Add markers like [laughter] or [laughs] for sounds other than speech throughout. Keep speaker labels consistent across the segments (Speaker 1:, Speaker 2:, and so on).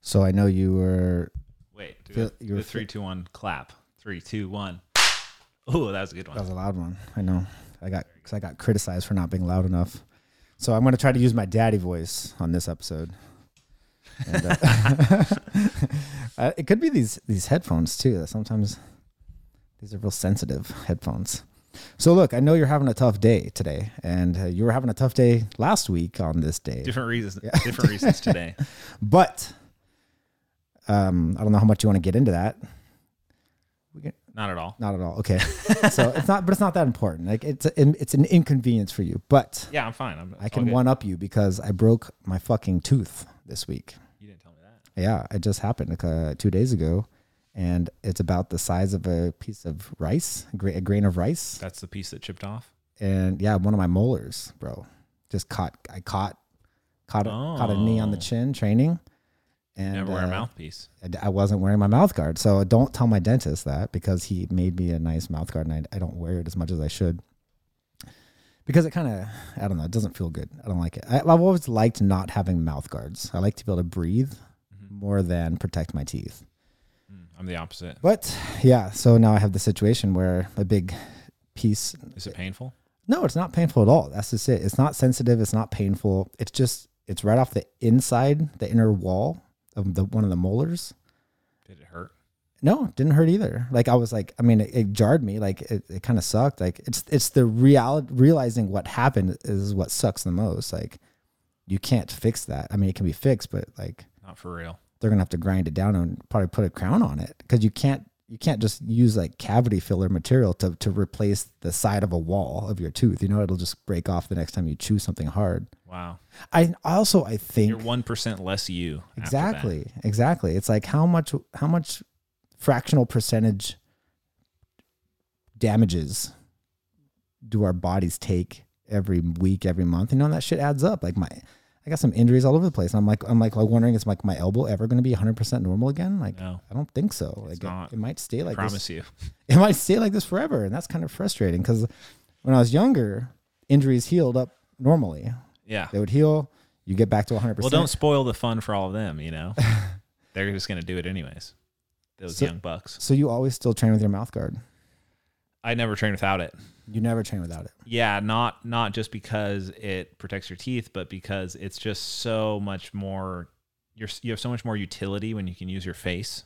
Speaker 1: So I know you were.
Speaker 2: Wait, do
Speaker 1: Feel-
Speaker 2: it.
Speaker 1: you're
Speaker 2: Do
Speaker 1: fe-
Speaker 2: three, two, one, clap. Three, two, one. Oh, that was a good
Speaker 1: That was
Speaker 2: one.
Speaker 1: a loud one. I know. I got because I got criticized for not being loud enough. So I'm going to try to use my daddy voice on this episode. And, uh, [laughs] uh, it could be these these headphones too. That sometimes these are real sensitive headphones. So look, I know you're having a tough day today, and uh, you were having a tough day last week on this day.
Speaker 2: Different reasons. [laughs]
Speaker 1: [laughs]
Speaker 2: Different reasons today.
Speaker 1: But um, I don't know how much you want to get into that. We can,
Speaker 2: Not at all.
Speaker 1: not at all. Okay, [laughs] so it's not, but it's not that important. Like it's a, it's an inconvenience for you, but
Speaker 2: Yeah, I'm fine. I'm,
Speaker 1: I
Speaker 2: it's
Speaker 1: can
Speaker 2: all good.
Speaker 1: one up you because I broke my fucking tooth this week.
Speaker 2: You didn't tell me that.
Speaker 1: Yeah, it just happened like, uh, two days ago, and it's about the size of a piece of rice, gra- a grain of rice,
Speaker 2: That's the piece that chipped off.
Speaker 1: and yeah, one of my molars, bro, just caught. I caught caught a, caught a knee on the
Speaker 2: Oh.
Speaker 1: chin training. And,
Speaker 2: Never wear a
Speaker 1: uh,
Speaker 2: mouthpiece.
Speaker 1: I d- I wasn't wearing my mouth guard. So don't tell my dentist that because he made me a nice mouth guard and I, I don't wear it as much as I should. Because it kind of, I don't know, it doesn't feel good. I don't like it. I, I've always liked not having mouth guards. I like to be able to breathe more than protect my teeth.
Speaker 2: Mm, I'm the opposite.
Speaker 1: But yeah, so now I have the situation where a big piece
Speaker 2: Is it painful?
Speaker 1: no, it's not painful at all. That's just it. It's not sensitive. It's not painful. It's just, it's right off the inside, the inner wall of the one of the molars.
Speaker 2: Did it hurt?
Speaker 1: No, didn't hurt either. Like I was like, I mean, it, it jarred me. Like it, it kind of sucked. Like it's it's the reality realizing what happened is what sucks the most. Like you can't fix that. I mean, it can be fixed, but like
Speaker 2: Not for real.
Speaker 1: they're gonna have to grind it down and probably put a crown on it because you can't you can't just use like cavity filler material to to replace the side of a wall of your tooth. You know, it'll just break off the next time you chew something hard.
Speaker 2: Wow.
Speaker 1: I also I think
Speaker 2: You're one percent less you. after that.
Speaker 1: exactly exactly it's like how much how much fractional percentage damages do our bodies take every week every month you know and that shit adds up like my i got some injuries all over the place and i'm like i'm like, like wondering is like my elbow ever going to be 100% normal again like
Speaker 2: No.
Speaker 1: i don't think so like it-
Speaker 2: not.
Speaker 1: It, might stay like this
Speaker 2: Promise you. [laughs]
Speaker 1: it might stay like this forever and that's kind of frustrating because when i was younger injuries healed up normally
Speaker 2: Yeah.
Speaker 1: they would heal you get back to 100%
Speaker 2: Well, don't spoil the fun for all of them.
Speaker 1: [laughs]
Speaker 2: You know, they're just gonna do it anyways. Those
Speaker 1: So-
Speaker 2: young bucks.
Speaker 1: so you always still train with your mouth guard
Speaker 2: I never train without it.
Speaker 1: You never train without it.
Speaker 2: Yeah, not not just because it protects your teeth, but because it's just so much more. You're you have so much more utility when you can use your face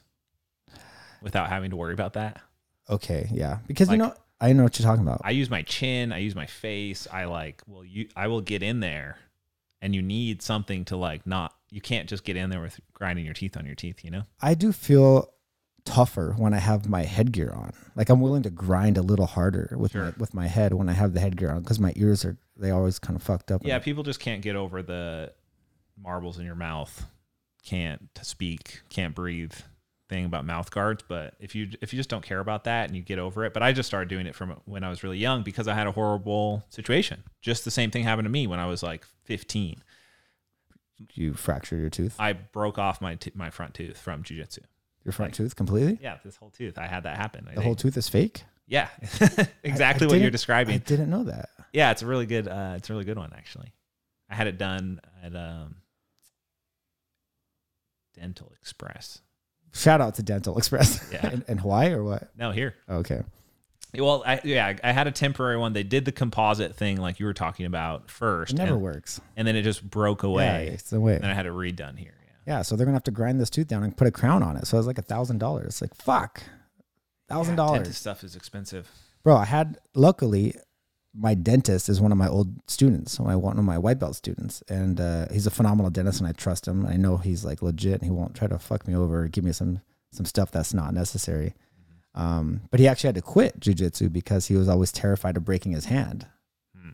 Speaker 2: without having to worry about that.
Speaker 1: Okay, yeah, because you
Speaker 2: Like-
Speaker 1: know I know what you're talking about.
Speaker 2: I use my chin, I use my face. I like well, you I will get in there, and you need something to like not. You can't just get in there with grinding your teeth on your teeth. You know,
Speaker 1: I do feel tougher when I have my headgear on. Like I'm willing to grind a little harder with my,
Speaker 2: Sure.
Speaker 1: with my head when I have the headgear on because my ears are they always kind of fucked up.
Speaker 2: yeah. People just can't get over the marbles in your mouth. Can't speak, can't breathe thing about mouth guards. But if you if you just don't care about that and you get over it, but I just started doing it from when I was really young because I had a horrible situation. Just the same thing happened to me when I was like 15.
Speaker 1: you fracture your tooth,
Speaker 2: I broke off my t- my front tooth from jujitsu.
Speaker 1: your front tooth completely.
Speaker 2: Yeah, this whole tooth. I had that happen. I
Speaker 1: The whole
Speaker 2: think.
Speaker 1: tooth is fake.
Speaker 2: yeah, [laughs] exactly
Speaker 1: I
Speaker 2: what
Speaker 1: didn't-
Speaker 2: you're
Speaker 1: I
Speaker 2: describing.
Speaker 1: didn't know that.
Speaker 2: yeah, it's a really good. Uh, it's a really good one actually. I had it done at um, Dental Express.
Speaker 1: Shout out to Dental Express
Speaker 2: Yeah.
Speaker 1: [laughs] in, in Hawaii or what?
Speaker 2: No, here.
Speaker 1: Okay,
Speaker 2: Well, I, yeah, I had a temporary one. They did the composite thing like you were talking about first,
Speaker 1: it never
Speaker 2: and,
Speaker 1: works.
Speaker 2: and then it just broke
Speaker 1: Yeah,
Speaker 2: away.
Speaker 1: it's the way.
Speaker 2: And then I had it redone here. Yeah.
Speaker 1: Yeah, so they're gonna have to grind this tooth down and put a crown on it. So it's like a thousand dollars. Like fuck, thousand
Speaker 2: Yeah,
Speaker 1: dollars.
Speaker 2: dentist stuff is expensive.
Speaker 1: bro i had luckily my dentist is one of my old students so my one of my white belt students and uh, he's a phenomenal dentist and i trust him i know he's like legit and he won't try to fuck me over or give me some some stuff that's not necessary um, but he actually had to quit jujitsu because he was always terrified of breaking his hand
Speaker 2: Hmm.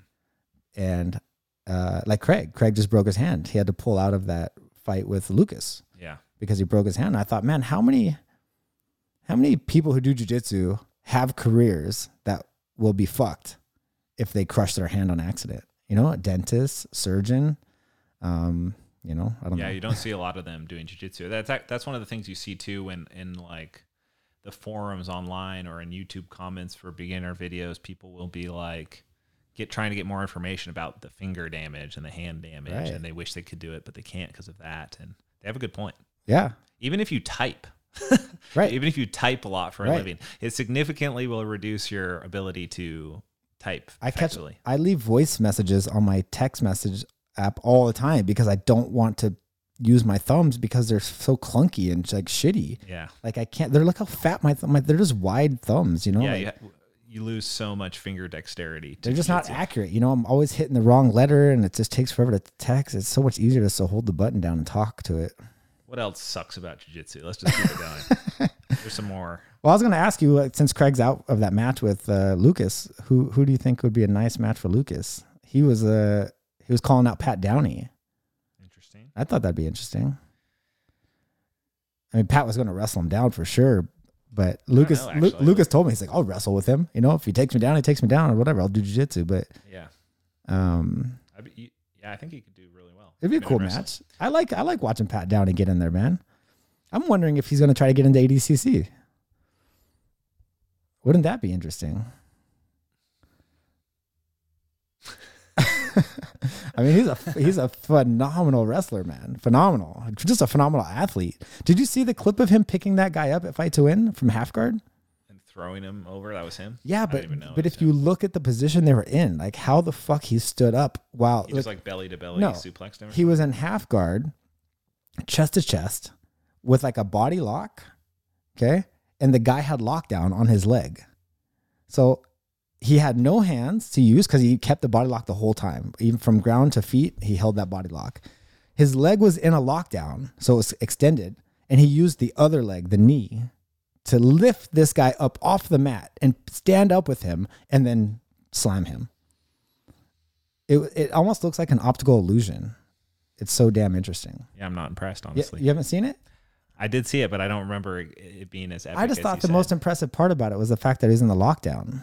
Speaker 1: and uh, like craig craig just broke his hand he had to pull out of that fight with lucas
Speaker 2: Yeah.
Speaker 1: because he broke his hand. And I thought, man, how many how many people who do jujitsu have careers that will be fucked if they crush their hand on accident? You know, a dentist, surgeon, um, you know, I don't
Speaker 2: yeah,
Speaker 1: know.
Speaker 2: you don't see a lot of them doing jujitsu. That's ac- that's one of the things you see too when in like the forums online or in YouTube comments for beginner videos, people will be like get trying to get more information about the finger damage and the hand damage,
Speaker 1: Right.
Speaker 2: and they wish they could do it, but they can't because of that. And they have a good point.
Speaker 1: Yeah.
Speaker 2: Even if you type, [laughs]
Speaker 1: Right.
Speaker 2: even if you type a lot for a
Speaker 1: Right.
Speaker 2: living, it significantly will reduce your ability to type.
Speaker 1: I catch
Speaker 2: effectively.
Speaker 1: I leave voice messages on my text message app all the time because I don't want to use my thumbs because they're so clunky and like shitty.
Speaker 2: Yeah.
Speaker 1: Like I can't. They're look how fat my thumb. Like, they're just wide thumbs. You know.
Speaker 2: yeah.
Speaker 1: Like,
Speaker 2: you, ha- you lose so much finger dexterity. to
Speaker 1: they're just not
Speaker 2: jujitsu.
Speaker 1: accurate. You know. I'm always hitting the wrong letter, and it just takes forever to text. It's so much easier just to hold the button down and talk to it.
Speaker 2: What else sucks about jujitsu? Let's just keep it going.
Speaker 1: [laughs]
Speaker 2: There's some more.
Speaker 1: Well, I was going to ask you like, since Craig's out of that match with uh, Lucas, who who do you think would be a nice match for Lucas? He was uh, he was calling out Pat Downey.
Speaker 2: Interesting.
Speaker 1: I thought that'd be interesting. I mean, Pat was going to wrestle him down for sure, but Lucas
Speaker 2: know,
Speaker 1: Lu-
Speaker 2: actually.
Speaker 1: Lucas told me he's like, I'll wrestle with him. You know, if he takes me down, he takes me down, or whatever. I'll do jujitsu. But
Speaker 2: Yeah.
Speaker 1: um,
Speaker 2: I be, you- yeah, I think he could do really well.
Speaker 1: it'd be a
Speaker 2: Man,
Speaker 1: cool
Speaker 2: wrestling.
Speaker 1: match. I like I like watching Pat down and get in there, man. I'm wondering if he's going to try to get into ADCC. Wouldn't that be interesting? [laughs] I mean, he's a he's a phenomenal wrestler, man. Phenomenal, just a phenomenal athlete. Did you see the clip of him picking that guy up at Fight to Win from half guard?
Speaker 2: And throwing him over, that was him.
Speaker 1: Yeah,
Speaker 2: I didn't
Speaker 1: but
Speaker 2: even know
Speaker 1: but
Speaker 2: it was
Speaker 1: if
Speaker 2: him.
Speaker 1: you look at the position they were in, like how the fuck he stood up while
Speaker 2: he just like belly to belly
Speaker 1: No.
Speaker 2: suplexed him. or
Speaker 1: he was in half guard, chest to chest, with like a body lock. Okay. And the guy had lockdown on his leg. So he had no hands to use because he kept the body lock the whole time. Even from ground to feet, he held that body lock. His leg was in a lockdown, so it was extended. And he used the other leg, the knee, to lift this guy up off the mat and stand up with him and then slam him. It, it almost looks like an optical illusion. It's so damn interesting.
Speaker 2: Yeah, I'm not impressed,
Speaker 1: Yeah,
Speaker 2: honestly.
Speaker 1: you haven't seen it?
Speaker 2: I did see it, but I don't remember it- it being as epic.
Speaker 1: I just
Speaker 2: as
Speaker 1: thought
Speaker 2: you
Speaker 1: the
Speaker 2: said.
Speaker 1: most impressive part about it was the fact that he's in the lockdown.
Speaker 2: I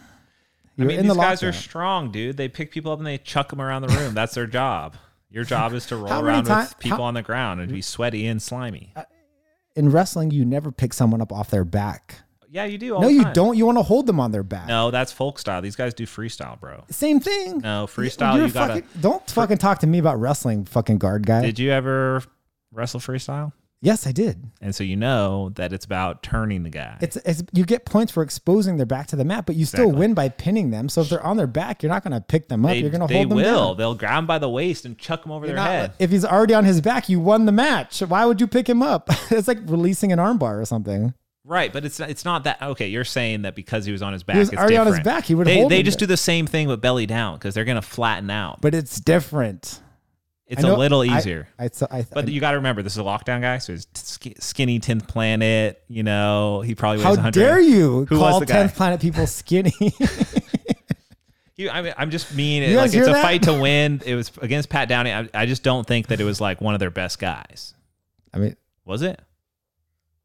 Speaker 1: You're
Speaker 2: mean,
Speaker 1: in
Speaker 2: these
Speaker 1: the
Speaker 2: guys are
Speaker 1: lockdown.
Speaker 2: strong, dude. They pick people up and they chuck them around the room. That's their job.
Speaker 1: [laughs]
Speaker 2: Your job is to roll
Speaker 1: How many
Speaker 2: around
Speaker 1: ti-
Speaker 2: with people
Speaker 1: how- Mm. Uh,
Speaker 2: on the ground and be sweaty and slimy.
Speaker 1: in wrestling, you never pick someone up off their back.
Speaker 2: yeah, you do. All
Speaker 1: no,
Speaker 2: the
Speaker 1: you
Speaker 2: time.
Speaker 1: don't. You want to hold them on their back.
Speaker 2: No, that's folk style. These guys do freestyle, bro.
Speaker 1: Same thing.
Speaker 2: No, freestyle,
Speaker 1: You're
Speaker 2: you gotta-
Speaker 1: fucking- don't fucking talk to me about wrestling, fucking guard guy.
Speaker 2: Did you ever wrestle freestyle?
Speaker 1: yes, I did.
Speaker 2: And so you know that it's about turning the guy.
Speaker 1: It's, it's you get points for exposing their back to the mat, but you still
Speaker 2: Exactly.
Speaker 1: win by pinning them. So if they're on their back, you're not going to pick them up.
Speaker 2: they
Speaker 1: you're going to
Speaker 2: they
Speaker 1: hold them
Speaker 2: will.
Speaker 1: down.
Speaker 2: They'll grab him by the waist and chuck him over
Speaker 1: You're
Speaker 2: their
Speaker 1: not-
Speaker 2: head.
Speaker 1: if he's already on his back, you won the match. Why would you pick him up? [laughs] it's like releasing an armbar or something.
Speaker 2: Right, but it's not, it's not that okay. You're saying that because he was on his back,
Speaker 1: was
Speaker 2: it's
Speaker 1: already on his
Speaker 2: different.
Speaker 1: back, he would
Speaker 2: They,
Speaker 1: hold
Speaker 2: they
Speaker 1: him
Speaker 2: just
Speaker 1: there.
Speaker 2: do the same thing with belly down because they're gonna flatten out. But
Speaker 1: But it's different.
Speaker 2: it's
Speaker 1: I know-
Speaker 2: a little
Speaker 1: I-
Speaker 2: easier.
Speaker 1: I, so I,
Speaker 2: but
Speaker 1: I-
Speaker 2: you got to remember, this is a lockdown guy, so he's sk- skinny, tenth planet. You know, he probably weighs
Speaker 1: how
Speaker 2: 100.
Speaker 1: dare you
Speaker 2: Who was
Speaker 1: call
Speaker 2: the guy?
Speaker 1: 10th planet
Speaker 2: [laughs]
Speaker 1: people skinny? [laughs]
Speaker 2: You- I mean, I'm just mean.
Speaker 1: You
Speaker 2: It,
Speaker 1: guys
Speaker 2: like it's
Speaker 1: hear
Speaker 2: a
Speaker 1: that? [laughs]
Speaker 2: fight to win. It was against Pat Downey. I, I just don't think that it was like one of their best guys.
Speaker 1: I mean,
Speaker 2: Was it?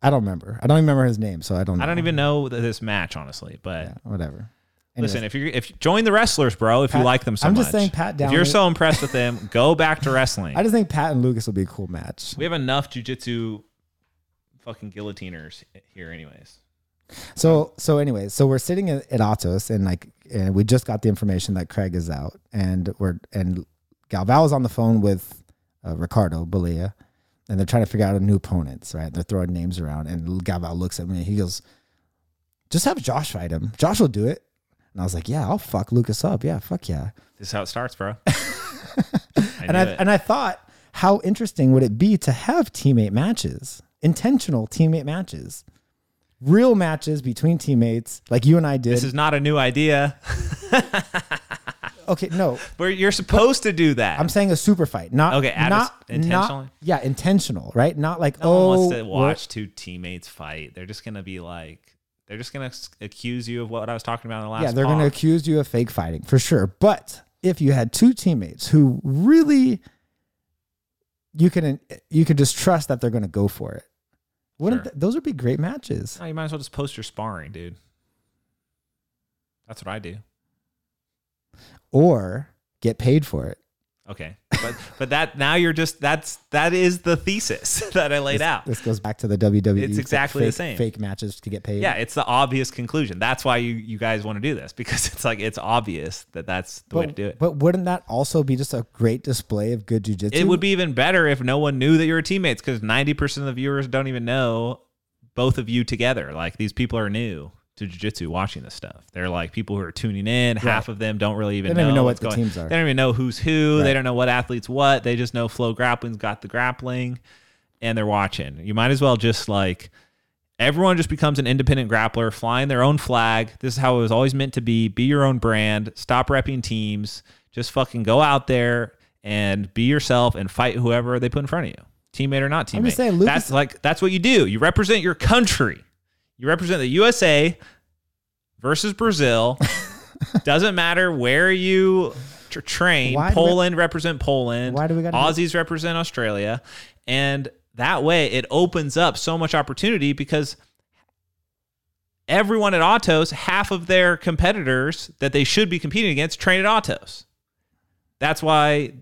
Speaker 1: I don't remember. I don't even remember his name, so I don't. Know.
Speaker 2: I don't even know th- this match honestly. But
Speaker 1: Yeah, whatever. Anyways,
Speaker 2: listen, if you if you- join the wrestlers, bro, if you
Speaker 1: Pat-
Speaker 2: like them so
Speaker 1: I'm
Speaker 2: much,
Speaker 1: just saying Pat
Speaker 2: If you're
Speaker 1: Downey-
Speaker 2: so impressed with them,
Speaker 1: [laughs]
Speaker 2: go back to wrestling.
Speaker 1: I just think Pat and Lucas will be a cool match.
Speaker 2: We have enough jujitsu fucking guillotiners here, anyways.
Speaker 1: So so anyways, so we're sitting at, at Atos and like and we just got the information that Craig is out and we're and Galval is on the phone with uh, Ricardo Balea and they're trying to figure out a new opponents, right? They're throwing names around and Galval looks at me and he goes, "Just have Josh fight him. Josh will do it." And I was like, "Yeah, I'll fuck Lucas up. Yeah, fuck yeah."
Speaker 2: This is how it
Speaker 1: [laughs]
Speaker 2: starts, bro. I
Speaker 1: and
Speaker 2: knew
Speaker 1: I
Speaker 2: it.
Speaker 1: and I thought, how interesting would it be to have teammate matches, intentional teammate matches, real matches between teammates, like you and I did.
Speaker 2: this is not a new idea.
Speaker 1: okay, no,
Speaker 2: But you're supposed to do that.
Speaker 1: I'm saying a super fight, not
Speaker 2: Okay, at a s-
Speaker 1: not
Speaker 2: intentionally?
Speaker 1: not- yeah, intentional, right? Not like
Speaker 2: no
Speaker 1: oh,
Speaker 2: one wants to
Speaker 1: we're-
Speaker 2: watch two teammates fight. They're just gonna be like, they're just gonna s- accuse you of what I was talking about in the last.
Speaker 1: yeah, they're going to
Speaker 2: pod.
Speaker 1: accuse you of fake fighting for sure. But if you had two teammates who really, you can you can just trust that they're going to go for it. Wouldn't
Speaker 2: Sure.
Speaker 1: th- those would be great matches?
Speaker 2: No, Oh, you might as well just post your sparring, dude. That's what I do.
Speaker 1: or get paid for it.
Speaker 2: Okay.
Speaker 1: [laughs]
Speaker 2: but but that now you're just that's that is the thesis [laughs] that I laid out.
Speaker 1: This goes back to the WWE.
Speaker 2: It's exactly the
Speaker 1: fake-
Speaker 2: same.
Speaker 1: Fake matches to get paid.
Speaker 2: Yeah, it's the obvious conclusion. That's why you you guys want to do this because it's like it's obvious that that's the way to do it.
Speaker 1: But wouldn't that also be just a great display of good jujitsu?
Speaker 2: It would be even better if no one knew that you were teammates because 90% of the viewers don't even know both of you together. Like these people are new to jujitsu watching this stuff. They're like people who are tuning in. Half of them don't really even
Speaker 1: They don't even know what
Speaker 2: what's
Speaker 1: the
Speaker 2: going-
Speaker 1: teams are.
Speaker 2: They don't even know who's who. They don't know what athletes what. They just know Flow Grappling's got the grappling and they're watching. You might as well just like everyone just becomes an independent grappler, flying their own flag. This is how it was always meant to be. Be your own brand. Stop repping teams. Just fucking go out there and be yourself and fight whoever they put in front of you, teammate or not teammate.
Speaker 1: I'm just saying, Lucas-
Speaker 2: that's like that's what you do. You represent your country. You represent the USA versus Brazil.
Speaker 1: [laughs]
Speaker 2: Doesn't matter where you tr train.
Speaker 1: Why do we-
Speaker 2: Poland represent Poland.
Speaker 1: Why do we gotta do-
Speaker 2: Aus- Aussies represent Australia. And that way it opens up so much opportunity because everyone at Autos, half of their competitors that they should be competing against train at Autos. That's why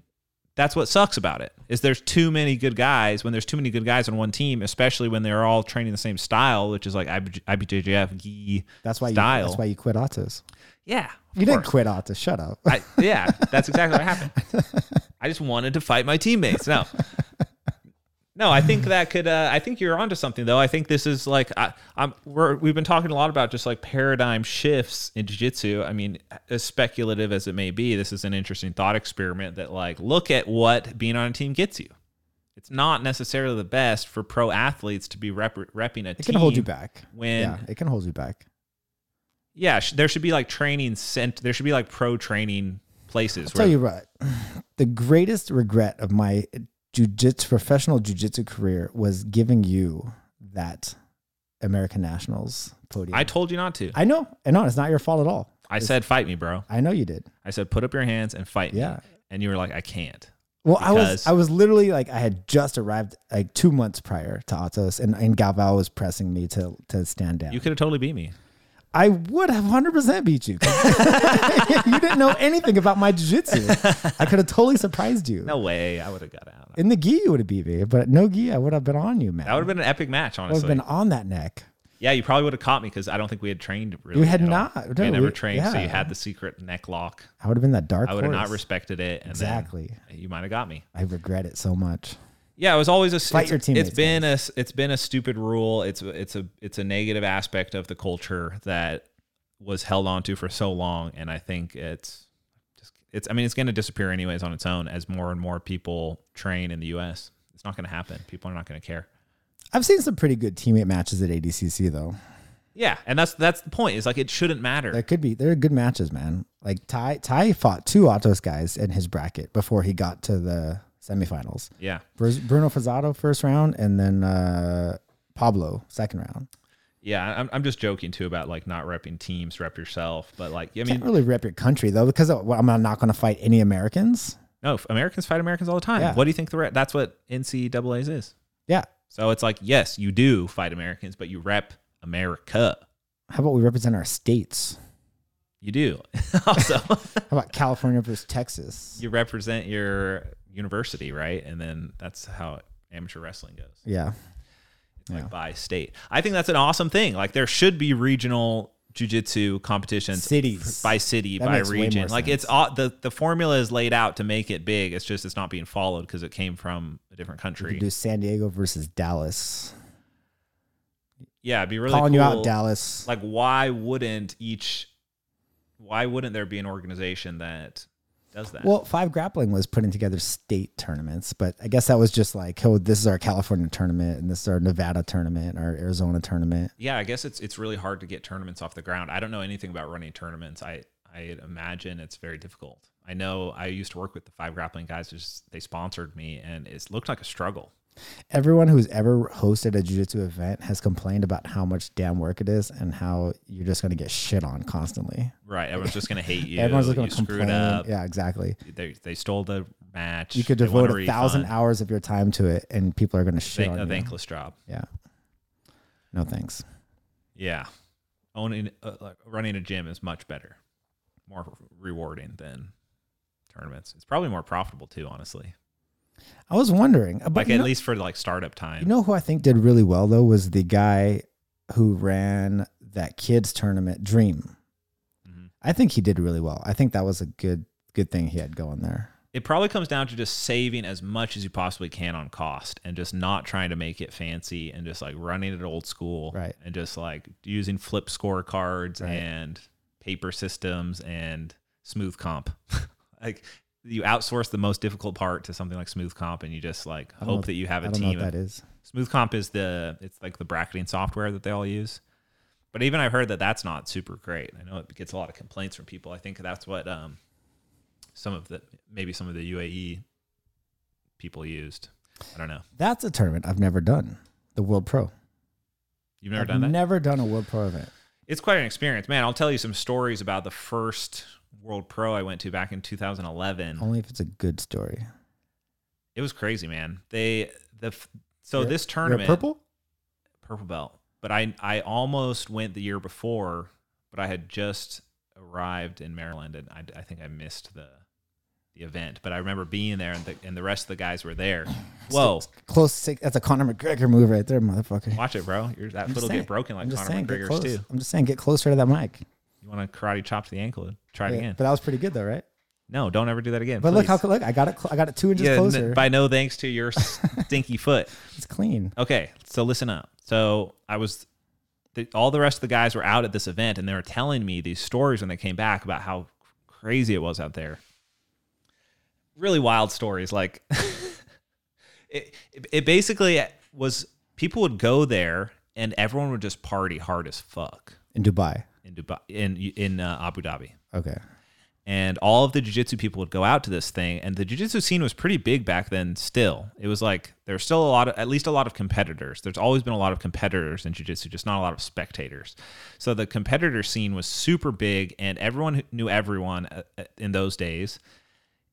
Speaker 2: that's what sucks about it is there's too many good guys when there's too many good guys on one team, especially when they're all training the same style, which is like IB- IBJJF, gi.
Speaker 1: That's why. You,
Speaker 2: style.
Speaker 1: that's why you quit autos.
Speaker 2: yeah. of
Speaker 1: You didn't
Speaker 2: course.
Speaker 1: quit autos. Shut up.
Speaker 2: I, yeah, that's exactly what happened. I just wanted to fight my teammates. No, no, I think that could. Uh, I think you're onto something though. I think this is like I, I'm. We're, we've been talking a lot about just like paradigm shifts in jiu-jitsu. I mean, as speculative as it may be, this is an interesting thought experiment that like look at what being on a team gets you. It's not necessarily the best for pro athletes to be rep- repping a team.
Speaker 1: [laughs] It can hold you back.
Speaker 2: when
Speaker 1: yeah, it can hold you back.
Speaker 2: yeah, sh- there should be like training sent. There should be like pro training places.
Speaker 1: I'll tell you what, [sighs] the greatest regret of my jujitsu professional jujitsu career was giving you that American Nationals podium.
Speaker 2: I told you not to.
Speaker 1: I know, I know, it's not your fault at all.
Speaker 2: I said, fight me, bro.
Speaker 1: I know you did.
Speaker 2: I said, put up your hands and fight me.
Speaker 1: Yeah.
Speaker 2: And you were like, I can't.
Speaker 1: Well, I was
Speaker 2: Because-
Speaker 1: I was literally like I had just arrived like two months prior to Atos, and, and Galval was pressing me to to stand down.
Speaker 2: You could have totally beat me.
Speaker 1: I would have 100% beat you. [laughs] you didn't know anything about my jiu-jitsu. I could have totally surprised you.
Speaker 2: No way. I would have got out.
Speaker 1: In the gi, you would have beat me, but no gi, I would have been on you, man.
Speaker 2: That would have been an epic match,
Speaker 1: I would
Speaker 2: honestly.
Speaker 1: have been on that neck.
Speaker 2: yeah, you probably would have caught me because I don't think we had trained really.
Speaker 1: You had
Speaker 2: at all.
Speaker 1: not.
Speaker 2: we
Speaker 1: No,
Speaker 2: had never
Speaker 1: we-
Speaker 2: trained. So you
Speaker 1: yeah.
Speaker 2: had the secret neck lock.
Speaker 1: I would have been that dark
Speaker 2: I would have not
Speaker 1: horse.
Speaker 2: respected it. And
Speaker 1: Exactly.
Speaker 2: Then you might have got me.
Speaker 1: I regret it so much.
Speaker 2: Yeah, it was always a
Speaker 1: Fight
Speaker 2: it's,
Speaker 1: your teammates,
Speaker 2: It's been a it's been a stupid rule. It's it's a it's a negative aspect of the culture that was held onto for so long, and I think it's just it's. I mean, it's going to disappear anyways on its own as more and more people train in the U.S. It's not going to happen. People are not going to care.
Speaker 1: I've seen some pretty good teammate matches at ADCC though.
Speaker 2: Yeah, and that's that's the point. Is like it shouldn't matter.
Speaker 1: There could be there are good matches, man. Like Ty Ty fought two Autos guys in his bracket before he got to the semifinals.
Speaker 2: yeah,
Speaker 1: Bru- Bruno Fazzato first round, and then uh, Pablo second round.
Speaker 2: yeah. I'm I'm just joking too about like not repping teams, rep yourself. But like, I
Speaker 1: Can't
Speaker 2: mean,
Speaker 1: really rep your country though, because uh, well, I'm not going to fight any Americans.
Speaker 2: no, Americans fight Americans all the time.
Speaker 1: Yeah.
Speaker 2: What do you think the re- that's what NCAA's is?
Speaker 1: Yeah,
Speaker 2: So it's like, yes, you do fight Americans, but you rep America.
Speaker 1: how about we represent our states?
Speaker 2: You do. [laughs] also,
Speaker 1: How about California versus Texas?
Speaker 2: you represent your university, right? And then that's how amateur wrestling goes.
Speaker 1: Yeah,
Speaker 2: It's like by state. I think that's an awesome thing. Like there should be regional jujitsu competitions
Speaker 1: Cities.
Speaker 2: f- by city,
Speaker 1: That
Speaker 2: by
Speaker 1: makes way more
Speaker 2: region. Like
Speaker 1: sense.
Speaker 2: it's all the the formula is laid out to make it big. It's just it's not being followed because it came from a different country.
Speaker 1: do San Diego versus Dallas.
Speaker 2: yeah, it'd be really
Speaker 1: Calling you
Speaker 2: cool.
Speaker 1: out, Dallas.
Speaker 2: like why wouldn't each why wouldn't there be an organization that does that
Speaker 1: Well, Five Grappling was putting together state tournaments, but I guess that was just like, oh, this is our California tournament, and this is our Nevada tournament, our Arizona tournament.
Speaker 2: yeah i guess it's it's really hard to get tournaments off the ground i don't know anything about running tournaments i i imagine it's very difficult i know i used to work with the five grappling guys just they sponsored me and it looked like a struggle
Speaker 1: Everyone who's ever hosted a jiu-jitsu event has complained about how much damn work it is and how you're just going to get shit on constantly.
Speaker 2: right everyone's just
Speaker 1: [laughs]
Speaker 2: gonna hate you
Speaker 1: Everyone's just
Speaker 2: you
Speaker 1: going to complain.
Speaker 2: screwed up
Speaker 1: Yeah, exactly.
Speaker 2: they, they stole the match
Speaker 1: You could
Speaker 2: They want
Speaker 1: devote a thousand
Speaker 2: refund.
Speaker 1: hours of your time to it, and people are going to shit
Speaker 2: Thank-
Speaker 1: on
Speaker 2: a
Speaker 1: you.
Speaker 2: thankless job
Speaker 1: Yeah. No thanks.
Speaker 2: Yeah, owning uh, like running a gym is much better, more rewarding than tournaments. It's probably more profitable too, honestly.
Speaker 1: I was wondering, uh, but
Speaker 2: Like
Speaker 1: you
Speaker 2: at
Speaker 1: know,
Speaker 2: least for like startup time.
Speaker 1: you know who I think did really well though was the guy who ran that kids tournament Dream.
Speaker 2: Mhm.
Speaker 1: I think he did really well. I think that was a good good thing he had going there.
Speaker 2: It probably comes down to just saving as much as you possibly can on cost and just not trying to make it fancy and just like running it old school.
Speaker 1: Right.
Speaker 2: And just like using flip scorecards
Speaker 1: Right.
Speaker 2: and paper systems and smooth comp. [laughs] like you outsource the most difficult part to something like smooth comp and you just like
Speaker 1: I don't
Speaker 2: hope
Speaker 1: know-
Speaker 2: that you have
Speaker 1: I
Speaker 2: a
Speaker 1: don't know
Speaker 2: team
Speaker 1: what
Speaker 2: of
Speaker 1: that is.
Speaker 2: Smooth Comp is the it's like the bracketing software that they all use. But even I've heard that that's not super great. I know it gets a lot of complaints from people. I think that's what um, some of the maybe some of the UAE people used. I don't know.
Speaker 1: That's a tournament I've never done. The World Pro.
Speaker 2: You've never
Speaker 1: I've
Speaker 2: done that.
Speaker 1: Never done a World Pro event.
Speaker 2: it's quite an experience, man. I'll tell you some stories about the first World Pro I went to back in 2011.
Speaker 1: Only if it's a good story.
Speaker 2: It was crazy, man. They the f- so
Speaker 1: You're-
Speaker 2: this
Speaker 1: You're a
Speaker 2: tournament
Speaker 1: purple.
Speaker 2: purple belt. But I I almost went the year before, but I had just arrived in Maryland and I, I think I missed the the event. But I remember being there and the and the rest of the guys
Speaker 1: [sighs]
Speaker 2: were there. Whoa.
Speaker 1: Close. Six, that's a Conor McGregor move right there, motherfucker.
Speaker 2: Watch it, bro. Your that
Speaker 1: I'm
Speaker 2: foot'll
Speaker 1: just
Speaker 2: get
Speaker 1: saying.
Speaker 2: broken like
Speaker 1: I'm just
Speaker 2: Conor
Speaker 1: saying, get
Speaker 2: McGregor's
Speaker 1: close.
Speaker 2: too.
Speaker 1: I'm just saying, get closer to that mic.
Speaker 2: You want to karate chop to the ankle? Try it
Speaker 1: Yeah,
Speaker 2: again.
Speaker 1: but that was pretty good though, right?
Speaker 2: No, don't ever do that again.
Speaker 1: But look how
Speaker 2: please.
Speaker 1: look, I got it. Cl- I got it two inches
Speaker 2: yeah, n-
Speaker 1: closer.
Speaker 2: by no thanks
Speaker 1: [laughs]
Speaker 2: to your stinky foot.
Speaker 1: it's clean.
Speaker 2: Okay, so listen up. So I was, the, all the rest of the guys were out at this event, and they were telling me these stories when they came back about how crazy it was out there. Really wild stories. Like, [laughs] it, it, it basically was people would go there, and everyone would just party hard as fuck
Speaker 1: In Dubai.
Speaker 2: in Dubai, in in uh, Abu Dhabi
Speaker 1: Okay.
Speaker 2: and all of the jujitsu people would go out to this thing. And the jujitsu scene was pretty big back then. Still, it was like there's still a lot of, at least a lot of competitors. There's always been a lot of competitors in jujitsu, just not a lot of spectators. So the competitor scene was super big, and everyone who- knew everyone uh, uh, in those days.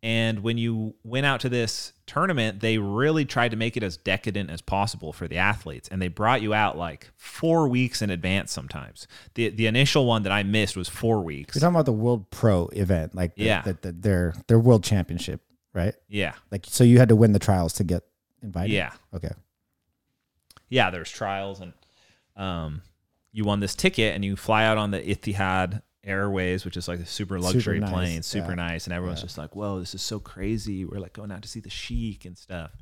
Speaker 2: And when you went out to this tournament, they really tried to make it as decadent as possible for the athletes. And they brought you out like four weeks in advance sometimes. The the initial one that I missed was four weeks.
Speaker 1: You're talking about the World Pro event, like the,
Speaker 2: Yeah.
Speaker 1: the, the, their their World Championship, right?
Speaker 2: Yeah.
Speaker 1: Like, so you had to win the trials to get invited.
Speaker 2: Yeah.
Speaker 1: Okay.
Speaker 2: yeah, there's trials and um, you won this ticket and you fly out on the Itihad Airways, which is like a super luxury
Speaker 1: nice,
Speaker 2: plane, super
Speaker 1: yeah.
Speaker 2: nice, and everyone's just like, "Whoa, this is so crazy!" We're like going out to see the Sheik and stuff.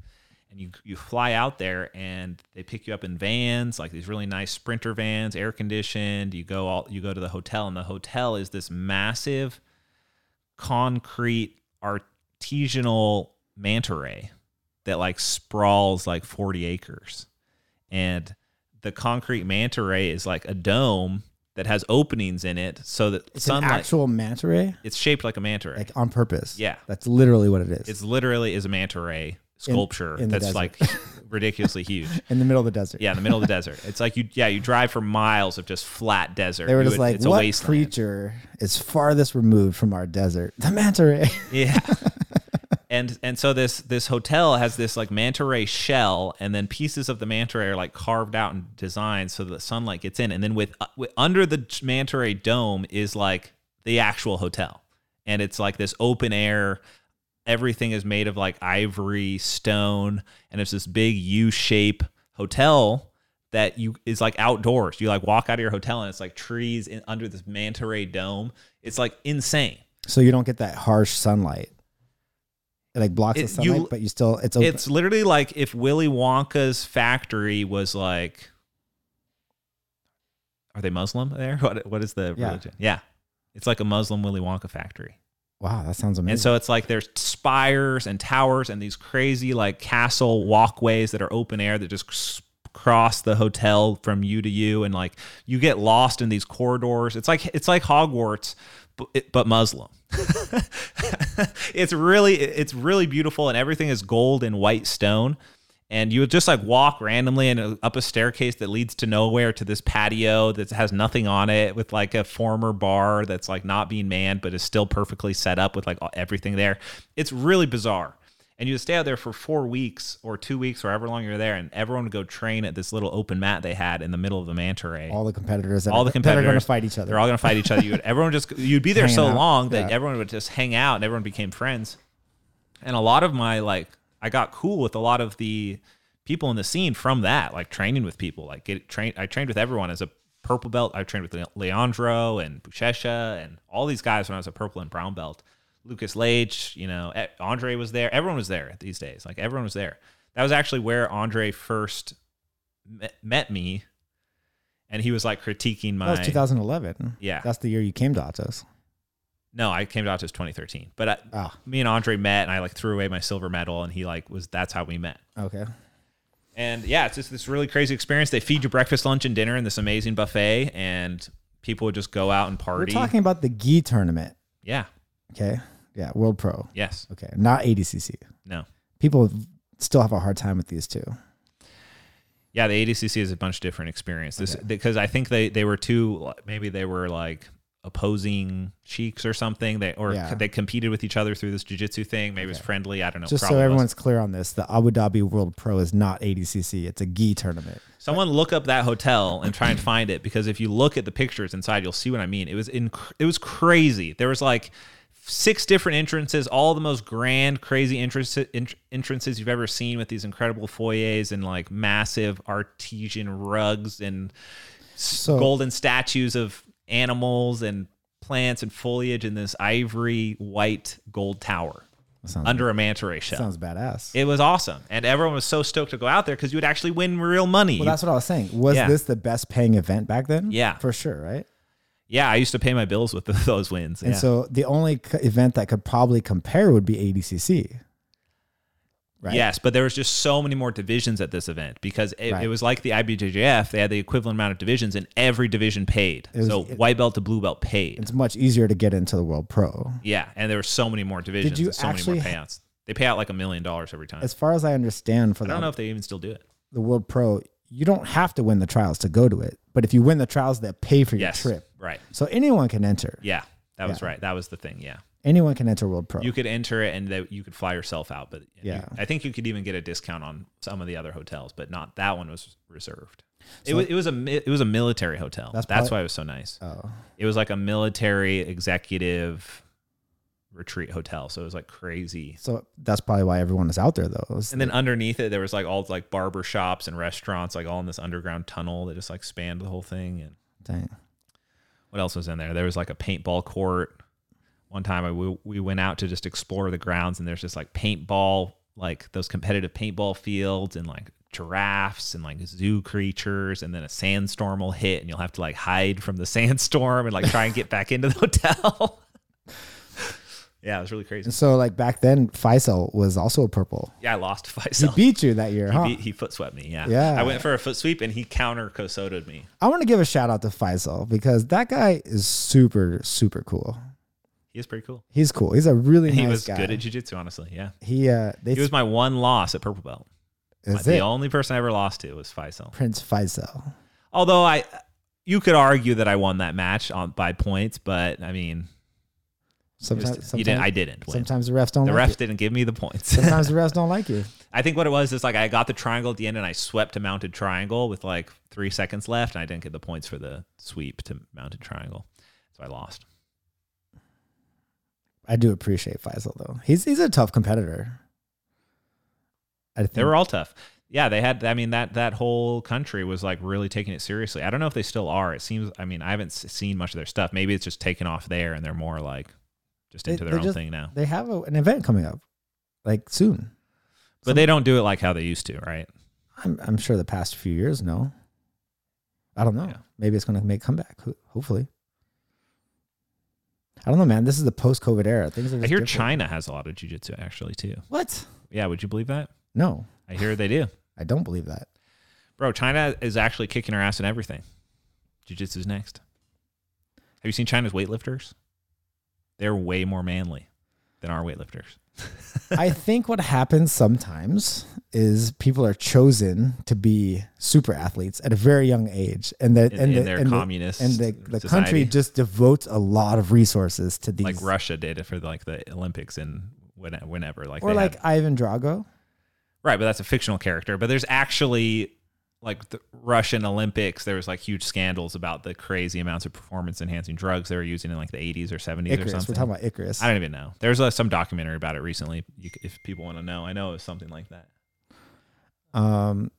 Speaker 2: And you you fly out there and they pick you up in vans, like these really nice sprinter vans, air conditioned. You go all you go to the hotel, and the hotel is this massive concrete artisanal manta ray that like sprawls like 40 acres and the concrete manta ray is like a dome that has openings in it so that
Speaker 1: It's an
Speaker 2: sunlight
Speaker 1: actual manta ray,
Speaker 2: it's shaped like a manta ray
Speaker 1: like on purpose.
Speaker 2: Yeah.
Speaker 1: That's literally what it is.
Speaker 2: it's literally is a manta ray sculpture
Speaker 1: in the
Speaker 2: that's
Speaker 1: desert.
Speaker 2: like
Speaker 1: [laughs]
Speaker 2: ridiculously huge
Speaker 1: in the middle of the desert.
Speaker 2: yeah in the middle of the desert it's like you yeah you drive for miles of just flat desert
Speaker 1: They were
Speaker 2: You
Speaker 1: just
Speaker 2: would-
Speaker 1: like,
Speaker 2: it's a
Speaker 1: what
Speaker 2: wasteland
Speaker 1: creature is farthest removed from our desert? The manta ray.
Speaker 2: [laughs] Yeah. and and so this this hotel has this like manta ray shell, and then pieces of the manta ray are like carved out and designed so that sunlight gets in, and then with, uh, with under the manta ray dome is like the actual hotel, and it's like this open air. Everything is made of like ivory stone, and it's this big U shape hotel that you is like outdoors. You like walk out of your hotel, and it's like trees in, under this manta ray dome. It's like insane.
Speaker 1: so you don't get that harsh sunlight. It like blocks
Speaker 2: It-
Speaker 1: the sunlight,
Speaker 2: you-
Speaker 1: but you still it's open.
Speaker 2: It's literally like if Willy Wonka's factory was like. Are they Muslim there? [laughs] What what is the
Speaker 1: Yeah.
Speaker 2: religion? Yeah, it's like a Muslim Willy Wonka factory,
Speaker 1: wow, that sounds amazing.
Speaker 2: and so it's like there's spires and towers and these crazy like castle walkways that are open air that just s- cross the hotel from you to you, and like you get lost in these corridors. It's like it's like Hogwarts, but, but Muslim. it's really it's really beautiful and everything is gold and white stone and you would just like walk randomly and up a staircase that leads to nowhere to this patio that has nothing on it with like a former bar that's like not being manned but is still perfectly set up with like all- everything there it's really bizarre and you would stay out there for four weeks or two weeks or however long you're there, and everyone would go train at this little open mat they had in the middle of the manta ray.
Speaker 1: All the competitors. That
Speaker 2: All
Speaker 1: are,
Speaker 2: the
Speaker 1: that are going
Speaker 2: competitors.
Speaker 1: to fight each
Speaker 2: They're
Speaker 1: other.
Speaker 2: all gonna fight each other. You would, everyone just you'd be there so
Speaker 1: Hanging out.
Speaker 2: long that
Speaker 1: Yeah.
Speaker 2: everyone would just hang out and everyone became friends. And a lot of my like I got cool with a lot of the people in the scene from that, like training with people. Like get trained I trained with everyone as a purple belt. I trained with Le- Leandro and Buchesha and all these guys when I was a purple and brown belt. Lucas Lage, you know, eh, Andre was there. Everyone was there these days. Like everyone was there. That was actually where Andre first met, met me. And he was like critiquing my
Speaker 1: that was 2011.
Speaker 2: Yeah.
Speaker 1: That's the year you came to Autos.
Speaker 2: No, I came to Autos 2013. But I,
Speaker 1: Ah,
Speaker 2: me and Andre met, and I like threw away my silver medal, and he like was that's how we met.
Speaker 1: okay.
Speaker 2: And yeah, it's just this really crazy experience. They feed you breakfast, lunch, and dinner in this amazing buffet, and people would just go out and
Speaker 1: We're
Speaker 2: party.
Speaker 1: talking about the Gi tournament.
Speaker 2: yeah.
Speaker 1: Okay. Yeah. World Pro.
Speaker 2: Yes.
Speaker 1: Okay. Not ADCC.
Speaker 2: No.
Speaker 1: People still have a hard time with these two.
Speaker 2: Yeah, the ADCC is a bunch different experience. This because I think they they were two maybe they were like opposing cheeks or something. They or
Speaker 1: Yeah.
Speaker 2: they competed with each other through this jujitsu thing. Maybe it was friendly. I don't know.
Speaker 1: Just so
Speaker 2: Probably wasn't.
Speaker 1: everyone's clear on this, the Abu Dhabi World Pro is not ADCC. It's a Gi tournament.
Speaker 2: Someone look up that hotel and try and find it because if you look at the pictures inside, you'll see what I mean. It was in, it was crazy. There was like six different entrances, all the most grand, crazy entrance, entr- entrances you've ever seen with these incredible foyers and like massive artesian rugs and
Speaker 1: So
Speaker 2: golden statues of animals and plants and foliage in this ivory white gold tower
Speaker 1: sounds,
Speaker 2: under a manta ray shell.
Speaker 1: sounds badass.
Speaker 2: It was awesome, and everyone was so stoked to go out there because you would actually win real money.
Speaker 1: well, that's what I was saying. Was
Speaker 2: Yeah.
Speaker 1: this the best paying event back then?
Speaker 2: Yeah.
Speaker 1: For sure, right?
Speaker 2: Yeah, I used to pay my bills with [laughs] those wins.
Speaker 1: And
Speaker 2: yeah.
Speaker 1: so the only c- event that could probably compare would be ADCC. right?
Speaker 2: Yes, but there was just so many more divisions at this event because it,
Speaker 1: Right.
Speaker 2: it was like the IBJJF. They had the equivalent amount of divisions, and every division paid.
Speaker 1: was-
Speaker 2: so
Speaker 1: it-
Speaker 2: white belt to blue belt paid.
Speaker 1: It's much easier to get into the World Pro.
Speaker 2: yeah, and there were so many more divisions.
Speaker 1: you
Speaker 2: and so many
Speaker 1: actually
Speaker 2: more
Speaker 1: ha-
Speaker 2: payouts. They pay out like a million dollars every time.
Speaker 1: As far as I understand, for
Speaker 2: I don't know
Speaker 1: the,
Speaker 2: if they even still do it.
Speaker 1: the World Pro, you don't have to win the trials to go to it. But if you win the trials, they'll pay for your
Speaker 2: Yes,
Speaker 1: trip.
Speaker 2: right.
Speaker 1: So anyone can enter.
Speaker 2: Yeah, that was right. That was the thing. Yeah,
Speaker 1: Anyone can enter World Pro.
Speaker 2: you could enter it and they, you could fly yourself out. But you-
Speaker 1: Yeah.
Speaker 2: I think you could even get a discount on some of the other hotels, but not that one was reserved. it was it was a mi- it was a military hotel.
Speaker 1: That's
Speaker 2: That's,
Speaker 1: probably-
Speaker 2: why it was so nice.
Speaker 1: oh,
Speaker 2: It was like a military executive retreat hotel. So it was like crazy.
Speaker 1: so that's probably why everyone is out there though. is
Speaker 2: And then underneath it, there was like all like barber shops and restaurants, like all in this underground tunnel that just like spanned the whole thing. And
Speaker 1: dang.
Speaker 2: what else was in there? There was like a paintball court. One time I, we, we went out to just explore the grounds and there's just like paintball, like those competitive paintball fields and like giraffes and like zoo creatures. And then a sandstorm will hit and you'll have to like hide from the [laughs] sandstorm and like try and get back into the [laughs] hotel. yeah, it was really crazy.
Speaker 1: And so like back then, Faisal was also purple.
Speaker 2: Yeah, I lost [laughs] to
Speaker 1: He
Speaker 2: Faisal. He,
Speaker 1: beat you that year, huh?
Speaker 2: beat- he foot swept me. Yeah.
Speaker 1: Yeah.
Speaker 2: I went for a foot sweep and he counter Kosoto'd me.
Speaker 1: I want to give a shout out to Faisal because that guy is super super cool.
Speaker 2: He was pretty cool.
Speaker 1: He's cool. He's a really
Speaker 2: He
Speaker 1: nice
Speaker 2: was
Speaker 1: guy.
Speaker 2: good at jujitsu, honestly. Yeah.
Speaker 1: he uh, they
Speaker 2: He was my one loss at Purple Belt.
Speaker 1: is
Speaker 2: the
Speaker 1: it
Speaker 2: only person I ever lost to was Faisal.
Speaker 1: Prince Faisal.
Speaker 2: Although I, you could argue that I won that match on by points, but I mean, it was-
Speaker 1: Sometimes,
Speaker 2: you
Speaker 1: sometimes,
Speaker 2: didn't. I didn't win.
Speaker 1: sometimes the refs don't.
Speaker 2: The
Speaker 1: like
Speaker 2: refs
Speaker 1: You.
Speaker 2: didn't give me the points.
Speaker 1: Sometimes the refs don't like you.
Speaker 2: [laughs] I think what it was is like I got the triangle at the end and I swept a mounted triangle with like three seconds left, and I didn't get the points for the sweep to mounted triangle, so I lost.
Speaker 1: I do appreciate Faisal though. He's he's a tough competitor. I think
Speaker 2: They were all tough. Yeah, they had. I mean that that whole country was like really taking it seriously. I don't know if they still are. It seems. I mean, I haven't s- seen much of their stuff. Maybe it's just taken off there, and they're more like just
Speaker 1: They-
Speaker 2: into
Speaker 1: they
Speaker 2: their own
Speaker 1: just-
Speaker 2: thing now.
Speaker 1: they have a, an event coming up, like soon.
Speaker 2: But they don't do it like how they used to, right?
Speaker 1: I'm I'm sure the past few years. No, I don't know.
Speaker 2: Yeah.
Speaker 1: Maybe it's going to make a comeback. ho- Hopefully, I don't know, man. This is the post-COVID era. Things are.
Speaker 2: I
Speaker 1: Just
Speaker 2: hear
Speaker 1: different.
Speaker 2: China has a lot of jujitsu actually too.
Speaker 1: What?
Speaker 2: Yeah, would you believe that?
Speaker 1: No,
Speaker 2: I hear they do.
Speaker 1: I don't believe that. [laughs]
Speaker 2: Bro, China is actually kicking her ass in everything. Jiu-jitsu's next. Have you seen China's weightlifters? They're way more manly than our weightlifters.
Speaker 1: I think what happens sometimes is people are chosen to be super athletes at a very young age, and that
Speaker 2: In-
Speaker 1: and
Speaker 2: in
Speaker 1: the,
Speaker 2: their
Speaker 1: and the-
Speaker 2: communist
Speaker 1: and the, the
Speaker 2: society.
Speaker 1: country just devotes a lot of resources to these.
Speaker 2: Like Russia did it for like the Olympics in when, whenever. Like
Speaker 1: or
Speaker 2: they
Speaker 1: like
Speaker 2: had-
Speaker 1: Ivan Drago.
Speaker 2: right, but that's a fictional character. But there's actually like the Russian Olympics. There was like huge scandals about the crazy amounts of performance enhancing drugs they were using in like the 80s or 70s or
Speaker 1: Icarus. We're
Speaker 2: something.
Speaker 1: talking about Icarus.
Speaker 2: I don't even know. There's uh, some documentary about it recently. You, c- if people want to know, I know it was something like that.
Speaker 1: Um,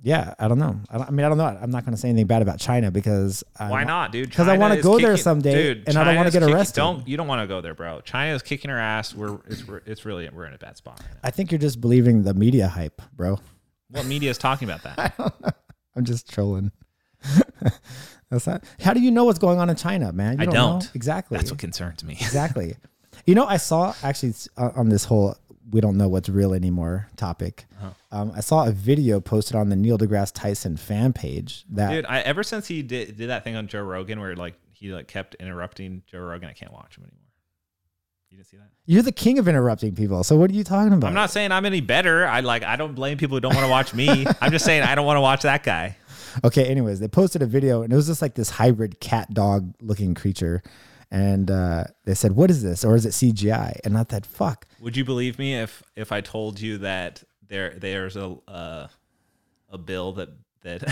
Speaker 1: yeah, I don't know. I, don't, I mean, I don't know. I'm not going to say anything bad about China because I,
Speaker 2: Why not, dude?
Speaker 1: 'Cause I
Speaker 2: China
Speaker 1: wanna
Speaker 2: is
Speaker 1: go there someday, and I don't wanna
Speaker 2: China's
Speaker 1: get
Speaker 2: kicking-
Speaker 1: arrested.
Speaker 2: Don't you don't want to go there, bro? China is kicking her ass. We're it's we're- it's really we're in a bad spot. right now.
Speaker 1: I think you're just believing the media hype, bro.
Speaker 2: What media is talking
Speaker 1: [laughs]
Speaker 2: about that?
Speaker 1: I'm just trolling. [laughs] That's not, how do you know what's going on in China, man? You
Speaker 2: I
Speaker 1: know.
Speaker 2: don't.
Speaker 1: exactly.
Speaker 2: That's what concerns me.
Speaker 1: exactly. You know, I saw actually s- uh, on this whole we don't know what's real anymore topic.
Speaker 2: Uh-huh.
Speaker 1: Um, I saw a video posted on the Neil deGrasse Tyson fan page that
Speaker 2: Dude, I, ever since he did did that thing on Joe Rogan where like he like kept interrupting Joe Rogan, I can't watch him anymore. You didn't see that?
Speaker 1: you're the king of interrupting people. So what are you talking about?
Speaker 2: I'm not saying I'm any better. I like I don't blame people who don't want to watch me. I'm just saying I don't want to watch that guy.
Speaker 1: Okay, anyways, they posted a video and it was just like this hybrid cat dog looking creature. And uh, they said, What is this? Or is it CGI? And I thought, Fuck.
Speaker 2: Would you believe me if if I told you that there there's a uh, a bill that that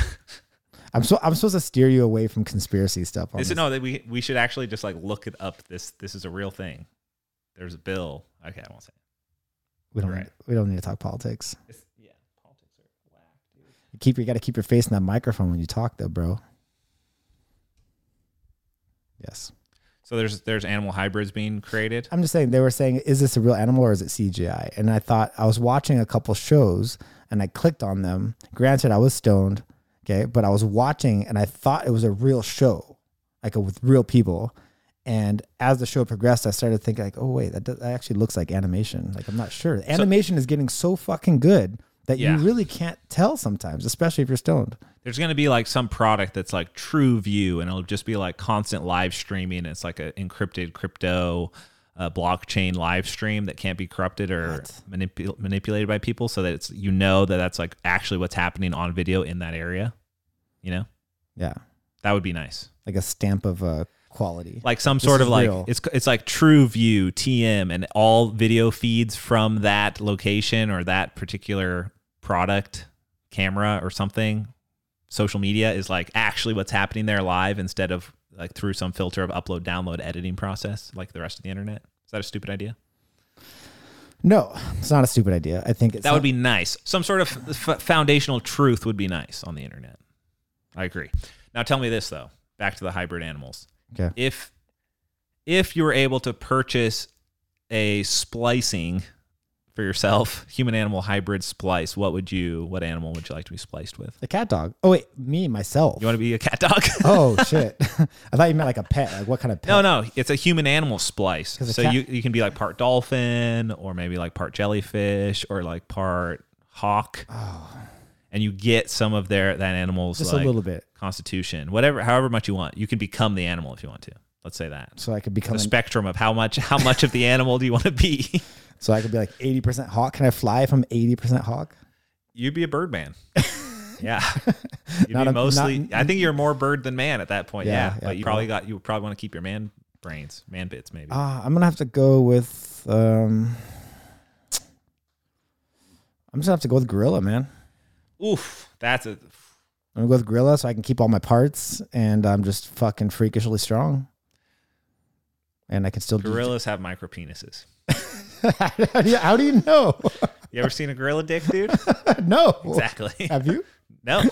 Speaker 2: [laughs]
Speaker 1: I'm, so, I'm supposed to steer you away from conspiracy stuff. On
Speaker 2: They
Speaker 1: this.
Speaker 2: said no that we we should actually just like look it up. This this is a real thing. There's a bill. Okay, I won't say.
Speaker 1: we, don't,
Speaker 2: right.
Speaker 1: we don't need to talk politics.
Speaker 2: It. It's, yeah, politics are whack, dude.
Speaker 1: You keep you got to keep your face in that microphone when you talk, though, bro. Yes,
Speaker 2: So there's there's animal hybrids being created.
Speaker 1: I'm just saying they were saying, is this a real animal or is it CGI? And I thought I was watching a couple shows and I clicked on them. Granted, I was stoned, okay, but I was watching and I thought it was a real show, like a, with real people. And as the show progressed, I started thinking like, oh wait, that, does, that actually looks like animation. Like I'm not sure. Animation is getting so fucking good that
Speaker 2: Yeah.
Speaker 1: you really can't tell sometimes, especially if you're stoned.
Speaker 2: There's gonna be like some product that's like True View, and it'll just be like constant live streaming. It's like an encrypted crypto. uh blockchain live stream that can't be corrupted or manipul- manipulated by people, so that it's you know that that's like actually what's happening on video in that area. You know,
Speaker 1: Yeah.
Speaker 2: that would be nice.
Speaker 1: like a stamp of uh, quality.
Speaker 2: like some sort
Speaker 1: is
Speaker 2: of like
Speaker 1: real.
Speaker 2: it's it's like true view tm and all video feeds from that location or that particular product camera or something social media is like actually what's happening there live instead of like through some filter of upload download editing process like the rest of the internet is that a stupid idea
Speaker 1: no, it's not a stupid idea. I think it's
Speaker 2: that would be nice some sort of f- f- foundational truth would be nice on the internet i agree now tell me this though back to the hybrid animals
Speaker 1: okay.
Speaker 2: if if you were able to purchase a splicing for yourself, [laughs] human animal hybrid splice, what would you what animal would you like to be spliced with?
Speaker 1: A cat dog. Oh wait, me myself.
Speaker 2: You want to be a cat dog? [laughs]
Speaker 1: oh shit! [laughs] I thought you meant like a pet. Like what kind of pet?
Speaker 2: no, no, it's a human animal splice.
Speaker 1: 'Cause a
Speaker 2: So
Speaker 1: cat-
Speaker 2: you you can be like part dolphin or maybe like part jellyfish or like part hawk. And you get some of their that animal's
Speaker 1: Oh. just
Speaker 2: like,
Speaker 1: a little bit,
Speaker 2: constitution, whatever however much you want. You can become the animal if you want to. Let's say that.
Speaker 1: so I could become.
Speaker 2: The
Speaker 1: an-
Speaker 2: spectrum of how much how much of the animal do you want
Speaker 1: [laughs]
Speaker 2: to be?
Speaker 1: so I could be like eighty percent hawk. Can I fly if I'm eighty percent hawk?
Speaker 2: you'd be a
Speaker 1: [laughs]
Speaker 2: bird man. yeah. You'd
Speaker 1: Not
Speaker 2: be
Speaker 1: a-
Speaker 2: mostly
Speaker 1: not-
Speaker 2: I think you're more bird than man at that point.
Speaker 1: Yeah,
Speaker 2: Yeah.
Speaker 1: yeah,
Speaker 2: but you probably got you probably want to keep your man brains, man bits maybe.
Speaker 1: Ah, I'm gonna have to go with. um I'm just gonna have to go with gorilla, man. Uh,
Speaker 2: Oof. That's a
Speaker 1: I'm gonna go with gorilla so I can keep all my parts and I'm just fucking freakishly strong. And I can still do- [laughs]
Speaker 2: gorillas have micro penises.
Speaker 1: how, do you, how do you know? [laughs]
Speaker 2: You ever seen a gorilla dick, dude?
Speaker 1: no.
Speaker 2: exactly.
Speaker 1: Have you?
Speaker 2: No.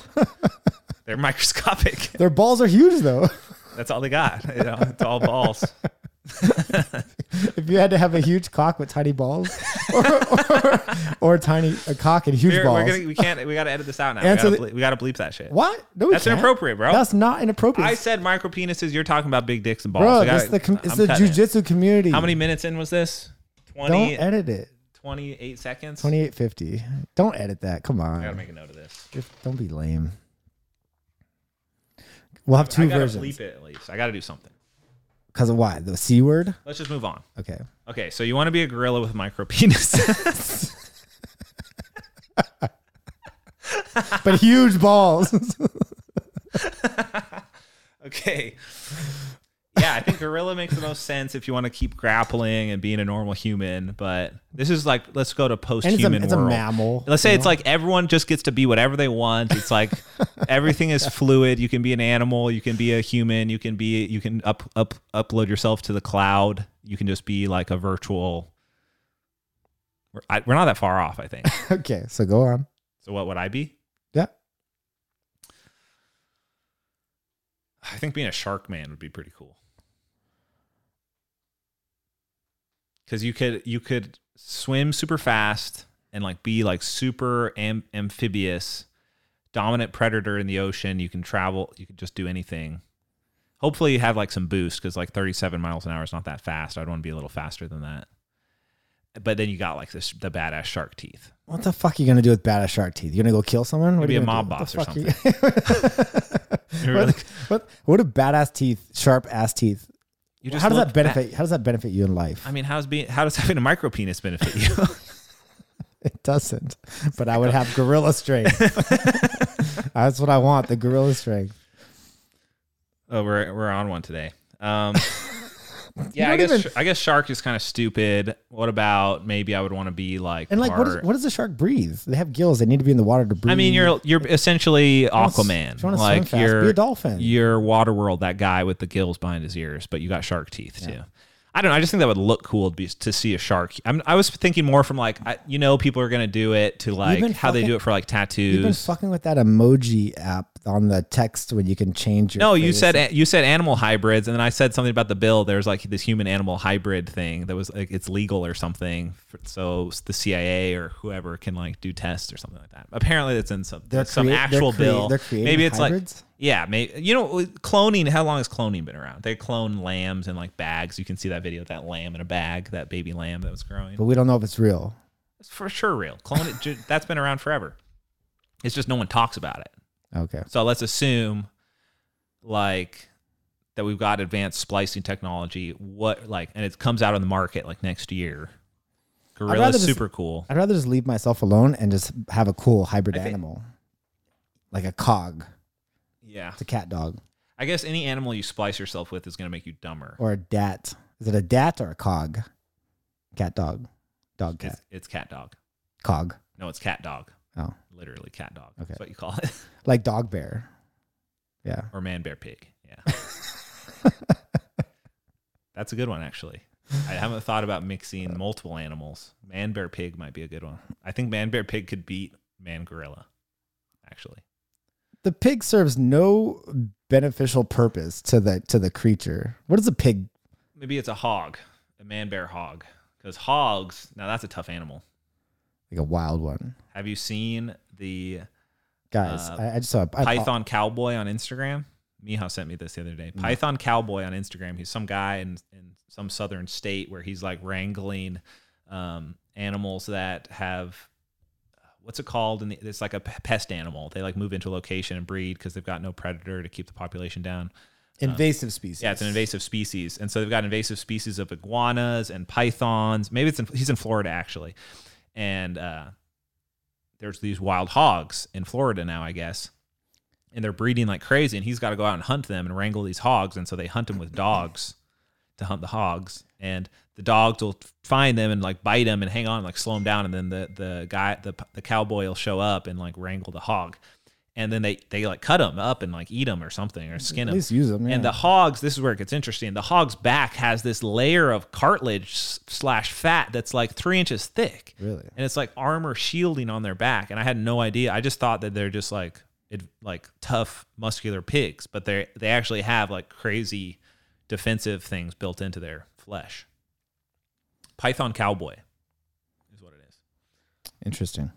Speaker 2: They're microscopic. [laughs]
Speaker 1: Their balls are huge though.
Speaker 2: That's all they got. You know, it's
Speaker 1: [laughs]
Speaker 2: all balls.
Speaker 1: if you had to have a huge cock with tiny balls, [laughs] or, or, or tiny a cock and huge
Speaker 2: We're,
Speaker 1: balls.
Speaker 2: we're gonna, we can't we gotta edit this out now. We
Speaker 1: Answer
Speaker 2: gotta,
Speaker 1: the-
Speaker 2: ble- we gotta bleep that shit.
Speaker 1: what? No, we
Speaker 2: That's
Speaker 1: can't.
Speaker 2: inappropriate, bro.
Speaker 1: That's not inappropriate,
Speaker 2: I said micro penises, you're talking about big dicks and balls.
Speaker 1: bro.
Speaker 2: We gotta-
Speaker 1: That's the com- it's
Speaker 2: I'm
Speaker 1: the
Speaker 2: cutting it.
Speaker 1: jujitsu community.
Speaker 2: How many minutes in was this?
Speaker 1: Don't
Speaker 2: 20,
Speaker 1: edit it.
Speaker 2: 28 seconds.
Speaker 1: Twenty eight fifty. Don't edit that. Come on.
Speaker 2: I gotta make a note of this.
Speaker 1: If- don't be lame. We'll have
Speaker 2: I
Speaker 1: two
Speaker 2: gotta
Speaker 1: versions.
Speaker 2: bleep it at least. I gotta do something.
Speaker 1: Because of why? The c word.
Speaker 2: Let's just move on.
Speaker 1: Okay.
Speaker 2: Okay, so you want to be a gorilla with a micro penis?
Speaker 1: But [laughs] huge balls.
Speaker 2: okay. yeah, I think gorilla makes the most sense if you want to keep grappling and being a normal human. But this is like, let's go to post
Speaker 1: And it's a,
Speaker 2: human
Speaker 1: it's a
Speaker 2: world.
Speaker 1: mammal.
Speaker 2: Let's say
Speaker 1: you
Speaker 2: it's
Speaker 1: know?
Speaker 2: like everyone just gets to be whatever they want. It's like everything is fluid. You can be an animal, you can be a human, you can be you can up up upload yourself to the cloud. You can just be like a virtual. We're, I, we're not that far off, I think.
Speaker 1: [laughs] okay. So go on.
Speaker 2: so what would I be?
Speaker 1: Yeah.
Speaker 2: I think being a shark man would be pretty cool. Cuz you could you could swim super fast and like be like super am- amphibious, dominant predator in the ocean, you can travel, you can just do anything. Hopefully you have like some boost cuz like 37 miles an hour is not that fast. I'd want to be a little faster than that. But then you got like this the badass shark teeth. [laughs]
Speaker 1: What the fuck are you gonna do with badass shark teeth? You gonna go kill someone? What
Speaker 2: Maybe
Speaker 1: are you
Speaker 2: a
Speaker 1: gonna
Speaker 2: mob
Speaker 1: do?
Speaker 2: boss
Speaker 1: What the
Speaker 2: or
Speaker 1: fuck you-
Speaker 2: You're
Speaker 1: what, what, what do badass teeth, sharp ass teeth?
Speaker 2: You
Speaker 1: how does
Speaker 2: look
Speaker 1: that benefit? How does that benefit you in life?
Speaker 2: I mean, how's being how does [laughs] having a micro penis benefit you?
Speaker 1: it
Speaker 2: [laughs]
Speaker 1: doesn't. But I would have gorilla strength. [laughs] That's what I want. The gorilla strength.
Speaker 2: oh, we're we're on one today.
Speaker 1: [laughs]
Speaker 2: Um, yeah, I
Speaker 1: don't
Speaker 2: guess
Speaker 1: even-
Speaker 2: I guess shark is kind of stupid. What about maybe I would want to be like
Speaker 1: And like, what, is,
Speaker 2: part-
Speaker 1: what does the shark breathe? They have gills. They need to be in the water to breathe.
Speaker 2: I mean, you're you're essentially
Speaker 1: wanna s-
Speaker 2: Aquaman.
Speaker 1: if you wanna swim
Speaker 2: like
Speaker 1: fast,
Speaker 2: you're
Speaker 1: be a dolphin.
Speaker 2: You're Waterworld, that guy with the gills behind his ears, but you got shark teeth too. I don't know. I just think that would look cool to, be, to see a shark. I'm, I was thinking more from like, I, you know, people are gonna do it to like
Speaker 1: been
Speaker 2: how they
Speaker 1: fucking-
Speaker 2: do it for like tattoos.
Speaker 1: You've been fucking with that emoji app on the text when you can change your.
Speaker 2: No, you
Speaker 1: face.
Speaker 2: said you said animal hybrids, and then I said something about the bill. There's like this human animal hybrid thing that was like it's legal or something. for- So the CIA or whoever can like do tests or something like that. Apparently, that's in some
Speaker 1: They're
Speaker 2: some
Speaker 1: create- they're
Speaker 2: actual
Speaker 1: create-
Speaker 2: bill.
Speaker 1: they're creating
Speaker 2: Maybe it's
Speaker 1: hybrids?
Speaker 2: like yeah, maybe you know cloning. How long has cloning been around? They clone lambs in like bags. You can see that video of that lamb in a bag, that baby lamb that was growing.
Speaker 1: but we don't know if it's real.
Speaker 2: It's for sure real. Clone it. ju- that's been around forever. It's just no one talks about it.
Speaker 1: Okay.
Speaker 2: So let's assume like that we've got advanced splicing technology. What like and it comes out on the market like next year.
Speaker 1: rather
Speaker 2: Gorilla's
Speaker 1: just-
Speaker 2: super cool.
Speaker 1: I'd rather just leave myself alone and just have a cool hybrid
Speaker 2: I thi-
Speaker 1: animal, like a cog,
Speaker 2: Yeah.
Speaker 1: it's a cat dog
Speaker 2: I guess any animal you splice yourself with is gonna make you dumber.
Speaker 1: or a dat. Is it a dat or a cog? Cat dog, dog cat
Speaker 2: It's, it's cat dog.
Speaker 1: cog.
Speaker 2: No, it's cat dog.
Speaker 1: Oh,
Speaker 2: Literally cat dog.
Speaker 1: Okay.
Speaker 2: That's what you call it.
Speaker 1: like dog bear. Yeah,
Speaker 2: or man bear pig. Yeah. That's a good one actually. I haven't thought about mixing multiple animals. Man bear pig might be a good one. I think man bear pig could beat man gorilla, actually.
Speaker 1: the pig serves no beneficial purpose to the to the creature. What is a pig?
Speaker 2: Maybe it's a hog, a man bear hog. Because hogs, now that's a tough animal.
Speaker 1: Like a wild one,
Speaker 2: Have you seen the
Speaker 1: guys.
Speaker 2: Uh,
Speaker 1: I, I just saw a I-
Speaker 2: Python Cowboy on Instagram? Miho sent me this the other day. Python Cowboy on Instagram. He's some guy in, in some southern state where he's like wrangling um, animals that have what's it called? And it's like a p- pest animal. They like move into a location and breed because they've got no predator to keep the population down.
Speaker 1: invasive species.
Speaker 2: Yeah, it's an invasive species, and so they've got invasive species of iguanas and pythons. Maybe it's in, he's in Florida actually, and uh, there's these wild hogs in Florida now, I guess, and they're breeding like crazy. And he's got to go out and hunt them and wrangle these hogs, and so they hunt them with dogs to hunt the hogs, and the dogs will find them and like bite them and hang on, like slow them down, and then the the guy the the cowboy will show up and like wrangle the hog. And then they, they like cut them up and like eat them or something or skin
Speaker 1: At
Speaker 2: them.
Speaker 1: least use them.
Speaker 2: And uh, the hogs, this is where it gets interesting. The hog's back has this layer of cartilage s- slash fat that's like three inches thick.
Speaker 1: Really?
Speaker 2: And it's like armor shielding on their back. And I had no idea. I just thought that they're just like it, like tough, muscular pigs, but they they actually have like crazy defensive things built into their flesh. Python cowboy is what it is.
Speaker 1: interesting.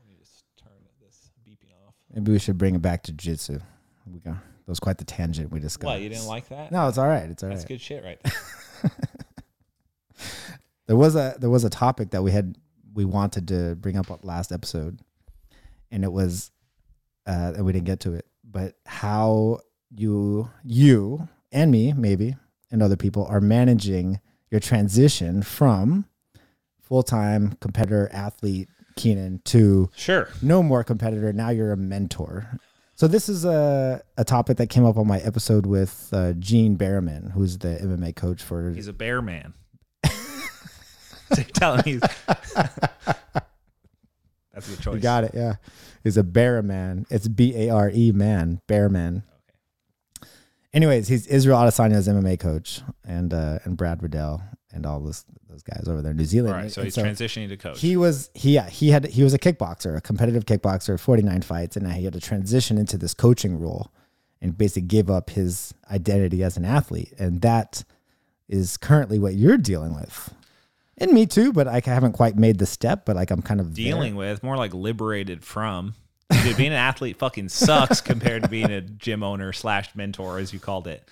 Speaker 2: Let me just turn this beeping off.
Speaker 1: Maybe we should bring it back to jitsu. We go. That was quite the tangent we discussed.
Speaker 2: What, you didn't like that?
Speaker 1: No, it's all right. It's all right.
Speaker 2: That's good shit right there.
Speaker 1: There was a there was a topic that we had we wanted to bring up last episode, and it was, uh, and we didn't get to it. But how you you and me maybe and other people are managing your transition from full time competitor athlete Keenan to
Speaker 2: sure.
Speaker 1: no more competitor. Now you're a mentor. So this is a a topic that came up on my episode with uh, Gene Behrman, who's the MMA coach for.
Speaker 2: He's a bear man. [laughs] so you're telling me he's- [laughs] that's a good choice.
Speaker 1: You got it. Yeah. He's a bear man. It's B A R E man, bear man. Anyways, he's Israel Adesanya's MMA coach and uh, and Brad Riddell and all those those guys over there in New
Speaker 2: All
Speaker 1: Zealand.
Speaker 2: right, so
Speaker 1: And
Speaker 2: he's transitioning to coach.
Speaker 1: he was he yeah, he had he was a kickboxer, a competitive kickboxer, 49 fights and now he had to transition into this coaching role and basically give up his identity as an athlete and that is currently what you're dealing with. And me too, but I haven't quite made the step, but like I'm kind of there.
Speaker 2: dealing with, more like liberated from. Dude, being an athlete fucking sucks compared to being a gym owner slash mentor, as you called it.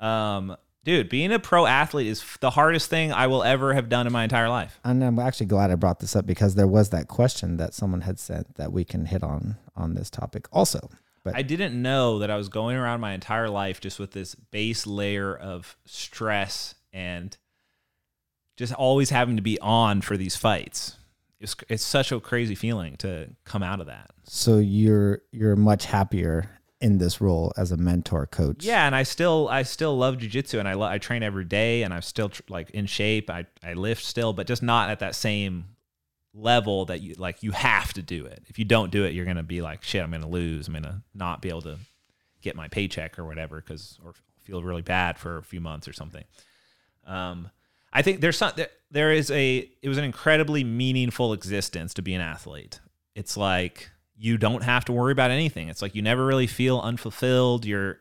Speaker 2: Um, dude, being a pro athlete is f- the hardest thing I will ever have done in my entire life.
Speaker 1: and I'm actually glad I brought this up because there was that question that someone had sent that we can hit on on this topic also. But
Speaker 2: I didn't know that I was going around my entire life just with this base layer of stress and just always having to be on for these fights. It's it's such a crazy feeling to come out of that.
Speaker 1: so you're you're much happier in this role as a mentor coach.
Speaker 2: Yeah, and I still I still love jujitsu, and I lo- I train every day, and I'm still tr- like in shape. I I lift still, but just not at that same level that you like. You have to do it. If you don't do it, you're gonna be like shit. I'm gonna lose. I'm gonna not be able to get my paycheck or whatever because or feel really bad for a few months or something. Um, I think there's some there, there is a it was an incredibly meaningful existence to be an athlete. It's like you don't have to worry about anything. It's like you never really feel unfulfilled. You're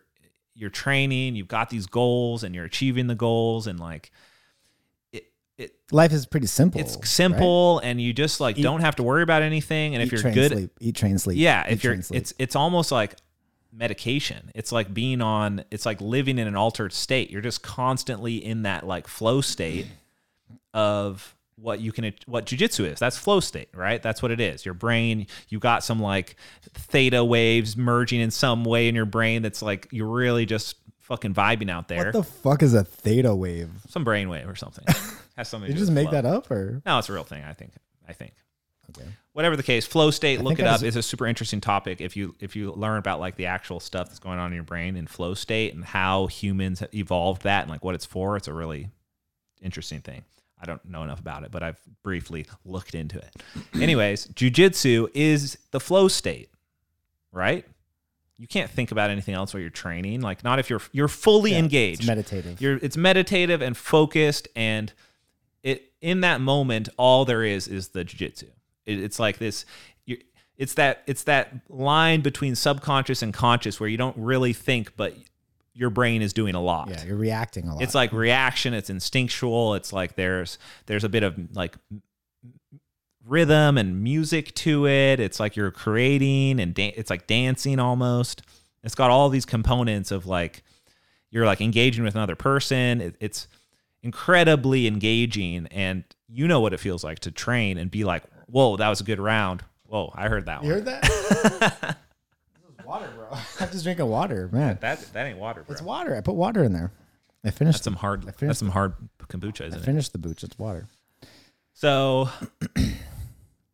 Speaker 2: you're training, you've got these goals and you're achieving the goals and like it, it
Speaker 1: Life is pretty simple.
Speaker 2: it's simple and you just like don't have to worry about anything and
Speaker 1: Right?
Speaker 2: if you're
Speaker 1: train,
Speaker 2: good
Speaker 1: sleep. Eat, train, sleep.
Speaker 2: yeah,
Speaker 1: Eat,
Speaker 2: if you're
Speaker 1: train, sleep.
Speaker 2: it's it's almost like medication. It's like being on it's like living in an altered state. You're just constantly in that like flow state of what you can what jujitsu is. That's flow state, right? That's what it is. Your brain, you got some like theta waves merging in some way in your brain that's like you're really just fucking vibing out there.
Speaker 1: what the fuck is a theta wave?
Speaker 2: some brain wave
Speaker 1: [laughs]
Speaker 2: or something. Has something
Speaker 1: Did
Speaker 2: to
Speaker 1: you just
Speaker 2: do with
Speaker 1: make
Speaker 2: flow.
Speaker 1: that up or
Speaker 2: No, it's a real thing. I think. I think.
Speaker 1: Okay.
Speaker 2: Whatever the case, flow state. look
Speaker 1: think
Speaker 2: it
Speaker 1: I
Speaker 2: up.
Speaker 1: was-
Speaker 2: It's a super interesting topic. If you if you learn about like the actual stuff that's going on in your brain and flow state and how humans have evolved that and like what it's for, it's a really interesting thing. I don't know enough about it, but I've briefly looked
Speaker 1: [clears throat]
Speaker 2: into it. Anyways, jujitsu is the flow state, right? You can't think about anything else while you're training. Like not if you're you're fully
Speaker 1: Yeah,
Speaker 2: engaged.
Speaker 1: It's meditative.
Speaker 2: You're it's meditative and focused and it in that moment all there is is the jujitsu. It, it's like this you it's that it's that line between subconscious and conscious where you don't really think but your brain is doing a lot.
Speaker 1: yeah, you're reacting a lot.
Speaker 2: It's like reaction, it's instinctual, it's like there's there's a bit of like rhythm and music to it. It's like you're creating and dan it's like dancing almost. It's got all these components of like you're like engaging with another person. It, it's incredibly engaging, and you know what it feels like to train and be like, "Whoa, that was a good round." Whoa, I heard that
Speaker 1: you heard
Speaker 2: one. [laughs]
Speaker 1: that? water, bro. [laughs] I'm just drinking water, man.
Speaker 2: That that ain't water, bro.
Speaker 1: It's water. I put water in there. I finished.
Speaker 2: That's some hard. That's some hard kombucha, isn't it?
Speaker 1: finished the booch. It's water.
Speaker 2: So [clears throat]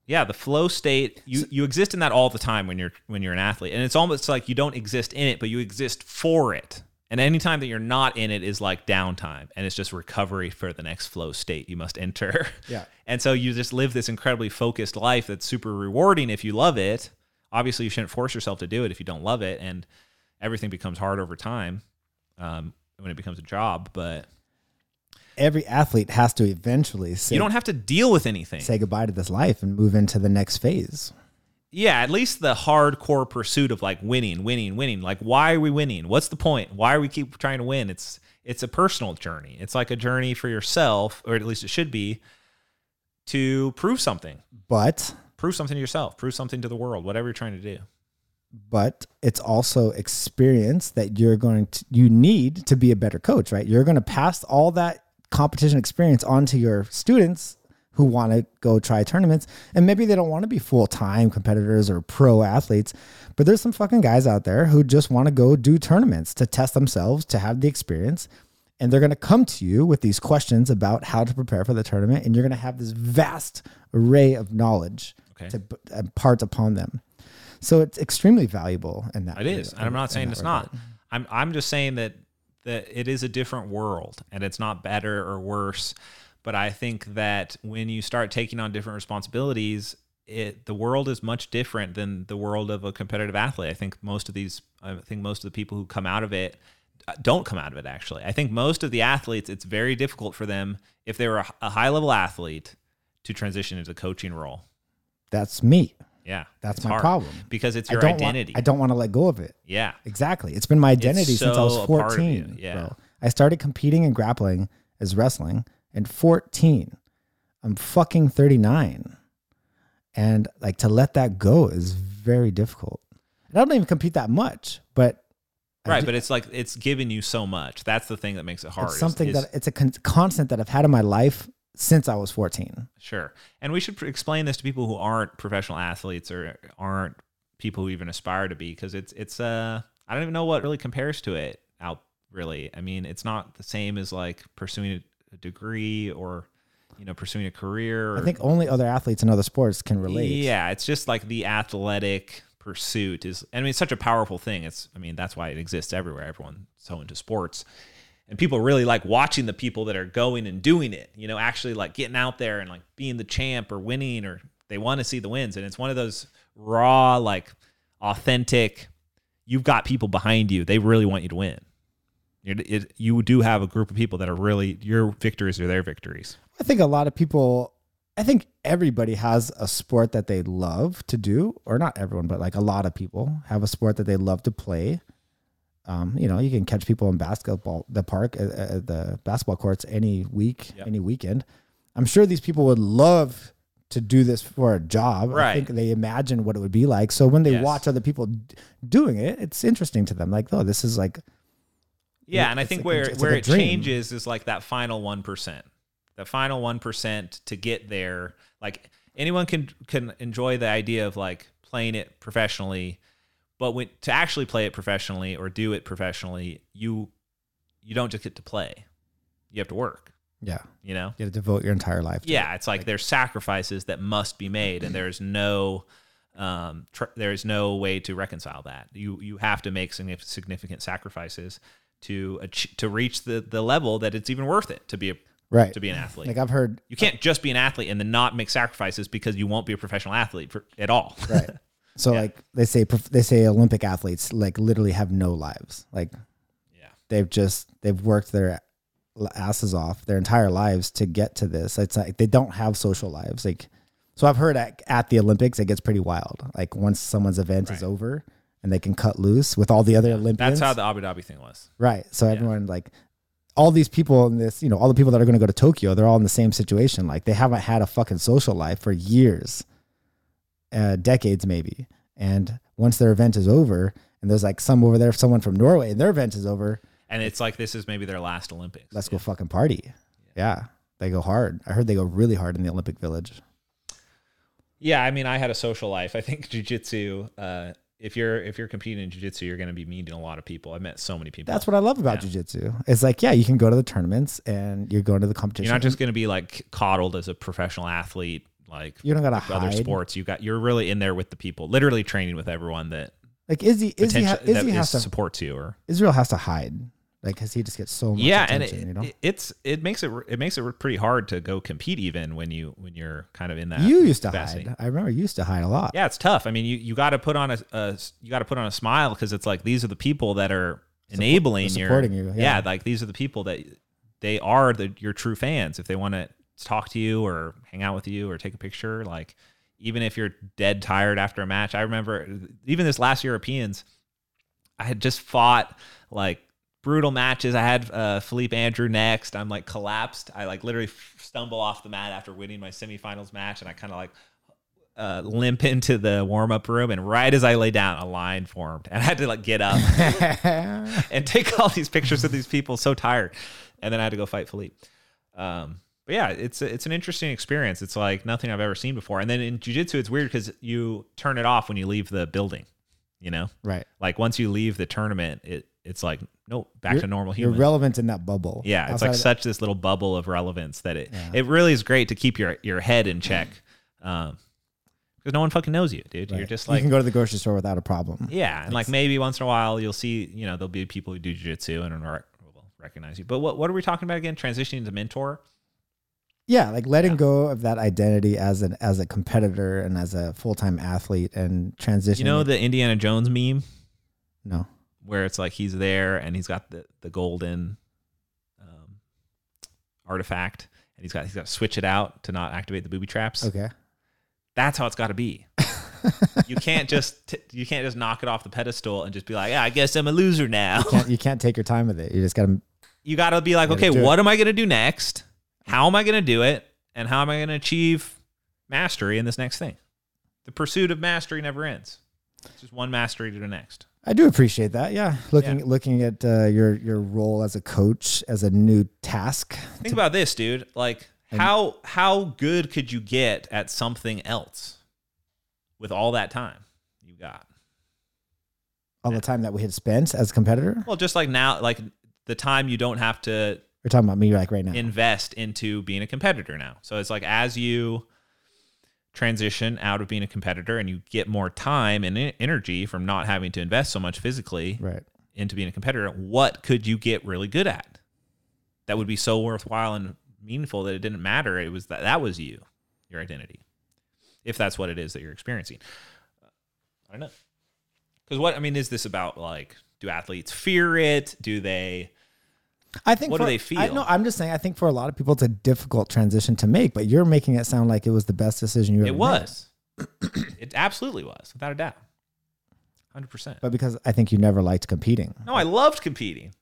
Speaker 2: yeah, the flow state you you exist in that all the time when you're when you're an athlete. And it's almost like you don't exist in it, but you exist for it. And any time that you're not in it is like downtime and it's just recovery for the next flow state you must [laughs] enter.
Speaker 1: Yeah.
Speaker 2: And so you just live this incredibly focused life that's super rewarding if you love it. Obviously, you shouldn't force yourself to do it if you don't love it, and everything becomes hard over time um, when it becomes a job. But
Speaker 1: Every athlete has to eventually say,
Speaker 2: you don't have to deal with anything.
Speaker 1: say goodbye to this life and move into the next phase.
Speaker 2: yeah, at least the hardcore pursuit of like winning, winning, winning. Like, why are we winning? What's the point? Why are we keep trying to win? It's it's a personal journey. It's like a journey for yourself, or at least it should be, to prove something.
Speaker 1: But
Speaker 2: Prove something to yourself. Prove something to the world. Whatever you're trying to do.
Speaker 1: but it's also experience that you're going to you need to be a better coach, right? You're going to pass all that competition experience onto your students who want to go try tournaments and maybe they don't want to be full-time competitors or pro athletes but there's some fucking guys out there who just want to go do tournaments to test themselves to have the experience and they're going to come to you with these questions about how to prepare for the tournament and you're going to have this vast array of knowledge
Speaker 2: Okay.
Speaker 1: to b- impart upon them So it's extremely valuable in that.
Speaker 2: It is. And I'm not saying it's not. I'm I'm just saying that that it is a different world and it's not better or worse. But I think that when you start taking on different responsibilities, it the world is much different than the world of a competitive athlete. I think most of these I think most of the people who come out of it uh, don't come out of it actually. I think most of the athletes it's very difficult for them if they were a, a high level athlete to transition into the coaching role.
Speaker 1: That's me.
Speaker 2: Yeah.
Speaker 1: That's
Speaker 2: it's
Speaker 1: my
Speaker 2: hard
Speaker 1: problem.
Speaker 2: Because it's
Speaker 1: I
Speaker 2: your
Speaker 1: don't want-
Speaker 2: identity.
Speaker 1: I don't want to let go of it.
Speaker 2: yeah.
Speaker 1: Exactly. It's been my identity since I was
Speaker 2: so a part of
Speaker 1: 14.
Speaker 2: you, yeah.
Speaker 1: bro. I started competing in grappling as wrestling in 14. I'm fucking 39. And like to let that go is very difficult. And I don't even compete that much, but I
Speaker 2: right
Speaker 1: do-
Speaker 2: but it's like it's given you so much that's the thing that makes it hard
Speaker 1: it's
Speaker 2: is-
Speaker 1: something
Speaker 2: is-
Speaker 1: that it's a con- constant that I've had in my life since I was 14.
Speaker 2: sure and we should pr- explain this to people who aren't professional athletes or aren't people who even aspire to be because it's it's uh i don't even know what really compares to it out really i mean it's not the same as like pursuing a- a degree or you know pursuing a career or,
Speaker 1: I think only other athletes in other sports can relate.
Speaker 2: yeah it's just like the athletic pursuit is i mean it's such a powerful thing it's i mean that's why it exists everywhere everyone's so into sports and people really like watching the people that are going and doing it you know actually like getting out there and like being the champ or winning or they want to see the wins and it's one of those raw like authentic you've got people behind you they really want you to win it, it, you do have a group of people that are really your victories are their victories
Speaker 1: I think a lot of people, I think everybody has a sport that they love to do, or not everyone, but like a lot of people have a sport that they love to play. Um, you know, you can catch people in basketball, the park, uh, uh, the basketball courts any week,
Speaker 2: Yep.
Speaker 1: any weekend. I'm sure these people would love to do this for a job. I
Speaker 2: Right.
Speaker 1: think they imagine what it would be like. So when they
Speaker 2: Yes.
Speaker 1: watch other people d- doing it, it's interesting to them. Like, oh, this is like
Speaker 2: Yeah,
Speaker 1: It-
Speaker 2: and I
Speaker 1: it's
Speaker 2: think
Speaker 1: like a-
Speaker 2: where
Speaker 1: it's
Speaker 2: where
Speaker 1: like a
Speaker 2: it
Speaker 1: dream.
Speaker 2: changes is like that final one percent. That final one percent to get there. Like anyone can can enjoy the idea of like playing it professionally, but when to actually play it professionally or do it professionally, you you don't just get to play. You have to work.
Speaker 1: yeah,
Speaker 2: You know.
Speaker 1: you have to devote your entire life. To it.
Speaker 2: Yeah, it's like there's sacrifices that must be made, and there's no, um, tr- there's no way to reconcile that. You you have to make signif- significant sacrifices to ach- to reach the the level that it's even worth it to be a
Speaker 1: right.
Speaker 2: to be an athlete.
Speaker 1: like I've heard
Speaker 2: you can't just be an athlete and then not make sacrifices because you won't be a professional athlete for, at all.
Speaker 1: right so like they say prof- they say olympic athletes like literally have no lives like
Speaker 2: yeah.
Speaker 1: they've just they've worked their asses off their entire lives to get to this it's like they don't have social lives like so i've heard at, at the olympics it gets pretty wild like once someone's event is
Speaker 2: Right.
Speaker 1: over and they can cut loose with all the other olympians
Speaker 2: [laughs] That's how the Abu Dhabi thing was.
Speaker 1: right so everyone like all these people in this you know all the people that are going to go to tokyo they're all in the same situation like they haven't had a fucking social life for years uh, decades maybe. And once their event is over, and there's like some over there, someone from Norway, and their event is over,
Speaker 2: And it's like this is maybe their last Olympics.
Speaker 1: let's go fucking party. Yeah, they go hard. I heard they go really hard in the Olympic Village.
Speaker 2: Yeah, I mean, I had a social life. I think jujitsu. Uh, if you're if you're competing in jujitsu, you're going to be meeting a lot of people. I met so many people.
Speaker 1: That's what I love about jujitsu. It's like, yeah, you can go to the tournaments and you're going to the competition.
Speaker 2: you're not just going to be like coddled as a professional athlete, like
Speaker 1: you don't gotta
Speaker 2: other
Speaker 1: hide.
Speaker 2: sports. You got you're really in there with the people, literally training with everyone that
Speaker 1: Like Izzy, Izzy, ha-
Speaker 2: potentially that
Speaker 1: Izzy
Speaker 2: is,
Speaker 1: has to.
Speaker 2: supports you. Or
Speaker 1: Israel has to hide, like, cause he just gets so much
Speaker 2: yeah, and
Speaker 1: attention.
Speaker 2: it,
Speaker 1: you know,
Speaker 2: it- it's it makes it it makes it pretty hard to go compete even when you when you're kind of in that.
Speaker 1: you used to
Speaker 2: capacity.
Speaker 1: hide. I remember you used to hide a lot.
Speaker 2: Yeah, it's tough. I mean, you you got to put on a, a you got to put on a smile because it's like these are the people that are enabling
Speaker 1: they're
Speaker 2: your
Speaker 1: supporting you, yeah.
Speaker 2: like these are the people that they are the, your true fans. If they want to talk to you or hang out with you or take a picture, like even if you're dead tired after a match, I remember even this last Europeans, I had just fought like brutal matches. I had uh, Philippe Andrew next. I'm like collapsed. I like literally f- stumble off the mat after winning my semifinals match, and I kind of like uh, limp [laughs] into the warm up room. And right as I lay down, a line formed, and I had to like get up and take all these pictures of these people. So tired, and then I had to go fight Philippe. Um, but yeah, it's it's an interesting experience. It's like nothing I've ever seen before. And then in jujitsu, it's weird because you turn it off when you leave the building. You know,
Speaker 1: [laughs] right.
Speaker 2: like once you leave the tournament, it it's like nope, back to normal
Speaker 1: You're
Speaker 2: human.
Speaker 1: relevant in that bubble.
Speaker 2: yeah, it's
Speaker 1: Outside
Speaker 2: like
Speaker 1: of that-
Speaker 2: such this little bubble of relevance that it it really is great to keep your your head in check. Um, because no one fucking knows you, dude. You're
Speaker 1: Right.
Speaker 2: just like
Speaker 1: you can go to the grocery store without a problem.
Speaker 2: yeah, and like maybe once in a while you'll see, you know, there'll be people who do jujitsu and are- will recognize you. But what what are we talking about again? Transitioning to mentor.
Speaker 1: Yeah, like letting go of that identity as an as a competitor and as a full time athlete and transitioning.
Speaker 2: You know the Indiana Jones meme
Speaker 1: no,
Speaker 2: where it's like he's there and he's got the the golden um, artifact, and he's got he's got to switch it out to not activate the booby traps. [laughs]
Speaker 1: okay,
Speaker 2: That's how it's got to be. you can't just t- you can't just knock it off the pedestal and just be like, yeah, I guess I'm a loser now.
Speaker 1: can't, you can't take your time with it. You just gotta
Speaker 2: you got to be like,
Speaker 1: Gotta
Speaker 2: okay,
Speaker 1: do it.
Speaker 2: what am I going to do next? How am I going to do it? And how am I going to achieve mastery in this next thing? The pursuit of mastery never ends. It's just one mastery to the next.
Speaker 1: I do appreciate that. Yeah, looking looking at uh, your your role as a coach as a new task.
Speaker 2: Think about this, dude. Like how how good could you get at something else with all that time you got?
Speaker 1: All the time that we had spent as a competitor.
Speaker 2: Well, just like now like the time you don't have to
Speaker 1: We're talking about me, like right now.
Speaker 2: invest into being a competitor now. So it's like as you transition out of being a competitor and you get more time and en- energy from not having to invest so much physically
Speaker 1: right.
Speaker 2: into being a competitor, what could you get really good at? That would be so worthwhile and meaningful that it didn't matter. It was that that was you, your identity. If that's what it is that you're experiencing. I don't know. Cuz what I mean is this about like do athletes fear it? Do they
Speaker 1: I think
Speaker 2: What do
Speaker 1: for,
Speaker 2: they feel?
Speaker 1: I, no, I'm just saying. I think for a lot of people, it's a difficult transition to make. But you're making it sound like it was the best decision you ever.
Speaker 2: It
Speaker 1: made. [clears throat]
Speaker 2: was. it absolutely was, without a doubt. 100%.
Speaker 1: but because I think you never liked competing.
Speaker 2: No, I loved competing.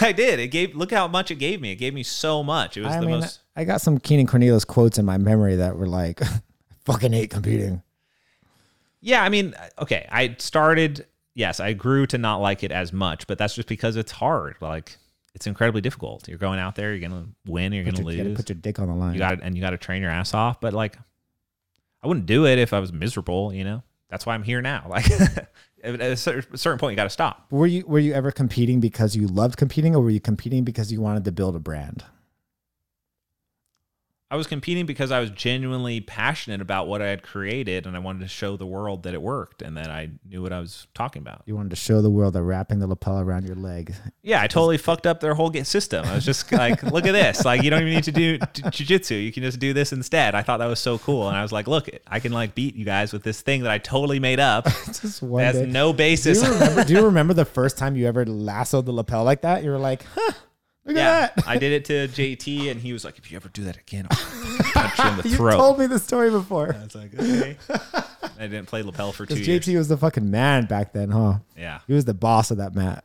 Speaker 2: I did. It gave look how much it gave me. It gave me so much. It was
Speaker 1: I
Speaker 2: the
Speaker 1: mean,
Speaker 2: most
Speaker 1: I got some Keenan Cornelius quotes in my memory that were like, [laughs] I fucking hate competing.
Speaker 2: Yeah, I mean, uh, okay, I started yes, I grew to not like it as much, but that's just because it's hard. Like it's incredibly difficult. You're going out there, you're going to win, you're going
Speaker 1: Put
Speaker 2: to
Speaker 1: your, you gotta
Speaker 2: lose.
Speaker 1: put your dick on the line.
Speaker 2: you got to and you got to train your ass off, but like I wouldn't do it if I was miserable, you know. That's why I'm here now. [laughs] Like at a cer- certain point you got to stop.
Speaker 1: were you were you ever competing because you loved competing, or were you competing because you wanted to build a brand?
Speaker 2: I was competing because I was genuinely passionate about what I had created and I wanted to show the world that it worked and that I knew what I was talking about.
Speaker 1: You wanted to show the world that wrapping the lapel around your leg. [laughs]
Speaker 2: Yeah, I totally fucked up their whole ga- system. I was just [laughs] like, look at this. Like, you don't even need to do j- jujitsu. You can just do this instead. I thought that was so cool. And I was like, look, I can like beat you guys with this thing that I totally
Speaker 1: [laughs]
Speaker 2: made up.
Speaker 1: Just one
Speaker 2: That has
Speaker 1: day.
Speaker 2: no
Speaker 1: do
Speaker 2: basis. [laughs]
Speaker 1: you remember? do you remember the first time you ever lassoed the lapel like that? You were like, huh, look
Speaker 2: yeah,
Speaker 1: at that.
Speaker 2: I did it to JT and he was like, if you ever do that again,
Speaker 1: [laughs]
Speaker 2: I'll fucking punch you in the
Speaker 1: You
Speaker 2: throat.
Speaker 1: told me the story before.
Speaker 2: I was
Speaker 1: [laughs]
Speaker 2: like, okay. I didn't play lapel for two
Speaker 1: Because
Speaker 2: years.
Speaker 1: JT was the fucking man back then, huh?
Speaker 2: Yeah.
Speaker 1: He was the boss of that mat.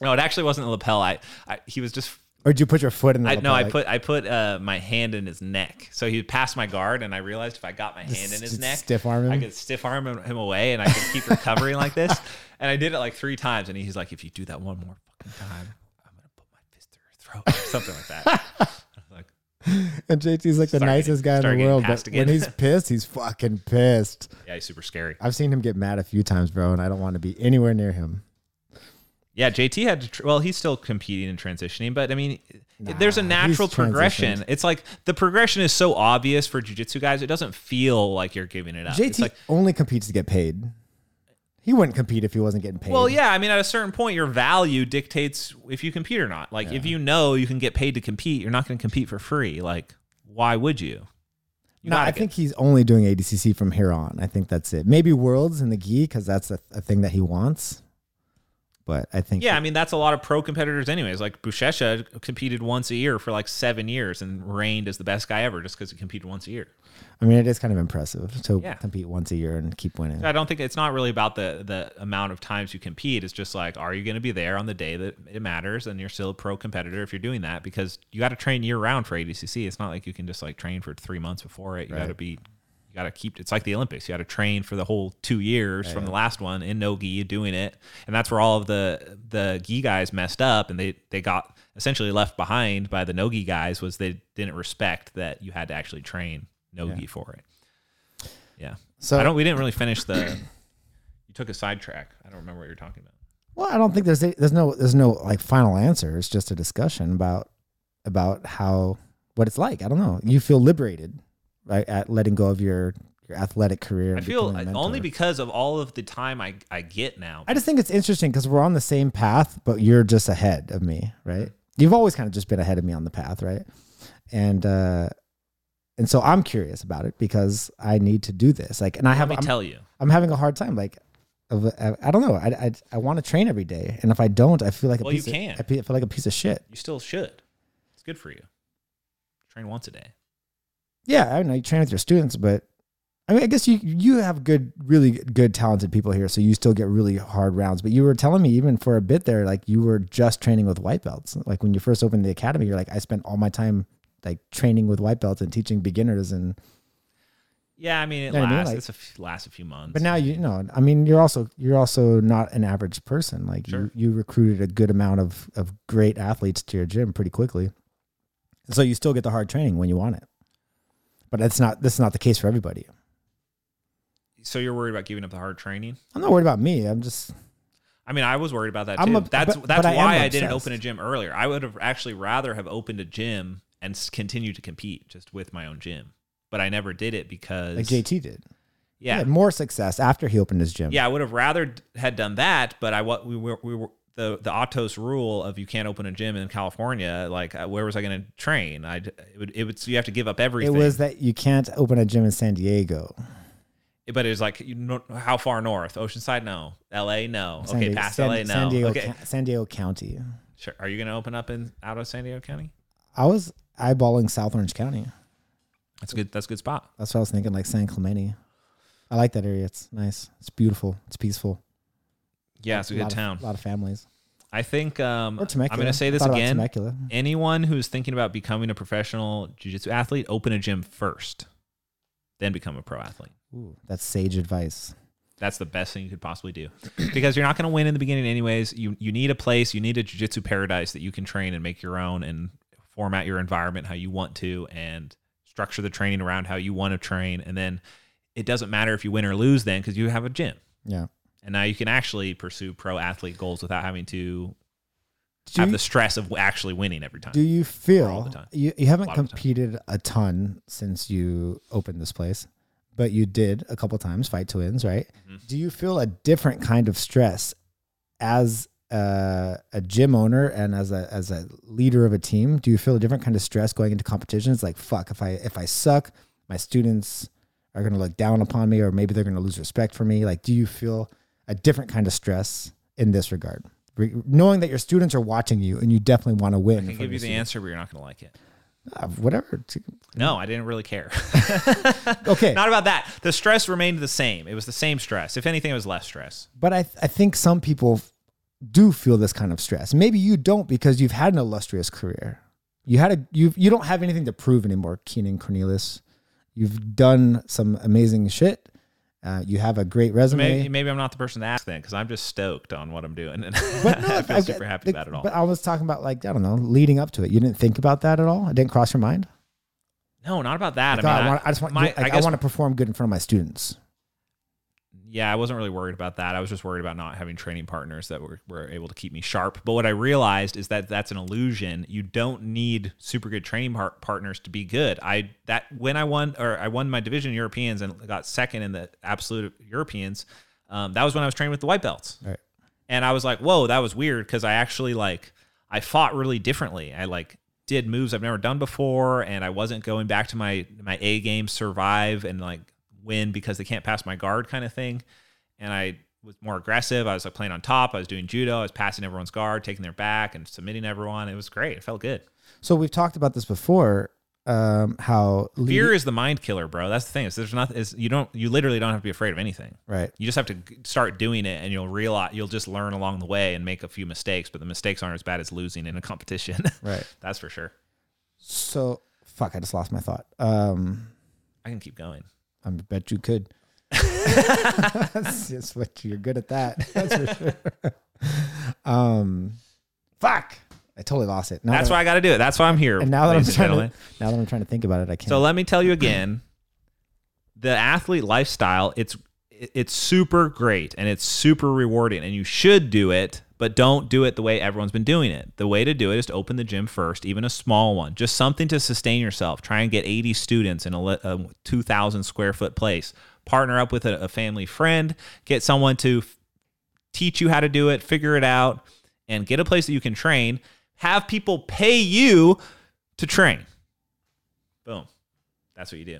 Speaker 2: No, it actually wasn't a lapel. I, I he was just
Speaker 1: Or did you put your foot in the
Speaker 2: I
Speaker 1: lapel?
Speaker 2: no, I
Speaker 1: like-
Speaker 2: put I put uh, my hand in his neck. So he passed my guard, and I realized if I got my hand in his
Speaker 1: st-
Speaker 2: neck,
Speaker 1: stiff arm him?
Speaker 2: I could stiff arm him, him away, and I could keep recovering
Speaker 1: [laughs]
Speaker 2: like this. And I did it like three times, and he's like, "If you do that one more fucking time, I'm gonna put my fist through your throat," or something like that.
Speaker 1: [laughs]
Speaker 2: I was like,
Speaker 1: [laughs] And JT's like the
Speaker 2: Start getting-
Speaker 1: nicest guy in
Speaker 2: start
Speaker 1: the
Speaker 2: getting
Speaker 1: world, but
Speaker 2: passed
Speaker 1: when
Speaker 2: again.
Speaker 1: he's pissed, he's fucking pissed.
Speaker 2: yeah, he's super scary.
Speaker 1: I've seen him get mad a few times, bro, and I don't want to be anywhere near him.
Speaker 2: Yeah, JT had to. Tr- well, he's still competing and transitioning, but I mean, there's a
Speaker 1: he's
Speaker 2: natural progression. It's like the progression is so obvious for jujitsu guys; it doesn't feel like you're giving it up. It's
Speaker 1: JT
Speaker 2: like,
Speaker 1: only competes to get paid. He wouldn't compete if he wasn't getting paid.
Speaker 2: Well, yeah. I mean, at a certain point, your value dictates if you compete or not. Like, if you know you can get paid to compete, you're not going to compete for free. Like, why would you? you
Speaker 1: no,
Speaker 2: gotta
Speaker 1: I
Speaker 2: get-
Speaker 1: think he's only doing ADCC from here on. I think that's it. Maybe Worlds and the Gi because that's a, a thing that he wants. But I think
Speaker 2: Yeah, I mean, that's a lot of pro competitors, anyways. Like, Bushesha competed once a year for like seven years and reigned as the best guy ever just because he competed once a year.
Speaker 1: I mean it is kind of impressive to
Speaker 2: Yeah.
Speaker 1: compete once a year and keep winning.
Speaker 2: I don't think it's not really about the the amount of times you compete. It's just like, are you going to be there on the day that it matters? And you're still a pro competitor if you're doing that because you got to train year round for ADCC. It's not like you can just like train for three months before it. You got to be, you got to keep. It's like the Olympics. You got to train for the whole two years from the last one in no gi doing it, and that's where all of the the gi guys messed up and they they got essentially left behind by the no gi guys was they didn't respect that you had to actually train no gi for it. Yeah.
Speaker 1: So-
Speaker 2: I don't. We didn't really finish the. you took a sidetrack. I don't remember what you're talking about.
Speaker 1: Well, I don't think there's a, there's no there's no like final answer. It's just a discussion about about how what it's like. I don't know. You feel liberated right at letting go of your your athletic career.
Speaker 2: I
Speaker 1: and
Speaker 2: feel
Speaker 1: becoming a
Speaker 2: only
Speaker 1: mentor.
Speaker 2: because of all of the time I, I get now.
Speaker 1: I just think it's interesting because we're on the same path, but you're just ahead of me, right? You've always kind of just been ahead of me on the path, right? And uh, and so I'm curious about it because I need to do this. Like, and I
Speaker 2: Let
Speaker 1: have
Speaker 2: me
Speaker 1: I'm,
Speaker 2: tell you.
Speaker 1: I'm having a hard time. Like, of, uh, I, I don't know. I I, I want to train every day, and if I don't, I feel like a
Speaker 2: Well, you
Speaker 1: piece. of-
Speaker 2: can.
Speaker 1: I pe- I feel like a piece of shit.
Speaker 2: You still should. It's good for you. Train once a day.
Speaker 1: yeah, I don't know. You train with your students, but I mean, I guess you you have good, really good, talented people here, so you still get really hard rounds. But you were telling me even for a bit there, like you were just training with white belts. Like when you first opened the academy, you're like, I spent all my time like training with white belts and teaching beginners, and
Speaker 2: Yeah, I mean it
Speaker 1: Yeah, I mean,
Speaker 2: lasts.
Speaker 1: like-
Speaker 2: it's a f- lasts a few months.
Speaker 1: but now you know. I mean, you're also you're also not an average person. Like
Speaker 2: Sure.
Speaker 1: you you recruited a good amount of of great athletes to your gym pretty quickly, so you still get the hard training when you want it. But that's not that's not the case for everybody.
Speaker 2: so you're worried about giving up the hard training.
Speaker 1: I'm not worried about me. I'm just
Speaker 2: I mean, I was worried about that
Speaker 1: I'm
Speaker 2: too.
Speaker 1: ob-
Speaker 2: that's
Speaker 1: but-
Speaker 2: that's
Speaker 1: but I am
Speaker 2: why I, didn't
Speaker 1: obsessed.
Speaker 2: open a gym earlier. I would have actually rather have opened a gym and s- continued to compete just with my own gym. But I never did it because
Speaker 1: like JT did. He
Speaker 2: yeah,
Speaker 1: had more success after he opened his gym.
Speaker 2: yeah, I would have rather d- had done that, but I what we were we were the the Autos rule of you can't open a gym in California. Like, uh, where was I going to train? I it would it would so you have to give up
Speaker 1: it
Speaker 2: everything.
Speaker 1: was that you can't open a gym in San Diego.
Speaker 2: but it was like you know, how far north? Oceanside, no. L.A., no.
Speaker 1: San
Speaker 2: okay,
Speaker 1: Diego,
Speaker 2: past
Speaker 1: San,
Speaker 2: L.A., no.
Speaker 1: San Diego,
Speaker 2: okay,
Speaker 1: Ca- San Diego County.
Speaker 2: sure. Are you going to open up in out of San Diego County?
Speaker 1: I was eyeballing South Orange County.
Speaker 2: That's a good. That's a good spot.
Speaker 1: That's what I was thinking, like San Clemente. I like that area. It's nice. It's beautiful. It's peaceful.
Speaker 2: Yeah, it's a
Speaker 1: lot
Speaker 2: good
Speaker 1: of-
Speaker 2: town.
Speaker 1: A lot of families.
Speaker 2: I think um,
Speaker 1: Or
Speaker 2: I'm
Speaker 1: Temecula.
Speaker 2: going to say this
Speaker 1: Thought about
Speaker 2: again.
Speaker 1: Temecula.
Speaker 2: Anyone who's thinking about becoming a professional jiu-jitsu athlete, open a gym first, then become a pro athlete.
Speaker 1: Ooh, that's sage advice.
Speaker 2: That's the best thing you could possibly do, because you're not going to win in the beginning anyways. You you need a place, you need a jiu-jitsu paradise that you can train and make your own and format your environment how you want to and structure the training around how you want to train. And then it doesn't matter if you win or lose then because you have a gym.
Speaker 1: Yeah.
Speaker 2: And now you can actually pursue pro athlete goals without having to
Speaker 1: Do
Speaker 2: have
Speaker 1: you-
Speaker 2: the stress of actually winning every time.
Speaker 1: Do you
Speaker 2: all
Speaker 1: feel
Speaker 2: the time.
Speaker 1: you, you haven't
Speaker 2: lot of the time.
Speaker 1: competed a ton since you opened this place, but you did a couple times fight to wins, right?
Speaker 2: Mm-hmm.
Speaker 1: Do you feel a different kind of stress as a, a gym owner and as a as a leader of a team? Do you feel a different kind of stress going into competitions? Like fuck, if I if I suck, my students are gonna look down upon me, or maybe they're gonna lose respect for me. Like, do you feel a different kind of stress in this regard? Re- Knowing that your students are watching you, and you definitely want to win.
Speaker 2: I
Speaker 1: from
Speaker 2: can give
Speaker 1: your
Speaker 2: you the
Speaker 1: students.
Speaker 2: answer, but you're not going to like it.
Speaker 1: Uh, whatever. T-
Speaker 2: No, I didn't really care.
Speaker 1: [laughs] Okay,
Speaker 2: not about that. The stress remained the same. It was the same stress. If anything, it was less stress.
Speaker 1: but I I think some people f- do feel this kind of stress. Maybe you don't because you've had an illustrious career. You had a you you don't have anything to prove anymore, Keenan Cornelius. You've done some amazing shit. Uh, you have a great resume.
Speaker 2: Maybe, maybe I'm not the person to ask then because I'm just stoked on what I'm doing. [laughs] And I feel
Speaker 1: I've
Speaker 2: super
Speaker 1: got-
Speaker 2: happy
Speaker 1: like,
Speaker 2: about it all.
Speaker 1: But I was talking about like I don't know, leading up to it. You didn't think about that at all. It didn't cross your mind.
Speaker 2: no, not about that.
Speaker 1: God,
Speaker 2: I
Speaker 1: I,
Speaker 2: mean,
Speaker 1: want, I just want
Speaker 2: my-
Speaker 1: like, I,
Speaker 2: guess-
Speaker 1: want to perform good in front of my students.
Speaker 2: yeah, I wasn't really worried about that. I was just worried about not having training partners that were, were able to keep me sharp. But what I realized is that that's an illusion. You don't need super good training par- partners to be good. I that when I won or I won my division Europeans and got second in the absolute Europeans. Um, that was when I was training with the white belts.
Speaker 1: Right.
Speaker 2: and I was like, whoa, that was weird because I actually like I fought really differently. I like did moves I've never done before, and I wasn't going back to my my A game, survive and like win because they can't pass my guard kind of thing. And I was more aggressive. I was like playing on top. I was doing judo. I was passing everyone's guard, taking their back, and submitting everyone. It was great. It felt good.
Speaker 1: So we've talked about this before. Um, how lead-
Speaker 2: Fear is the mind killer, bro. That's the thing. Is there's nothing. Is you don't. You literally don't have to be afraid of anything.
Speaker 1: right?
Speaker 2: You just have to g- start doing it, and you'll realize you'll just learn along the way and make a few mistakes. But the mistakes aren't as bad as losing in a competition. [laughs]
Speaker 1: Right.
Speaker 2: That's for sure.
Speaker 1: So fuck, I just lost my thought. Um,
Speaker 2: I can keep going.
Speaker 1: I bet you
Speaker 2: [laughs]
Speaker 1: could. That's just what you're good at that. That's for sure. Um, fuck, I totally lost it. Now
Speaker 2: That's
Speaker 1: that,
Speaker 2: why I got to do it. That's why I'm here.
Speaker 1: And now that I'm
Speaker 2: ladies and
Speaker 1: trying to,
Speaker 2: gentlemen.
Speaker 1: now that I'm trying to think about it, I can't.
Speaker 2: So let me tell you again, the athlete lifestyle. It's it- it's super great and it's super rewarding and you should do it but don't do it the way everyone's been doing it the way to do it is to open the gym first even a small one just something to sustain yourself try and get 80 students in a, li- a 2000 square foot place partner up with a, a family friend get someone to f- teach you how to do it figure it out and get a place that you can train have people pay you to train boom that's what you do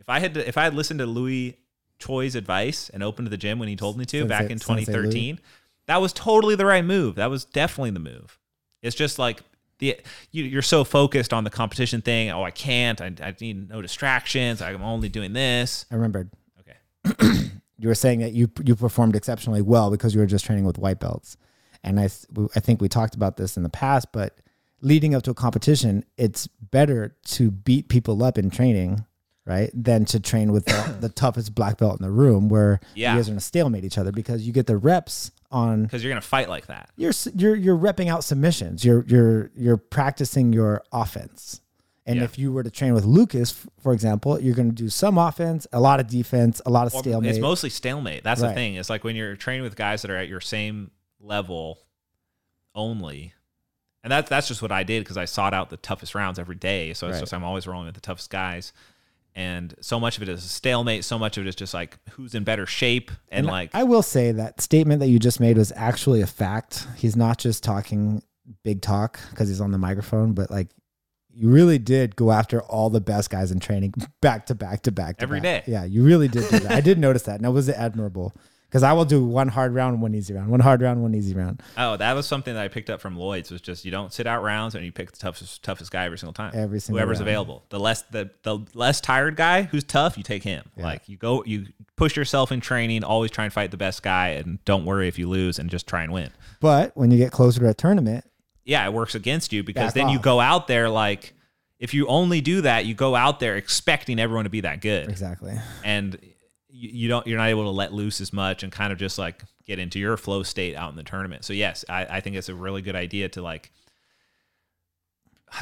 Speaker 2: if i had to, if i had listened to louis choi's advice and opened the gym when he told me to
Speaker 1: Sensei-
Speaker 2: back in
Speaker 1: Sensei Louis.
Speaker 2: 2013 that was totally the right move that was definitely the move it's just like the you, you're so focused on the competition thing oh i can't i, I need no distractions i'm only doing this
Speaker 1: I remembered.
Speaker 2: okay
Speaker 1: [clears throat] you were saying that you you performed exceptionally well because you were just training with white belts, and I th- I think we talked about this in the past, but leading up to a competition, it's better to beat people up in training, right, than to train with the,
Speaker 2: [coughs]
Speaker 1: the toughest black belt in the room where
Speaker 2: Yeah.
Speaker 1: you guys are gonna stalemate each other because you get the reps on.
Speaker 2: because you're gonna fight like that
Speaker 1: You're s- you're you're repping out submissions. You're you're you're practicing your offense. And
Speaker 2: Yeah.
Speaker 1: if you were to train with Lucas, f- for example, you're going to do some offense, a lot of defense, a lot of stalemate.
Speaker 2: It's mostly stalemate. That's the
Speaker 1: Right.
Speaker 2: thing. It's like when you're training with guys that are at your same level only. And that's that's just what I did because I sought out the toughest rounds every day. So it's
Speaker 1: Right.
Speaker 2: just I'm always rolling with the toughest guys. And so much of it is a stalemate. So much of it is just like who's in better shape and, like
Speaker 1: I will say that statement that you just made was actually a fact. He's not just talking big talk because he's on the microphone, but like you really did go after all the best guys in training [laughs] back to back to back to
Speaker 2: Every
Speaker 1: back.
Speaker 2: day.
Speaker 1: Yeah, you really did do that. I did notice that, and that was admirable. Because I will do one hard round, one easy round, one hard round, one easy round
Speaker 2: oh that was something that I picked up from Lloyd's was just you don't sit out rounds and you pick the toughest toughest guy every single time.
Speaker 1: every single.
Speaker 2: whoever's
Speaker 1: round.
Speaker 2: available. The less the the less tired guy who's tough, you take him.
Speaker 1: Yeah.
Speaker 2: Like you go you push yourself in training, always try and fight the best guy and don't worry if you lose and just try and win.
Speaker 1: But when you get closer to a tournament,
Speaker 2: Yeah, it works against you because
Speaker 1: Back
Speaker 2: then you
Speaker 1: off.
Speaker 2: go out there like if you only do that, you go out there expecting everyone to be that good
Speaker 1: exactly.
Speaker 2: and you, you don't you're not able to let loose as much and kind of just like get into your flow state out in the tournament. So yes, I, I think it's a really good idea to like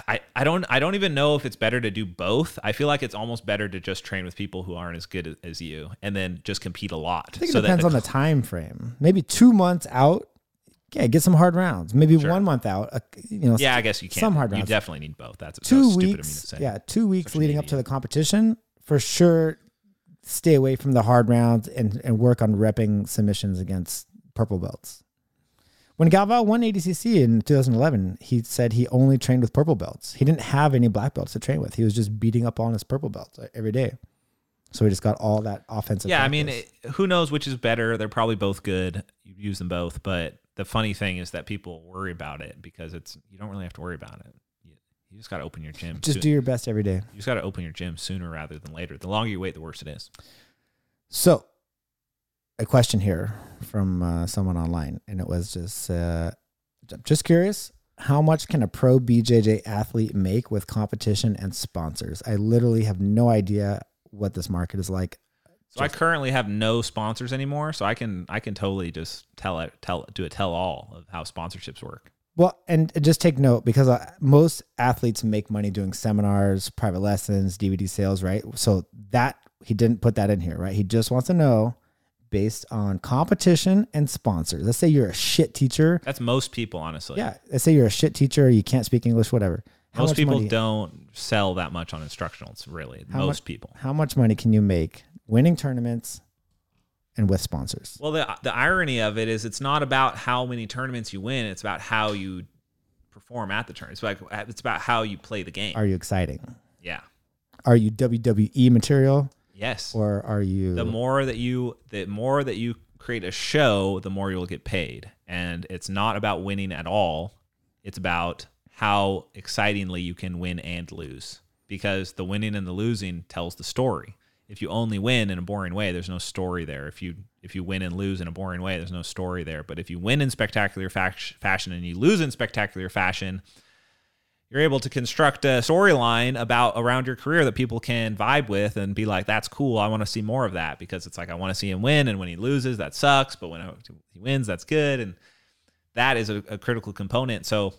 Speaker 2: I, I don't I don't even know if it's better to do both. I feel like it's almost better to just train with people who aren't as good as, as you and then just compete a lot.
Speaker 1: I think
Speaker 2: so
Speaker 1: it depends
Speaker 2: that
Speaker 1: on the time frame. Maybe two months out, yeah, get some hard rounds. Maybe one month out, uh, you know,
Speaker 2: yeah, I guess you can.
Speaker 1: some hard
Speaker 2: You
Speaker 1: rounds.
Speaker 2: definitely need both. That's that's
Speaker 1: two
Speaker 2: stupid of me to
Speaker 1: weeks,
Speaker 2: say.
Speaker 1: yeah, two weeks
Speaker 2: Such an
Speaker 1: leading up to the competition, for sure, stay away from the hard rounds and, and work on repping submissions against purple belts. When Galvao won ADCC in 2011, he said he only trained with purple belts. He didn't have any black belts to train with. He was just beating up on his purple belts uh, every day. So he just got all that offensive.
Speaker 2: yeah, I mean,
Speaker 1: practice.
Speaker 2: it, who knows which is better? They're probably both good. You use them both, but the funny thing is that people worry about it because it's you don't really have to worry about it. You, you just got to open your gym.
Speaker 1: just
Speaker 2: soon-
Speaker 1: do your best every day.
Speaker 2: you just got to open your gym sooner rather than later. The longer you wait, the worse it is.
Speaker 1: So, a question here from uh, someone online, and it was just uh, j- just curious. How much can a pro BJJ athlete make with competition and sponsors? I literally have no idea what this market is like.
Speaker 2: So I currently have no sponsors anymore, so I can I can totally just tell it tell do a tell all of how sponsorships work.
Speaker 1: Well, and just take note because uh, most athletes make money doing seminars, private lessons, DVD sales, right? So that he didn't put that in here, right? He just wants to know based on competition and sponsors. Let's say you're a shit teacher
Speaker 2: That's most people, honestly.
Speaker 1: Yeah. Let's say you're a shit teacher, you can't speak English, whatever. How
Speaker 2: most
Speaker 1: much
Speaker 2: people
Speaker 1: money,
Speaker 2: don't sell that much on instructionals, really.
Speaker 1: How
Speaker 2: most
Speaker 1: much-
Speaker 2: people.
Speaker 1: How much money can you make winning tournaments and with sponsors?
Speaker 2: Well, the the irony of it is, it's not about how many tournaments you win; it's about how you perform at the tournament. It's like it's about how you play the game.
Speaker 1: Are you exciting?
Speaker 2: yeah.
Speaker 1: Are you WWE material
Speaker 2: Yes.
Speaker 1: or are you
Speaker 2: the more that you, the more that you create a show, the more you'll get paid. And it's not about winning at all; it's about how excitingly you can win and lose, because the winning and the losing tells the story. If you only win in a boring way, there's no story there. If you if you win and lose in a boring way, there's no story there. But if you win in spectacular fac- fashion and you lose in spectacular fashion, you're able to construct a storyline about around your career that people can vibe with and be like, that's cool. I want to see more of that because it's like, I want to see him win. And when he loses, that sucks. But when he wins, that's good. And that is a, a critical component. So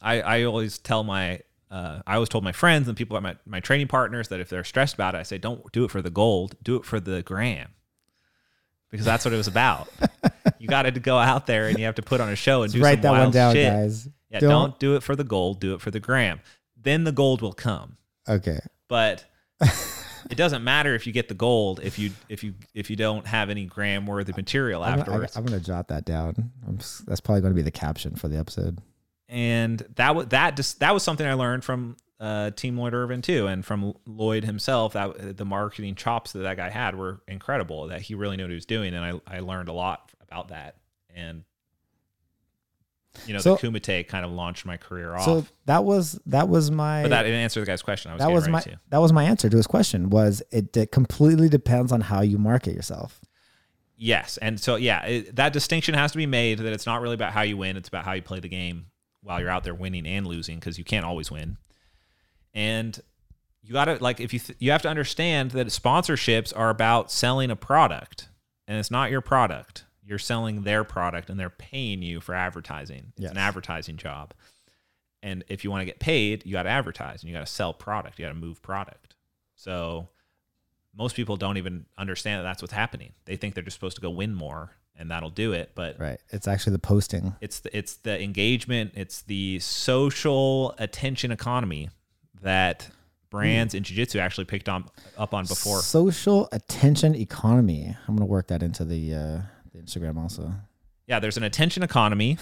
Speaker 2: I, I always tell my, uh, I always told my friends and people at my, my training partners that if they're stressed about it, I say, don't do it for the gold, do it for the gram. because that's what it
Speaker 1: [laughs]
Speaker 2: was about. you got to go out there and you have to put on a show and do
Speaker 1: Write
Speaker 2: some
Speaker 1: that
Speaker 2: wild
Speaker 1: one down,
Speaker 2: shit.
Speaker 1: guys.
Speaker 2: Yeah,
Speaker 1: Don't-
Speaker 2: don't. do it for the gold. Do it for the gram. Then the gold will come.
Speaker 1: Okay. [laughs]
Speaker 2: But it doesn't matter if you get the gold if you if you if you don't have any gram worthy material
Speaker 1: I'm, gonna-
Speaker 2: afterwards.
Speaker 1: I, am going to jot that down. I'm, s- that's probably going to be the caption for the episode.
Speaker 2: and that was that just that was something I learned from uh, Team Lloyd Irvin too, and from Lloyd himself. That the marketing chops that that guy had were incredible. That he really knew what he was doing, and I I learned a lot about that. And you know,
Speaker 1: So-
Speaker 2: the Kumite kind of launched my career off.
Speaker 1: So that was that was my
Speaker 2: but that didn't answer the guy's question. I was
Speaker 1: that
Speaker 2: getting
Speaker 1: was
Speaker 2: ready
Speaker 1: my
Speaker 2: to.
Speaker 1: that was my answer to his question. Was it, it completely depends on how you market yourself?
Speaker 2: Yes, and so yeah, it, that distinction has to be made that it's not really about how you win; it's about how you play the game while you're out there winning and losing because you can't always win. And you gotta like if you th- you have to understand that sponsorships are about selling a product, and it's not your product. You're selling their product, and they're paying you for advertising. It's
Speaker 1: Yes.
Speaker 2: an advertising job, and if you want to get paid, you got to advertise and you got to sell product. You got to move product. So most people don't even understand that that's what's happening. They think they're just supposed to go win more and that'll do it, but
Speaker 1: Right. It's actually the posting.
Speaker 2: it's the, it's the engagement, it's the social attention economy that brands in jiu-jitsu actually picked on up on before.
Speaker 1: social attention economy. I'm going to work that into the uh, the Instagram also.
Speaker 2: Yeah, there's an attention economy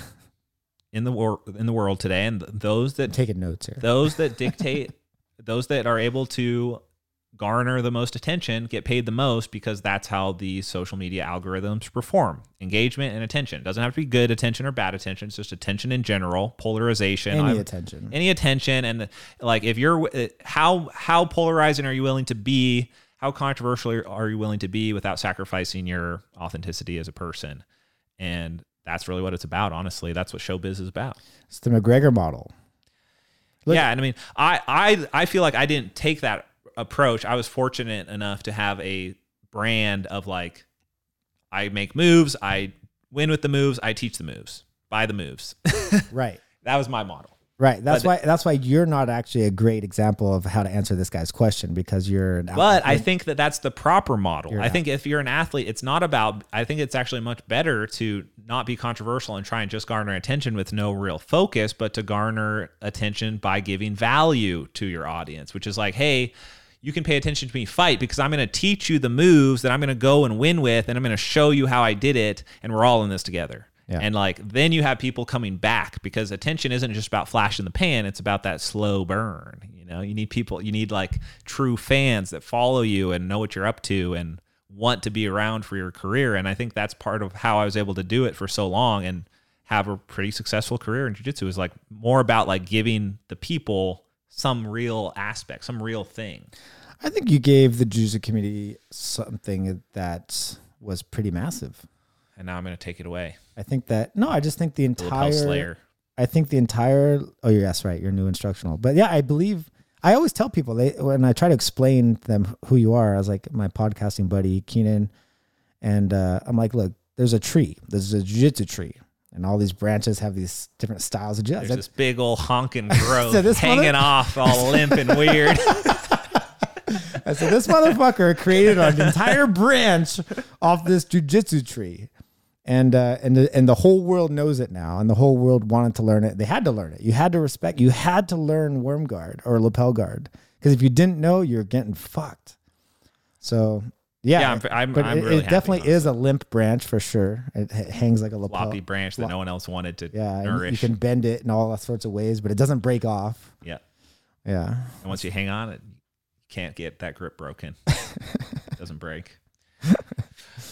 Speaker 2: in the wor- in the world today and th- those that
Speaker 1: I'm taking notes here.
Speaker 2: those that dictate those that are able to garner the most attention get paid the most because that's how the social media algorithms perform engagement and attention doesn't have to be good attention or bad attention it's just attention in general polarization
Speaker 1: Any
Speaker 2: I'm-
Speaker 1: attention.
Speaker 2: any attention and like if you're uh, how how polarizing are you willing to be how controversial are you willing to be without sacrificing your authenticity as a person and that's really what it's about honestly that's what showbiz is about
Speaker 1: It's the McGregor model. Look-
Speaker 2: yeah, and I mean, I, I I feel like I didn't take that approach. I was fortunate enough to have a brand of like, I make moves, I win with the moves, I teach the moves, buy the moves. [laughs]
Speaker 1: Right.
Speaker 2: that was my model.
Speaker 1: Right. That's why that's why you're not actually a great example of how to answer this guy's question because you're an
Speaker 2: But I think that that's the proper model.
Speaker 1: You're
Speaker 2: I think if you're an athlete, it's not about. I think it's actually much better to not be controversial and try and just garner attention with no real focus, but to garner attention by giving value to your audience, which is like, hey, you can pay attention to me fight because I'm going to teach you the moves that I'm going to go and win with, and I'm going to show you how I did it, and we're all in this together.
Speaker 1: Yeah.
Speaker 2: And like then you have people coming back because attention isn't just about flash in the pan, it's about that slow burn. You know, you need people, you need like true fans that follow you and know what you're up to and want to be around for your career. And I think that's part of how I was able to do it for so long and have a pretty successful career in jiu-jitsu is like more about like giving the people some real aspect, some real thing.
Speaker 1: I think you gave the Jews community something that was pretty massive.
Speaker 2: And now I'm going to take it away.
Speaker 1: I think that no, I just think the
Speaker 2: The lapel
Speaker 1: entire
Speaker 2: slayer.
Speaker 1: I think the entire oh yes, right, your new instructional. But yeah, I believe I always tell people they when I try to explain to them who you are, I was like my podcasting buddy Keenan and uh, I'm like, look, there's a tree. There's a jiu-jitsu tree. And all these branches have these different styles of jiu-jitsu.
Speaker 2: There's this big old honking
Speaker 1: [laughs]
Speaker 2: grove
Speaker 1: So this
Speaker 2: hanging
Speaker 1: mother-
Speaker 2: off, all limp
Speaker 1: [laughs]
Speaker 2: and weird.
Speaker 1: I said, this
Speaker 2: [laughs]
Speaker 1: motherfucker created an entire branch off this jujitsu tree. And, uh, and, the, and the whole world knows it now, and the whole world wanted to learn it. They had to learn it. You had to respect, you had to learn worm guard or lapel guard. Because if you didn't know, you're getting fucked. So, yeah.
Speaker 2: Yeah, I'm- I'm-
Speaker 1: but
Speaker 2: I'm
Speaker 1: it,
Speaker 2: really
Speaker 1: it
Speaker 2: happy,
Speaker 1: definitely is a limp branch for sure. It, h- hangs like a lapel.
Speaker 2: floppy branch that no one else wanted to
Speaker 1: Yeah. and you
Speaker 2: nourish.
Speaker 1: can bend it in all sorts of ways, but it doesn't break off.
Speaker 2: yeah.
Speaker 1: Yeah.
Speaker 2: And once you hang on it, you can't get that
Speaker 1: [laughs]
Speaker 2: grip broken. Doesn't break.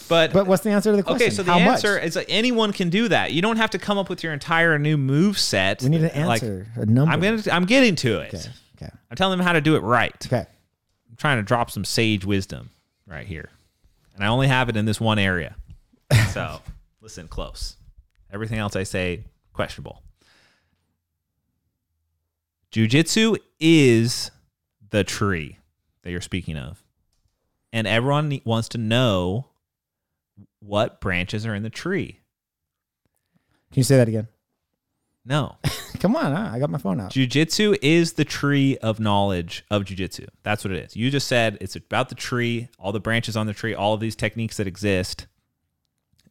Speaker 2: But,
Speaker 1: But what's the answer to the question?
Speaker 2: okay, so the
Speaker 1: How much?
Speaker 2: answer is that anyone can do that. You don't have to come up with your entire new move set.
Speaker 1: We need an
Speaker 2: Like,
Speaker 1: answer, a number.
Speaker 2: I'm gonna I'm getting to it.
Speaker 1: Okay. Okay.
Speaker 2: I'm telling them how to do it right.
Speaker 1: Okay.
Speaker 2: I'm trying to drop some sage wisdom right here. And I only have it in this one area. So listen close. Everything else I say, questionable. Jujitsu is the tree that you're speaking of. And everyone ne- wants to know what branches are in the tree.
Speaker 1: Can you say that
Speaker 2: [laughs]
Speaker 1: again?
Speaker 2: No.
Speaker 1: Come on,
Speaker 2: ah,
Speaker 1: huh? I got my phone out.
Speaker 2: Jujitsu is the tree of knowledge of jujitsu. That's what it is. You just said it's about the tree, all the branches on the tree, all of these techniques that exist.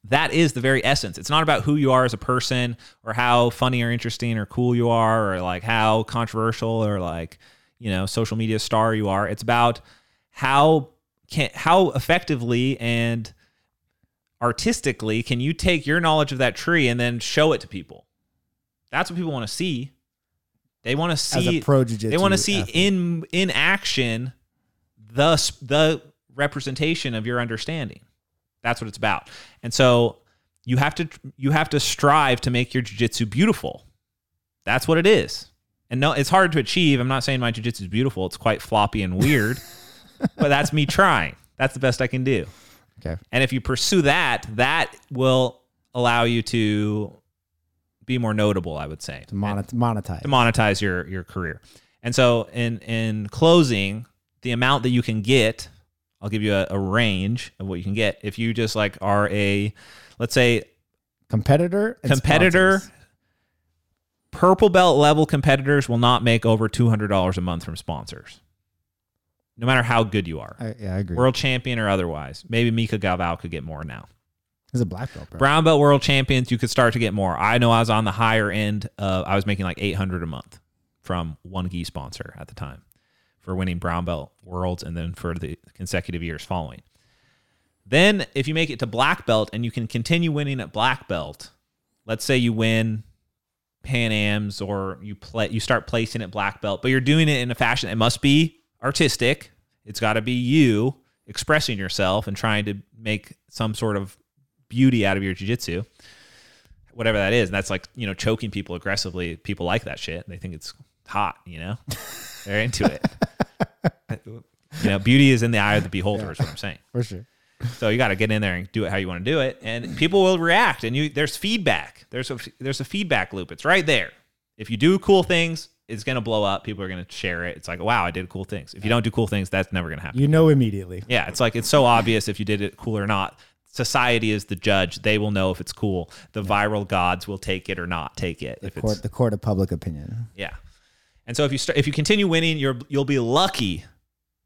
Speaker 2: that is the very essence. It's not about who you are as a person or how funny or interesting or cool you are or like how controversial or like, you know, social media star you are. It's about how can how effectively and artistically can you take your knowledge of that tree and then show it to people. That's what people want to see. They want to
Speaker 1: as
Speaker 2: see
Speaker 1: a uh, pro jiu-jitsu
Speaker 2: they want to see
Speaker 1: athlete.
Speaker 2: in in action the s- the representation of your understanding. That's what it's about. And so you have to you have to strive to make your jujitsu beautiful. That's what it is. And no, it's hard to achieve. I'm not saying my jujitsu is beautiful. It's quite floppy and
Speaker 1: [laughs]
Speaker 2: weird, but that's me trying. That's the best I can do.
Speaker 1: Okay.
Speaker 2: And if you pursue that, that will allow you to be more notable. I would say
Speaker 1: to monet- monetize.
Speaker 2: to monetize your your career. And so in in closing, the amount that you can get, I'll give you a, a range of what you can get. If you just like are a let's say
Speaker 1: competitor and
Speaker 2: competitor
Speaker 1: sponsors.
Speaker 2: purple belt level competitors will not make over two hundred dollars a month from sponsors. No matter how good you are.
Speaker 1: I, yeah, I agree.
Speaker 2: World champion or otherwise. Maybe Mika Galval could get more now.
Speaker 1: He's a black belt, bro.
Speaker 2: Brown belt world champions, you could start to get more. I know I was on the higher end of I was making like 800 a month from one gi sponsor at the time for winning brown belt worlds and then for the consecutive years following. Then if you make it to black belt and you can continue winning at black belt, let's say you win Pan Am's or you play you start placing at black belt, but you're doing it in a fashion that must be artistic. It's got to be you expressing yourself and trying to make some sort of beauty out of your jujitsu, whatever that is. And that's like, you know, choking people aggressively. People like that shit. They think it's hot, you know? They're into it. you know, beauty is in the eye of the beholder, is what I'm saying.
Speaker 1: For sure.
Speaker 2: So you got to get in there and do it how you want to do it, and people will react. And you, there's feedback. There's a there's a feedback loop. It's right there. If you do cool things, it's gonna blow up. People are gonna share it. It's like, wow, I did cool things. If you don't do cool things, that's never gonna happen.
Speaker 1: You know immediately.
Speaker 2: Yeah, it's like it's so obvious if you did it cool or not. Society is the judge. They will know if it's cool. The viral gods will take it or not take it.
Speaker 1: The
Speaker 2: if
Speaker 1: court,
Speaker 2: it's,
Speaker 1: the court of public opinion.
Speaker 2: yeah. And so if you start, if you continue winning, you're you'll be lucky.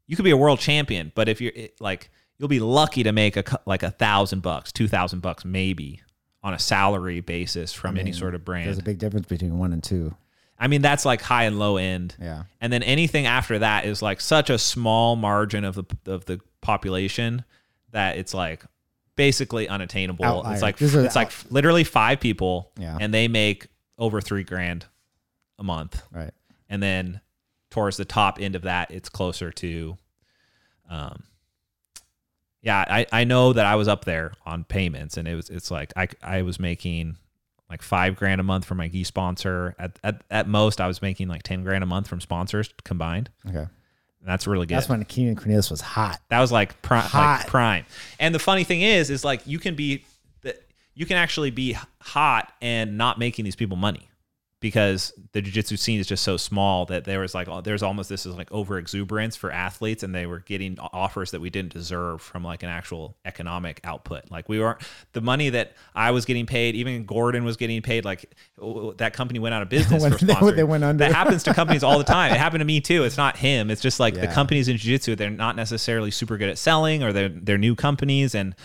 Speaker 2: You could be a world champion, but if you're it, like you'll be lucky to make a cou- like a thousand bucks, two thousand bucks maybe on a salary basis from any sort of
Speaker 1: There's
Speaker 2: brand.
Speaker 1: a big difference between one and two.
Speaker 2: I mean, that's like high and low end.
Speaker 1: Yeah.
Speaker 2: And then anything after that is like such a small margin of the of the population that it's like basically unattainable.
Speaker 1: Outlier.
Speaker 2: It's like
Speaker 1: These are the
Speaker 2: it's like literally five people
Speaker 1: Yeah.
Speaker 2: and they make over 3 grand a month.
Speaker 1: Right.
Speaker 2: And then towards the top end of that it's closer to um yeah, I, I know that I was up there on payments and it was it's like I I was making like five grand a month from my gi sponsor. At, at at most I was making like ten grand a month from sponsors combined.
Speaker 1: Okay.
Speaker 2: And that's really good.
Speaker 1: That's when Keenan Cornelius was hot.
Speaker 2: That was like prime.
Speaker 1: Hot.
Speaker 2: Like prime. And the funny thing is, is like you can be, the- you can actually be hot and not making these people money because the jujitsu scene is just so small that there was like oh, there's almost this is like over exuberance for athletes and they were getting offers that we didn't deserve from like an actual economic output like we weren't the money that i was getting paid even gordon was getting paid like oh, that company went
Speaker 1: [laughs]
Speaker 2: out of business
Speaker 1: When
Speaker 2: for
Speaker 1: they-
Speaker 2: sponsoring.
Speaker 1: they went under.
Speaker 2: that happens to companies all the time it happened to me too it's not him it's just like the
Speaker 1: Yeah.
Speaker 2: company companies in jiu-jitsu they're not necessarily super good at selling or they're, they're new companies and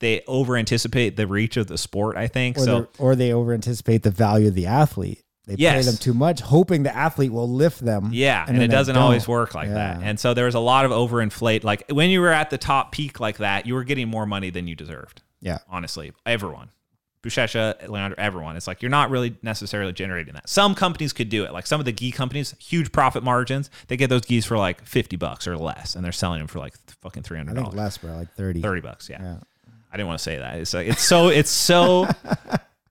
Speaker 2: they over anticipate the reach of the sport i think
Speaker 1: Or,
Speaker 2: so
Speaker 1: they're- or they over anticipate the value of the athlete. They
Speaker 2: Yes.
Speaker 1: pay them too much, hoping the athlete will lift them.
Speaker 2: Yeah, and,
Speaker 1: then
Speaker 2: it
Speaker 1: they
Speaker 2: doesn't
Speaker 1: don't.
Speaker 2: always work like that.
Speaker 1: Yeah.
Speaker 2: And so there was a lot of overinflate. Like when you were at the top peak like that, you were getting more money than you deserved.
Speaker 1: Yeah.
Speaker 2: honestly, everyone, Bushesha, Leandro, everyone. It's like you're not really necessarily generating that. Some companies could do it. Like some of the gi companies, huge profit margins. They get those gis for like fifty bucks or less, and they're selling them for like fucking three
Speaker 1: I
Speaker 2: hundred
Speaker 1: think
Speaker 2: dollars,
Speaker 1: less, bro, like 30.
Speaker 2: thirty bucks. Yeah.
Speaker 1: Yeah.
Speaker 2: I didn't want to say that. It's like it's so
Speaker 1: [laughs]
Speaker 2: it's so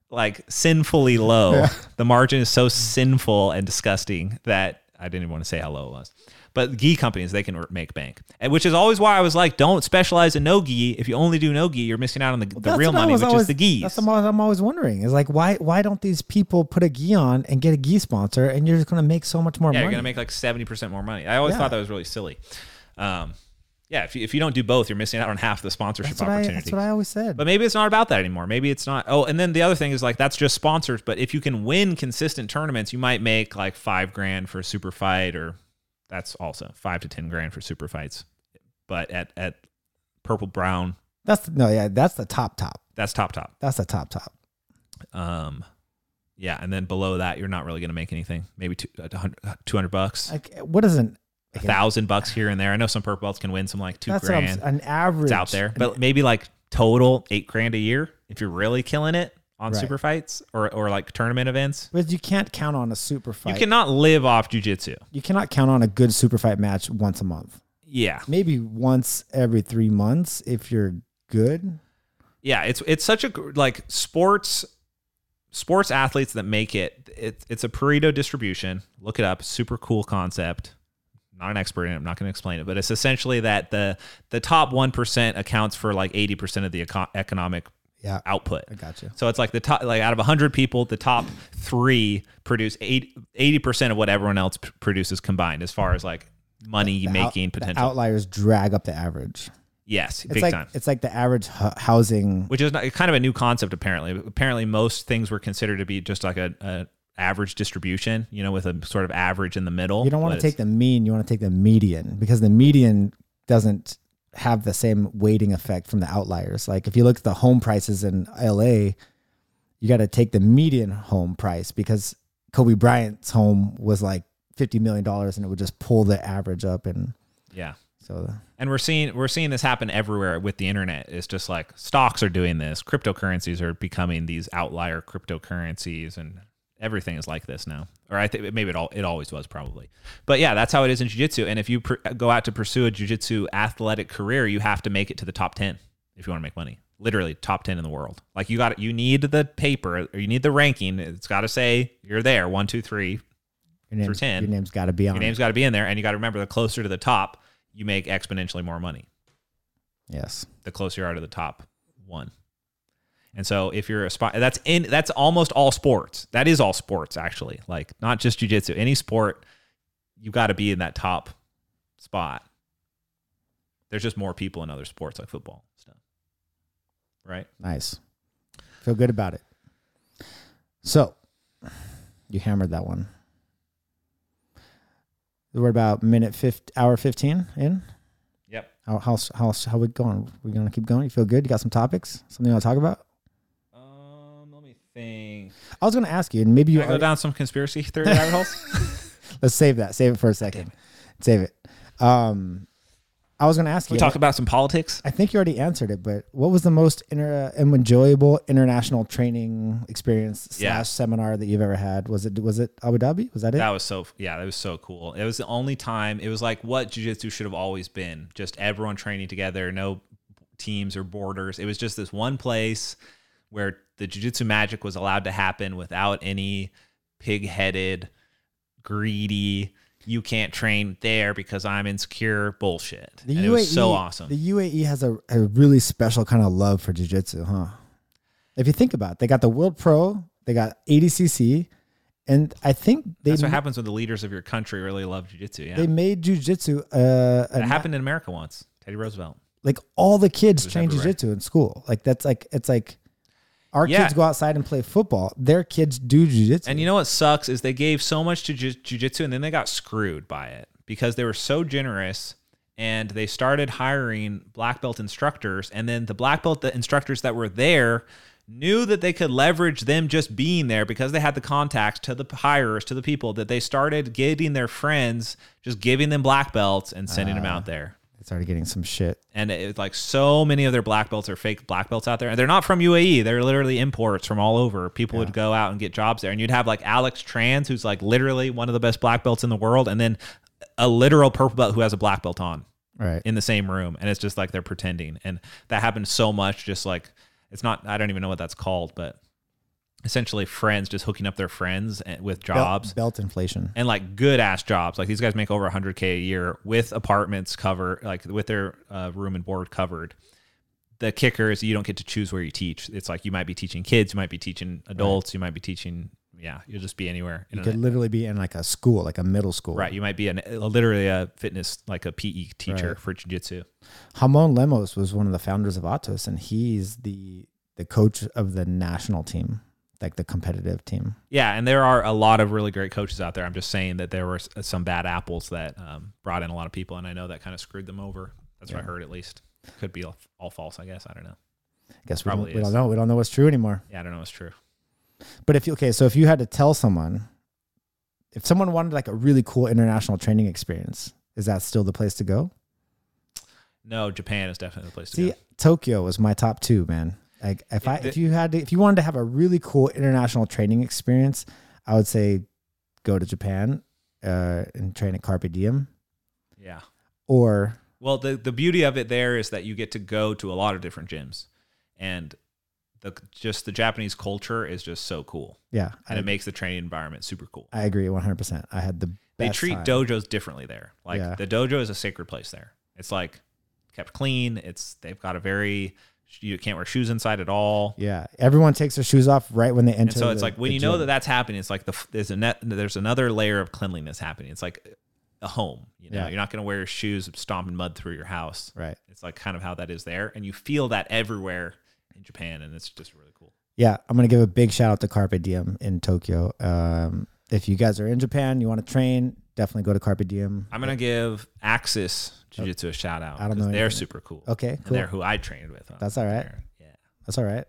Speaker 2: like sinfully low. The margin is so sinful and disgusting that I didn't even want to say how low it was. But gi companies they can r- make bank, and which is always why I was like, don't specialize in no gi. If you only do no gi, you're missing out on the, the
Speaker 1: That's
Speaker 2: real
Speaker 1: what I
Speaker 2: money,
Speaker 1: was
Speaker 2: which
Speaker 1: always-
Speaker 2: is the gi.
Speaker 1: That's what I'm always wondering. Is like why why don't these people put a gi on and get a gi sponsor and you're just gonna make so much more
Speaker 2: Yeah,
Speaker 1: money?
Speaker 2: you're gonna make like seventy percent more money. I always
Speaker 1: Yeah.
Speaker 2: thought that was really silly. Um, yeah, if you, if you don't do both, you're missing out on half the sponsorship
Speaker 1: that's, what I,
Speaker 2: opportunity.
Speaker 1: that's what I always said.
Speaker 2: But maybe it's not about that anymore. Maybe it's not. Oh, and then the other thing is like that's just sponsors. But if you can win consistent tournaments, you might make like five grand for a super fight, or that's also five to ten grand for super fights. But at at purple brown,
Speaker 1: that's no, yeah, that's the top top.
Speaker 2: That's top top.
Speaker 1: That's the top top.
Speaker 2: Um, yeah, and then below that, you're not really going to make anything. Maybe two, uh, 100 uh, 200 bucks, a
Speaker 1: Like what is an okay,
Speaker 2: thousand bucks here and there. I know some purple belts can win some like two
Speaker 1: that's what I'm s-
Speaker 2: grand.
Speaker 1: an average
Speaker 2: It's out there, but maybe like total eight grand a year if you're really killing it on
Speaker 1: Right.
Speaker 2: super fights or or like tournament events.
Speaker 1: But you can't count on a super fight.
Speaker 2: You cannot live off jujitsu.
Speaker 1: you cannot count on a good super fight match once a month.
Speaker 2: Yeah,
Speaker 1: Maybe once every three months if you're good.
Speaker 2: yeah. It's it's such a gr- like sports sports athletes that make it. it it's a Pareto distribution. Look it up. Super cool concept. Not an expert in it. I'm not going to explain it, but it's essentially that the the top one percent accounts for like eighty percent of the eco- economic
Speaker 1: Yeah,
Speaker 2: output.
Speaker 1: I got you.
Speaker 2: So it's like the top, like out of 100 people, the top three produce eight- 80% of what everyone else p- produces combined as far as like money
Speaker 1: The out-
Speaker 2: making
Speaker 1: the
Speaker 2: potential.
Speaker 1: outliers drag up the average.
Speaker 2: yes,
Speaker 1: It's
Speaker 2: big
Speaker 1: like
Speaker 2: time.
Speaker 1: it's like the average hu- housing.
Speaker 2: Which is not, kind of a new concept, apparently. Apparently, most things were considered to be just like a, a average distribution, you know, with a sort of average in the middle.
Speaker 1: You don't
Speaker 2: but
Speaker 1: want to
Speaker 2: it's-
Speaker 1: take the mean. You want to take the median because the median doesn't have the same weighting effect from the outliers. Like if you look at the home prices in LA, you got to take the median home price because Kobe Bryant's home was like fifty million dollars, and it would just pull the average up. And
Speaker 2: Yeah.
Speaker 1: so the,
Speaker 2: and we're seeing we're seeing this happen everywhere with the internet it's just like stocks are doing this cryptocurrencies are becoming these outlier cryptocurrencies and everything is like this now or i think maybe it all it always was probably but yeah that's how it is in jiu-jitsu and if you pr- go out to pursue a jiu-jitsu athletic career you have to make it to the top 10 if you want to make money literally top 10 in the world like you got you need the paper or you need the ranking it's got to say you're there one two three
Speaker 1: your name,
Speaker 2: For 10,
Speaker 1: your name's got to be on.
Speaker 2: your
Speaker 1: it.
Speaker 2: name's got to be in there and you got to remember the closer to the top you make exponentially more money
Speaker 1: yes,
Speaker 2: the closer you are to the top one. And so if you're a spot that's in that's almost all sports. That is all sports actually. Like not just jujitsu. Any sport, you gotta be in that top spot. There's just more people in other sports like football and stuff. Right?
Speaker 1: nice. Feel good about it. So you hammered that one. We're about minute fifth, hour fifteen in.
Speaker 2: Yep.
Speaker 1: How how how how we going? We gonna keep going? You feel good? You got some topics? Something you want to talk about?
Speaker 2: Um let me think.
Speaker 1: I was gonna ask you, and maybe you
Speaker 2: Can I go
Speaker 1: already-
Speaker 2: down some conspiracy theory rabbit holes?
Speaker 1: let's save that. Save it for a second. Save it. Um, I was gonna ask
Speaker 2: Can we
Speaker 1: you.
Speaker 2: talk about some politics?
Speaker 1: I think you already answered it, but what was the most inter- uh, enjoyable international training experience slash
Speaker 2: Yeah.
Speaker 1: seminar that you've ever had? Was it was it Abu Dhabi? Was that it?
Speaker 2: That was so yeah, that was so cool. It was the only time it was like what jujitsu should have always been. Just everyone training together, no teams or borders. It was just this one place where the jujitsu magic was allowed to happen without any pig headed, greedy, you can't train there because I'm insecure bullshit.
Speaker 1: The E
Speaker 2: and it was so awesome.
Speaker 1: The UAE has a, a really special kind of love for jiu-jitsu, huh? If you think about it, they got the World Pro, they got ADCC, and I think they
Speaker 2: That's what
Speaker 1: ma-
Speaker 2: happens when the leaders of your country really love jujitsu. Yeah.
Speaker 1: they made jiu-jitsu uh, a
Speaker 2: that happened in America once. Teddy Roosevelt.
Speaker 1: like all the kids
Speaker 2: was
Speaker 1: train
Speaker 2: everywhere.
Speaker 1: jiu-jitsu in school. Like that's like it's like our
Speaker 2: Yeah.
Speaker 1: kids go outside and play football. Their kids do jiu-jitsu.
Speaker 2: And you know what sucks is they gave so much to ju- jujitsu and then they got screwed by it because they were so generous and they started hiring black belt instructors and then the black belt the instructors that were there knew that they could leverage them just being there because they had the contacts to the hirers to the people that they started getting their friends just giving them black belts and sending them out there
Speaker 1: they started getting some shit.
Speaker 2: and it's like so many of their black belts are fake black belts out there and they're not from UAE they're literally imports from all over people would go out and get jobs there and you'd have like Alex Trans who's like literally one of the best black belts in the world and then a literal purple belt who has a black belt on
Speaker 1: All right.
Speaker 2: in the same room and it's just like they're pretending and that happens so much just like it's not I don't even know what that's called but essentially friends just hooking up their friends and- with jobs
Speaker 1: Belt, belt inflation.
Speaker 2: and like good ass jobs. Like these guys make over 100k a year with apartments covered, like with their uh, room and board covered. The kicker is you don't get to choose where you teach. It's like you might be teaching kids, you might be teaching adults, you might be teaching. Yeah, you'll just be anywhere. in
Speaker 1: You
Speaker 2: an-
Speaker 1: could literally be in like a school, like a middle school.
Speaker 2: right, you might be an, literally a fitness like a PE teacher for jujitsu.
Speaker 1: Hamon Lemos was one of the founders of Atos, and he's the the coach of the national team, like the competitive team.
Speaker 2: Yeah, and there are a lot of really great coaches out there. I'm just saying that there were s- uh, some bad apples that um, brought in a lot of people, and I know that kind of screwed them over. That's what I heard, at least. Could be all, all false, I guess. I don't know.
Speaker 1: I guess we don't,
Speaker 2: Probably
Speaker 1: we don't
Speaker 2: is.
Speaker 1: know. We don't know what's true anymore.
Speaker 2: Yeah, I don't know. It's true.
Speaker 1: But if you, okay, so if you had to tell someone, if someone wanted like a really cool international training experience, is that still the place to go?
Speaker 2: No, Japan is definitely the place to
Speaker 1: See,
Speaker 2: go.
Speaker 1: Tokyo was my top two, man. Like if I
Speaker 2: It-
Speaker 1: if you had to, if you wanted to have a really cool international training experience, I would say go to Japan uh, and train at Carpe Diem
Speaker 2: Yeah.
Speaker 1: or
Speaker 2: Well, the the beauty of it there is that you get to go to a lot of different gyms, and the just the Japanese culture is just so cool,
Speaker 1: yeah.
Speaker 2: and
Speaker 1: I,
Speaker 2: it makes the training environment super cool.
Speaker 1: I agree 100%. I had the
Speaker 2: They
Speaker 1: best
Speaker 2: treat
Speaker 1: time.
Speaker 2: dojos differently there. Like
Speaker 1: Yeah.
Speaker 2: the dojo is a sacred place there. It's like kept clean. It's they've got a very you can't wear shoes inside at all.
Speaker 1: Yeah, everyone takes their shoes off right when they enter.
Speaker 2: And so it's
Speaker 1: the-
Speaker 2: like when
Speaker 1: the
Speaker 2: you know
Speaker 1: gym.
Speaker 2: that that's happening, it's like the f- there's a net, there's another layer of cleanliness happening. It's like a home. You know,
Speaker 1: Yeah.
Speaker 2: you're not going to wear your shoes stomping mud through your house.
Speaker 1: right.
Speaker 2: It's like kind of how that is there, and you feel that everywhere in Japan, and it's just really cool.
Speaker 1: Yeah, I'm gonna give a big shout out to Carpe Diem in Tokyo. Um, if you guys are in Japan, you want to train, definitely go to Carpe Diem.
Speaker 2: I'm gonna give Axis Jiu Jitsu a shout out.
Speaker 1: I don't
Speaker 2: 'cause
Speaker 1: know
Speaker 2: They're
Speaker 1: anything.
Speaker 2: super cool.
Speaker 1: Okay,
Speaker 2: And
Speaker 1: cool.
Speaker 2: they're who I trained with. when I
Speaker 1: That's
Speaker 2: was
Speaker 1: all right.
Speaker 2: there. Yeah.
Speaker 1: That's all right.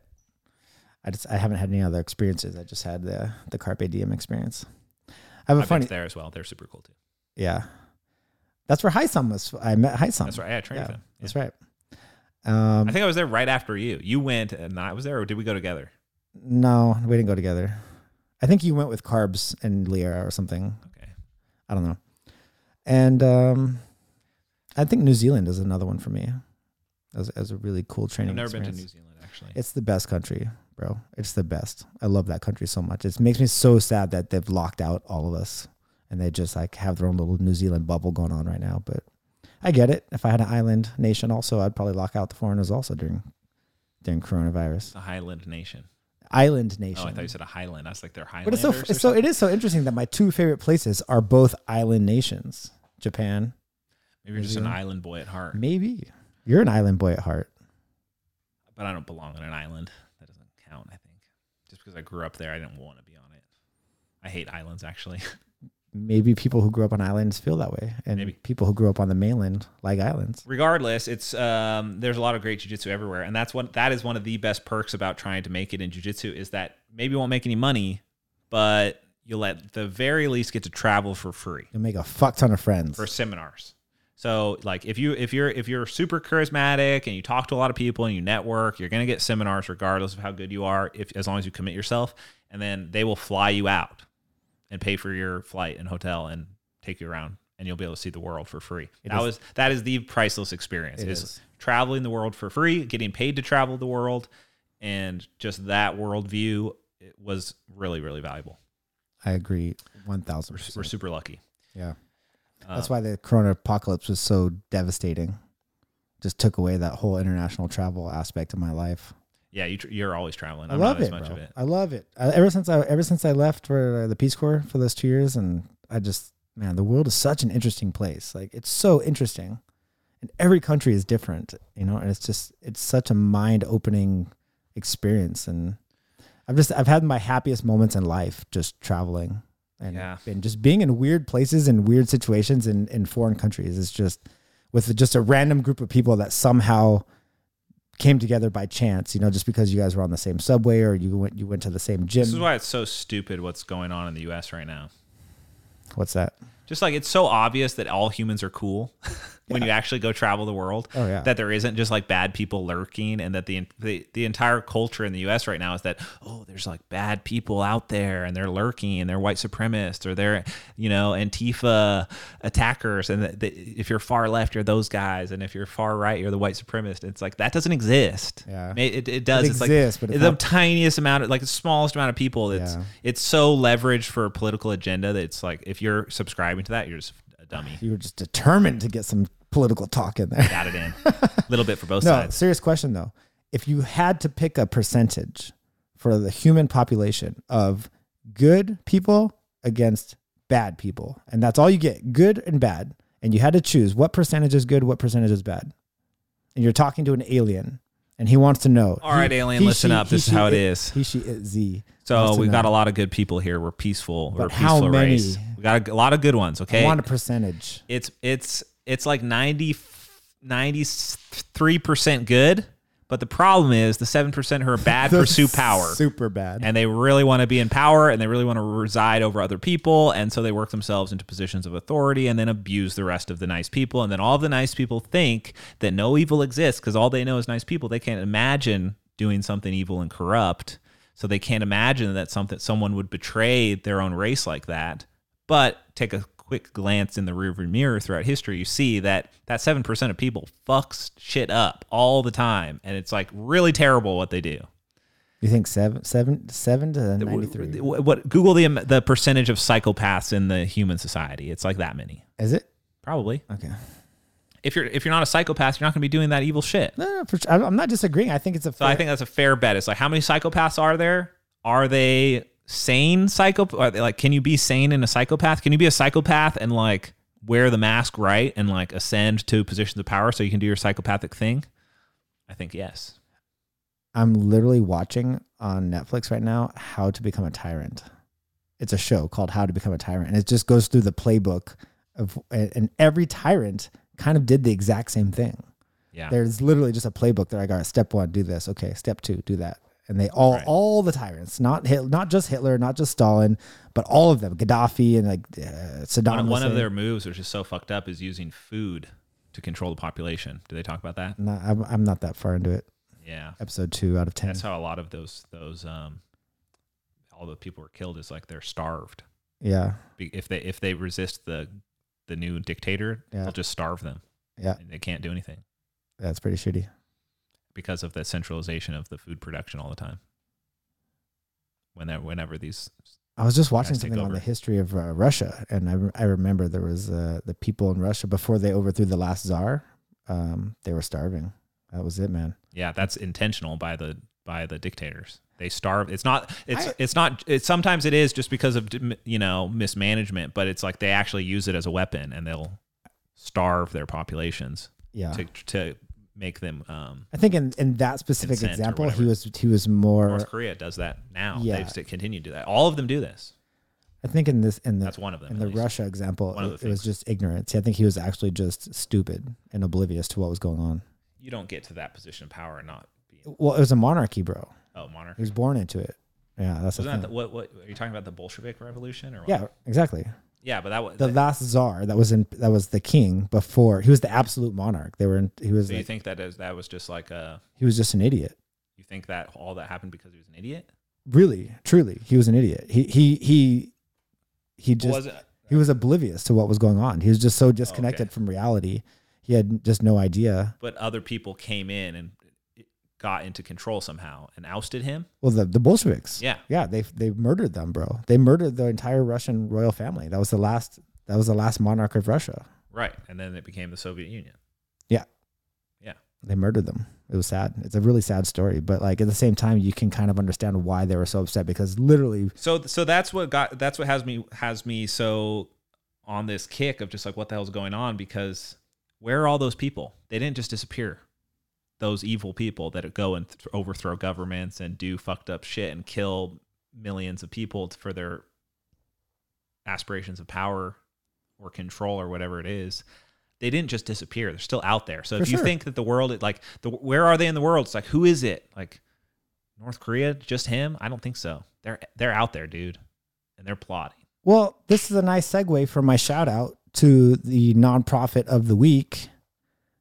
Speaker 1: I just I haven't had any other experiences. I just had the the Carpe Diem experience. I have a
Speaker 2: I've been
Speaker 1: funny
Speaker 2: there as well. They're super cool too.
Speaker 1: yeah. That's where Haisam was. I met Haisam.
Speaker 2: That's right. Yeah, I trained
Speaker 1: Um, Yeah,
Speaker 2: with them. Yeah.
Speaker 1: that's right. Um,
Speaker 2: I think I was there right after you. You went and I was there, or did we go together?
Speaker 1: no, we didn't go together. I think you went with Carbs and Leah or something.
Speaker 2: Okay.
Speaker 1: I don't know. And um, I think New Zealand is another one for me. As, as a really cool training.
Speaker 2: I've never been to
Speaker 1: experience.
Speaker 2: New Zealand actually.
Speaker 1: It's the best country, bro. It's the best. I love that country so much. It makes me so sad that they've locked out all of us, and they just like have their own little New Zealand bubble going on right now. But I get it. If I had an island nation, also, I'd probably lock out the foreigners also during during coronavirus.
Speaker 2: It's a Highland nation.
Speaker 1: Island nation.
Speaker 2: Oh, I thought you said a Highland. I was like, they're
Speaker 1: But it's
Speaker 2: Highlanders.
Speaker 1: so
Speaker 2: or
Speaker 1: it's so it is so interesting that my two favorite places are both island nations. Japan,
Speaker 2: Maybe you're just an
Speaker 1: Zealand.
Speaker 2: island boy at heart,
Speaker 1: maybe you're an island boy at heart.
Speaker 2: but I don't belong on an island. That doesn't count, I think. Just because I grew up there, I didn't want to be on it. I hate islands, actually. [laughs]
Speaker 1: Maybe people who grew up on islands feel that way, and
Speaker 2: Maybe.
Speaker 1: people who grew up on the mainland like islands.
Speaker 2: Regardless, it's um, there's a lot of great jujitsu everywhere, and that's one that is one of the best perks about trying to make it in jujitsu is that maybe you won't make any money, but you'll at the very least get to travel for free.
Speaker 1: You'll make a fuck ton of friends.
Speaker 2: for seminars. So like if you if you're if you're super charismatic and you talk to a lot of people and you network, you're gonna get seminars regardless of how good you are, if as long as you commit yourself, and then they will fly you out and pay for your flight and hotel and take you around and you'll be able to see the world for free. that
Speaker 1: is-
Speaker 2: was that is the priceless experience
Speaker 1: It
Speaker 2: is,
Speaker 1: is.
Speaker 2: traveling the world for free, getting paid to travel the world, and just that world view it was really, really valuable.
Speaker 1: I agree, one thousand
Speaker 2: We're
Speaker 1: percent.
Speaker 2: super lucky.
Speaker 1: Yeah,
Speaker 2: Um,
Speaker 1: that's why the Corona apocalypse was so devastating. Just took away that whole international travel aspect of my life.
Speaker 2: yeah, you, tr- you're always traveling.
Speaker 1: I
Speaker 2: I'm
Speaker 1: love
Speaker 2: not as
Speaker 1: it,
Speaker 2: much
Speaker 1: bro.
Speaker 2: of it.
Speaker 1: I love it. I, ever since I ever since I left for uh, the Peace Corps for those two years, and I just man, the world is such an interesting place. Like it's so interesting, and every country is different, you know. And it's just it's such a mind opening experience, and I've just I've had my happiest moments in life just traveling. And,
Speaker 2: Yeah.
Speaker 1: and just being in weird places and weird situations in, in foreign countries is just with just a random group of people that somehow came together by chance, you know, just because you guys were on the same subway or you went you went to the same gym.
Speaker 2: This is why it's so stupid what's going on in the US right now.
Speaker 1: What's that?
Speaker 2: Just like it's so obvious that all humans are cool [laughs] when you actually go travel the world.
Speaker 1: Oh, yeah.
Speaker 2: That there isn't just like bad people lurking and that the, the the entire culture in the US right now is that oh there's like bad people out there and they're lurking and they're white supremacists or they're you know Antifa attackers and that that if you're far left you're those guys and if you're far right you're the white supremacist. It's like that doesn't exist.
Speaker 1: Yeah.
Speaker 2: It, it, it does.
Speaker 1: It
Speaker 2: it's
Speaker 1: exists,
Speaker 2: like
Speaker 1: but it's
Speaker 2: the
Speaker 1: not-
Speaker 2: tiniest amount of like the smallest amount of people that's
Speaker 1: Yeah.
Speaker 2: it's so leveraged for a political agenda that it's like if you're subscribing to that, you're just
Speaker 1: [laughs]
Speaker 2: a dummy.
Speaker 1: You were just determined to get some political talk in there.
Speaker 2: Got it in a little bit for both
Speaker 1: No,
Speaker 2: sides.
Speaker 1: serious question though. If you had to pick a percentage for the human population of good people against bad people, and that's all you get, good and bad, and you had to choose what percentage is good, what percentage is bad. And you're talking to an alien and he wants to know.
Speaker 2: All right,
Speaker 1: He-
Speaker 2: alien,
Speaker 1: he,
Speaker 2: listen
Speaker 1: she,
Speaker 2: up.
Speaker 1: he,
Speaker 2: This is
Speaker 1: she,
Speaker 2: how it
Speaker 1: it
Speaker 2: is.
Speaker 1: He, she, it, Z.
Speaker 2: So
Speaker 1: wants to
Speaker 2: we've got
Speaker 1: know.
Speaker 2: a lot of good people here. We're peaceful. We're a
Speaker 1: But how
Speaker 2: peaceful
Speaker 1: many?
Speaker 2: race. We got a, a lot of good ones.
Speaker 1: I
Speaker 2: Okay,
Speaker 1: want a percentage.
Speaker 2: it's it's it's like 90 93 percent good, But the problem is the seven percent who
Speaker 1: [laughs]
Speaker 2: are bad pursue power.
Speaker 1: Super bad.
Speaker 2: and they really want to be in power and they really want to reside over other people and so they work themselves into positions of authority and then abuse the rest of the nice people and then all the nice people think that no evil exists because all they know is nice people they can't imagine doing something evil and corrupt so they can't imagine that something someone would betray their own race like that but take a quick glance in the rearview mirror throughout history, you see that that 7% of people fucks shit up all the time. And it's like really terrible what they do.
Speaker 1: you think seven, seven, seven to ninety three?
Speaker 2: What, what Google the the percentage of psychopaths in the human society. It's like that many.
Speaker 1: Is it
Speaker 2: Probably.
Speaker 1: okay?
Speaker 2: If you're if you're not a psychopath, you're not going to be doing that evil shit.
Speaker 1: No, no, no, for sure. I'm- I'm not disagreeing. I think it's a.
Speaker 2: So I think that's a fair bet. It's like how many psychopaths are there? Are they sane psycho? Are they like can you be sane in a psychopath? Can you be a psychopath and like wear the mask right and like ascend to positions of power so you can do your psychopathic thing? I think yes.
Speaker 1: I'm literally watching on Netflix right now How to Become a Tyrant. It's a show called How to Become a Tyrant, and it just goes through the playbook of, and and every tyrant kind of did the exact same thing.
Speaker 2: Yeah.
Speaker 1: There's literally just a playbook. They're like, all right, step one, do this. Okay, step two, do that. And they all,
Speaker 2: Right.
Speaker 1: all the tyrants, not Hit, not just Hitler, not just Stalin, but all of them, Gaddafi and like uh, Saddam.
Speaker 2: one, one of
Speaker 1: Hussein.
Speaker 2: their moves, which is so fucked up, is using food to control the population. Do they talk about that?
Speaker 1: Not- I'm, I'm not that far into it.
Speaker 2: Yeah.
Speaker 1: Episode two out of ten.
Speaker 2: That's how a lot of those those um all the people were killed is like they're starved.
Speaker 1: yeah,
Speaker 2: Be- If they if they resist the the new dictator,
Speaker 1: Yeah.
Speaker 2: they'll just starve them.
Speaker 1: Yeah.
Speaker 2: And they can't do anything
Speaker 1: that's pretty shitty.
Speaker 2: because of the centralization of the food production all the time. Whenever whenever these
Speaker 1: I was just watching
Speaker 2: Guys, take
Speaker 1: something on
Speaker 2: over.
Speaker 1: the history of uh, Russia, and I, re- I remember there was uh, the people in Russia before they overthrew the last czar. Um, they were starving. That was it, man.
Speaker 2: Yeah, that's intentional by the by the dictators. They starve. It's not. It's
Speaker 1: I-
Speaker 2: it's not. It's sometimes it is just because of you know mismanagement, but it's like they actually use it as a weapon and they'll starve their populations
Speaker 1: Yeah,
Speaker 2: to to make them. Um,
Speaker 1: I think in, in that specific
Speaker 2: Consent or
Speaker 1: example, he
Speaker 2: whatever.
Speaker 1: was he was more.
Speaker 2: North Korea does that now.
Speaker 1: Yeah.
Speaker 2: They've st- continued to do that. All of them do this.
Speaker 1: I think in this in the
Speaker 2: That's one of them.
Speaker 1: in
Speaker 2: at
Speaker 1: the
Speaker 2: least.
Speaker 1: Russia example,
Speaker 2: One of
Speaker 1: it,
Speaker 2: the
Speaker 1: it was just ignorance. I think he was actually just stupid and oblivious to what was going on.
Speaker 2: you don't get to that position of power and not be
Speaker 1: Well, it was a monarchy, bro.
Speaker 2: oh monarch.
Speaker 1: He was born into it. Yeah, that's the
Speaker 2: Wasn't
Speaker 1: thing.
Speaker 2: that the, what what are you talking about? The Bolshevik Revolution or what?
Speaker 1: yeah, exactly.
Speaker 2: yeah, but that was.
Speaker 1: The last czar that was in that was the king before he was the absolute monarch. They were in, he was
Speaker 2: so you
Speaker 1: like-
Speaker 2: think that is that was just like a
Speaker 1: he was just an idiot.
Speaker 2: you think that all that happened because he was an idiot?
Speaker 1: really truly he was an idiot he he he he just
Speaker 2: was it-
Speaker 1: he was oblivious to what was going on he was just
Speaker 2: Oh,
Speaker 1: so disconnected from reality he had just no idea
Speaker 2: but other people came in and got into control somehow and ousted him.
Speaker 1: well the, the bolsheviks
Speaker 2: Yeah.
Speaker 1: yeah they they murdered them bro they murdered the entire russian royal family that was the last that was the last monarch of russia
Speaker 2: Right. And then it became the Soviet Union.
Speaker 1: they murdered them it was sad it's a really sad story but like at the same time you can kind of understand why they were so upset because literally
Speaker 2: So so that's what got that's what has me has me so on this kick of just like what the hell's going on because where are all those people? They didn't just disappear. Those evil people that go and th- overthrow governments and do fucked up shit and kill millions of people for their aspirations of power or control or whatever it is. They didn't just disappear. They're still out there. So
Speaker 1: For
Speaker 2: if you
Speaker 1: sure.
Speaker 2: think that the world, it like the where are they in the world? It's like who is it? Like North Korea? Just him? I don't think so. They're they're out there, dude, and they're plotting.
Speaker 1: Well, this is a nice segue for my shout out to the nonprofit of the week,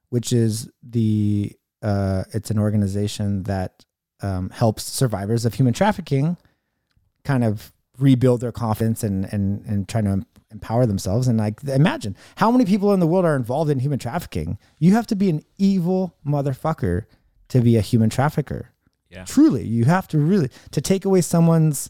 Speaker 1: which is the uh, it's an organization that um, helps survivors of human trafficking kind of rebuild their confidence and and and trying to empower themselves. And like, imagine how many people in the world are involved in human trafficking. You have to be an evil motherfucker to be a human trafficker.
Speaker 2: Yeah.
Speaker 1: Truly, you have to really to take away someone's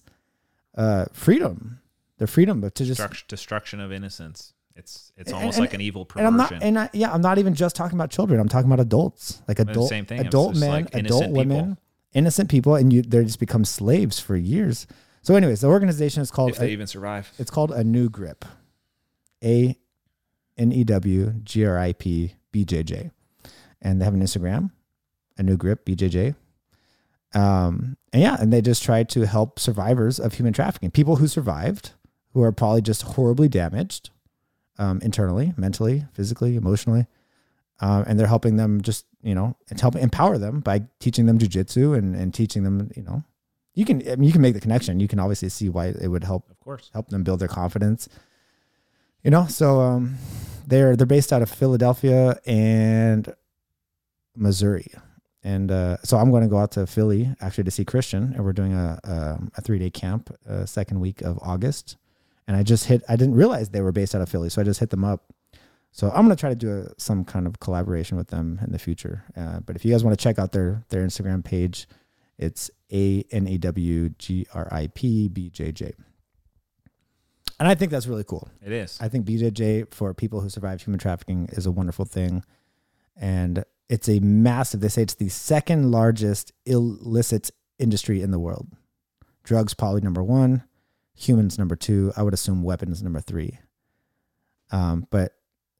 Speaker 1: uh, freedom, their freedom, but to just
Speaker 2: Destruct- destruction of innocence. It's it's
Speaker 1: And-
Speaker 2: almost
Speaker 1: and-
Speaker 2: like an evil
Speaker 1: and
Speaker 2: perversion.
Speaker 1: I'm not, and I, yeah, I'm not even just talking about children. I'm talking about adults, like adult,
Speaker 2: same thing. It's
Speaker 1: adult
Speaker 2: just
Speaker 1: men,
Speaker 2: like
Speaker 1: adult
Speaker 2: innocent
Speaker 1: women,
Speaker 2: people.
Speaker 1: innocent people, and you they just become slaves for years. So, anyways, the organization is called
Speaker 2: if they even survive.
Speaker 1: it's called a new grip, A N E W G R I P B J J, and they have an Instagram, a new grip B J J. Um, and yeah, and they just try to help survivors of human trafficking, people who survived, who are probably just horribly damaged, um, internally, mentally, physically, emotionally, um, and they're helping them just you know, and help empower them by teaching them jujitsu and and teaching them, you know, you can I mean, you can make the connection. You can obviously see why it would help
Speaker 2: Of course.
Speaker 1: help them build their confidence. You know, so um, they're they're based out of Philadelphia and Missouri, and uh, so I'm going to go out to Philly actually to see Christian, and we're doing a um a three day camp uh, second week of August, and I just hit I didn't realize they were based out of Philly, so I just hit them up. So I'm going to try to do a, some kind of collaboration with them in the future. Uh, but if you guys want to check out their their Instagram page, it's a n a w g r i p b j j. And I think that's really cool.
Speaker 2: It is.
Speaker 1: I think BJJ for people who survived human trafficking is a wonderful thing. And it's a massive, they say it's the second largest illicit industry in the world. Drugs, probably number one, humans, number two. I would assume weapons, number three. Um, but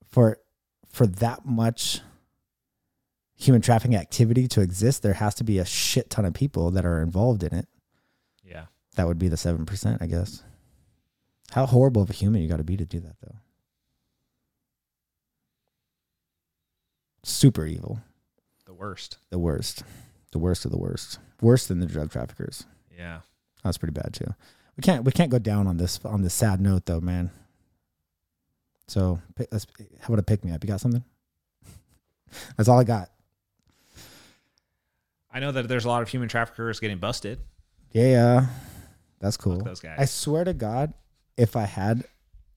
Speaker 1: for for that much human trafficking activity to exist, there has to be a shit ton of people that are involved in it.
Speaker 2: yeah.
Speaker 1: That would be the seven percent, I guess. How horrible of a human you got to be to do that, though. Super evil,
Speaker 2: The worst.
Speaker 1: the worst, the worst of the worst, worse than the drug traffickers.
Speaker 2: Yeah.
Speaker 1: That's pretty bad too. We can't we can't go down on this on this sad note though, man. So pick, let's. How about a pick me up? You got something? [laughs] That's all I got.
Speaker 2: I know that there's a lot of human traffickers getting busted.
Speaker 1: Yeah, that's cool.
Speaker 2: Fuck those guys.
Speaker 1: I swear to God, if I had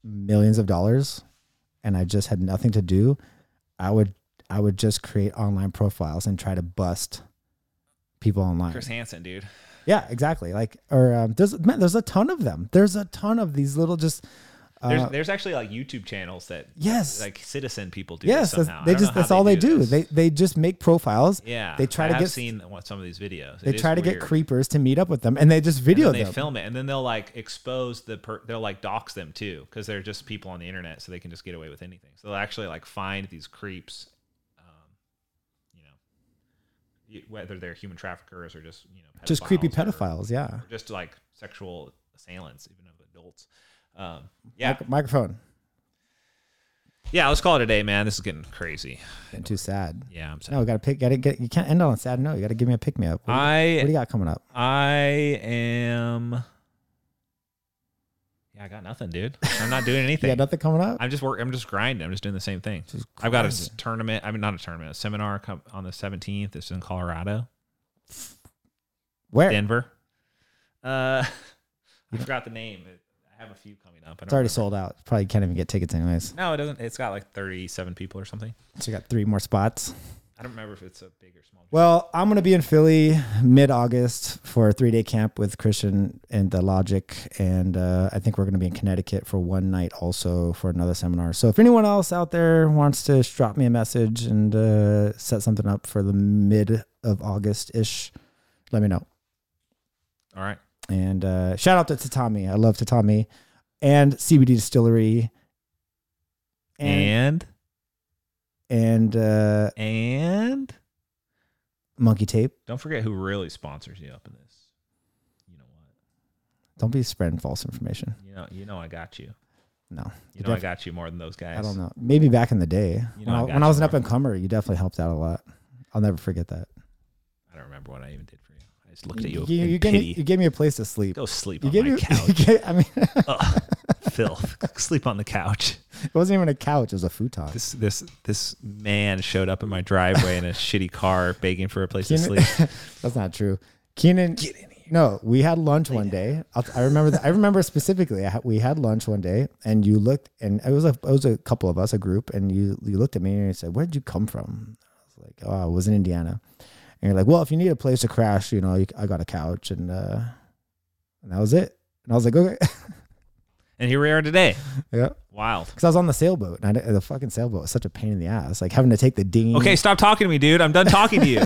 Speaker 1: millions of dollars and I just had nothing to do, I would I would just create online profiles and try to bust people online.
Speaker 2: Chris Hansen, dude.
Speaker 1: Yeah, exactly. Like or um, there's man, there's a ton of them. There's a ton of these little just uh,
Speaker 2: There's there's actually like YouTube channels that
Speaker 1: yes.
Speaker 2: like citizen people do.
Speaker 1: yes, that's-
Speaker 2: this somehow. I
Speaker 1: they
Speaker 2: don't know
Speaker 1: just
Speaker 2: how
Speaker 1: that's all they do.
Speaker 2: this.
Speaker 1: They they just make profiles.
Speaker 2: yeah.
Speaker 1: they try
Speaker 2: I
Speaker 1: to
Speaker 2: have
Speaker 1: get-
Speaker 2: seen what- some of these videos.
Speaker 1: They
Speaker 2: It is
Speaker 1: try to get
Speaker 2: weird.
Speaker 1: creepers to meet up with them and they just video
Speaker 2: and then they
Speaker 1: them.
Speaker 2: film it and then they'll like expose the per- they'll like dox them too because they're just people on the internet so they can just get away with anything so they'll actually like find these creeps um, you know y- whether they're human traffickers or just you know
Speaker 1: just creepy
Speaker 2: pedophiles
Speaker 1: pedophiles,
Speaker 2: or-
Speaker 1: yeah.
Speaker 2: or just like sexual assailants even of adults um, yeah
Speaker 1: Mic- microphone.
Speaker 2: yeah let's call it a day man this is getting crazy
Speaker 1: And too sad.
Speaker 2: yeah i'm sorry
Speaker 1: No, we gotta pick. Gotta get. You can't end on a sad note. You gotta give me a pick me up. What, do you- what do
Speaker 2: i
Speaker 1: you got coming up?
Speaker 2: i am yeah i got nothing dude i'm not doing
Speaker 1: You
Speaker 2: anything
Speaker 1: got nothing coming up?
Speaker 2: I'm just work. I'm just grinding. I'm just doing the same thing.
Speaker 1: Just
Speaker 2: I've got a s-
Speaker 1: grinding.
Speaker 2: tournament. I mean, not a tournament. A seminar come on the 17th. It's in Colorado,
Speaker 1: Where?
Speaker 2: Denver. Uh, [laughs] I forgot the name. It- I have a few coming up. I
Speaker 1: it's already
Speaker 2: remember.
Speaker 1: sold out. Probably can't even get tickets anyways.
Speaker 2: No, it doesn't. It's got like 37 people or something.
Speaker 1: So you got three more spots.
Speaker 2: I don't remember if it's a big or small.
Speaker 1: Well, I'm gonna be in Philly mid-August for a three-day camp with Christian and the Logic, and uh, I think we're gonna be in Connecticut for one night also for another seminar. So if anyone else out there wants to sh- drop me a message and uh, set something up for the mid of August ish, let me know.
Speaker 2: All right.
Speaker 1: And uh, shout out to Tatami. I love Tatami and CBD Distillery. And
Speaker 2: And
Speaker 1: and, uh,
Speaker 2: and,
Speaker 1: Monkey Tape.
Speaker 2: don't forget who really sponsors you up in this. You know what?
Speaker 1: Don't be spreading false information.
Speaker 2: You know. You know. I got you.
Speaker 1: No,
Speaker 2: You know. I got you more than those guys.
Speaker 1: I don't know. Maybe back in the day
Speaker 2: You
Speaker 1: when,
Speaker 2: know I
Speaker 1: I,
Speaker 2: got
Speaker 1: when I was
Speaker 2: you,
Speaker 1: an up
Speaker 2: bro.
Speaker 1: and comer, you definitely helped out a lot. I'll never forget that.
Speaker 2: I don't remember what I even did for you. I just looked at you.
Speaker 1: You,
Speaker 2: in
Speaker 1: you gave me,
Speaker 2: pity.
Speaker 1: you gave me a place to sleep.
Speaker 2: Go sleep
Speaker 1: You
Speaker 2: on
Speaker 1: gave
Speaker 2: my
Speaker 1: me. [laughs]
Speaker 2: couch.
Speaker 1: you gave- I mean, it
Speaker 2: Ugh, filth. [laughs] Sleep on the couch.
Speaker 1: wasn't even a couch. It was a futon.
Speaker 2: This this this man showed up in my driveway [laughs] in a shitty car, begging for a place to
Speaker 1: Keenan-
Speaker 2: sleep.
Speaker 1: That's not true. Keenan, No, we had lunch one day. I'll, I remember that. I remember specifically. I ha- we had lunch one day, and you looked, and it was a it was a couple of us, a group, and you you looked at me and you said, "Where did you come from?" I was like, "Oh, I was in Indiana," and you're like, "Well, if you need a place to crash, you know, you, I got a couch," and uh, and that was it. And I was like, "Okay, [laughs]
Speaker 2: And here we are today.
Speaker 1: yeah,"
Speaker 2: Wild.
Speaker 1: because I was on the sailboat, and I, didn't- the fucking sailboat was such a pain in the ass, like having to take the dinghy.
Speaker 2: [laughs] Okay, stop talking to me, dude. I'm done talking to you.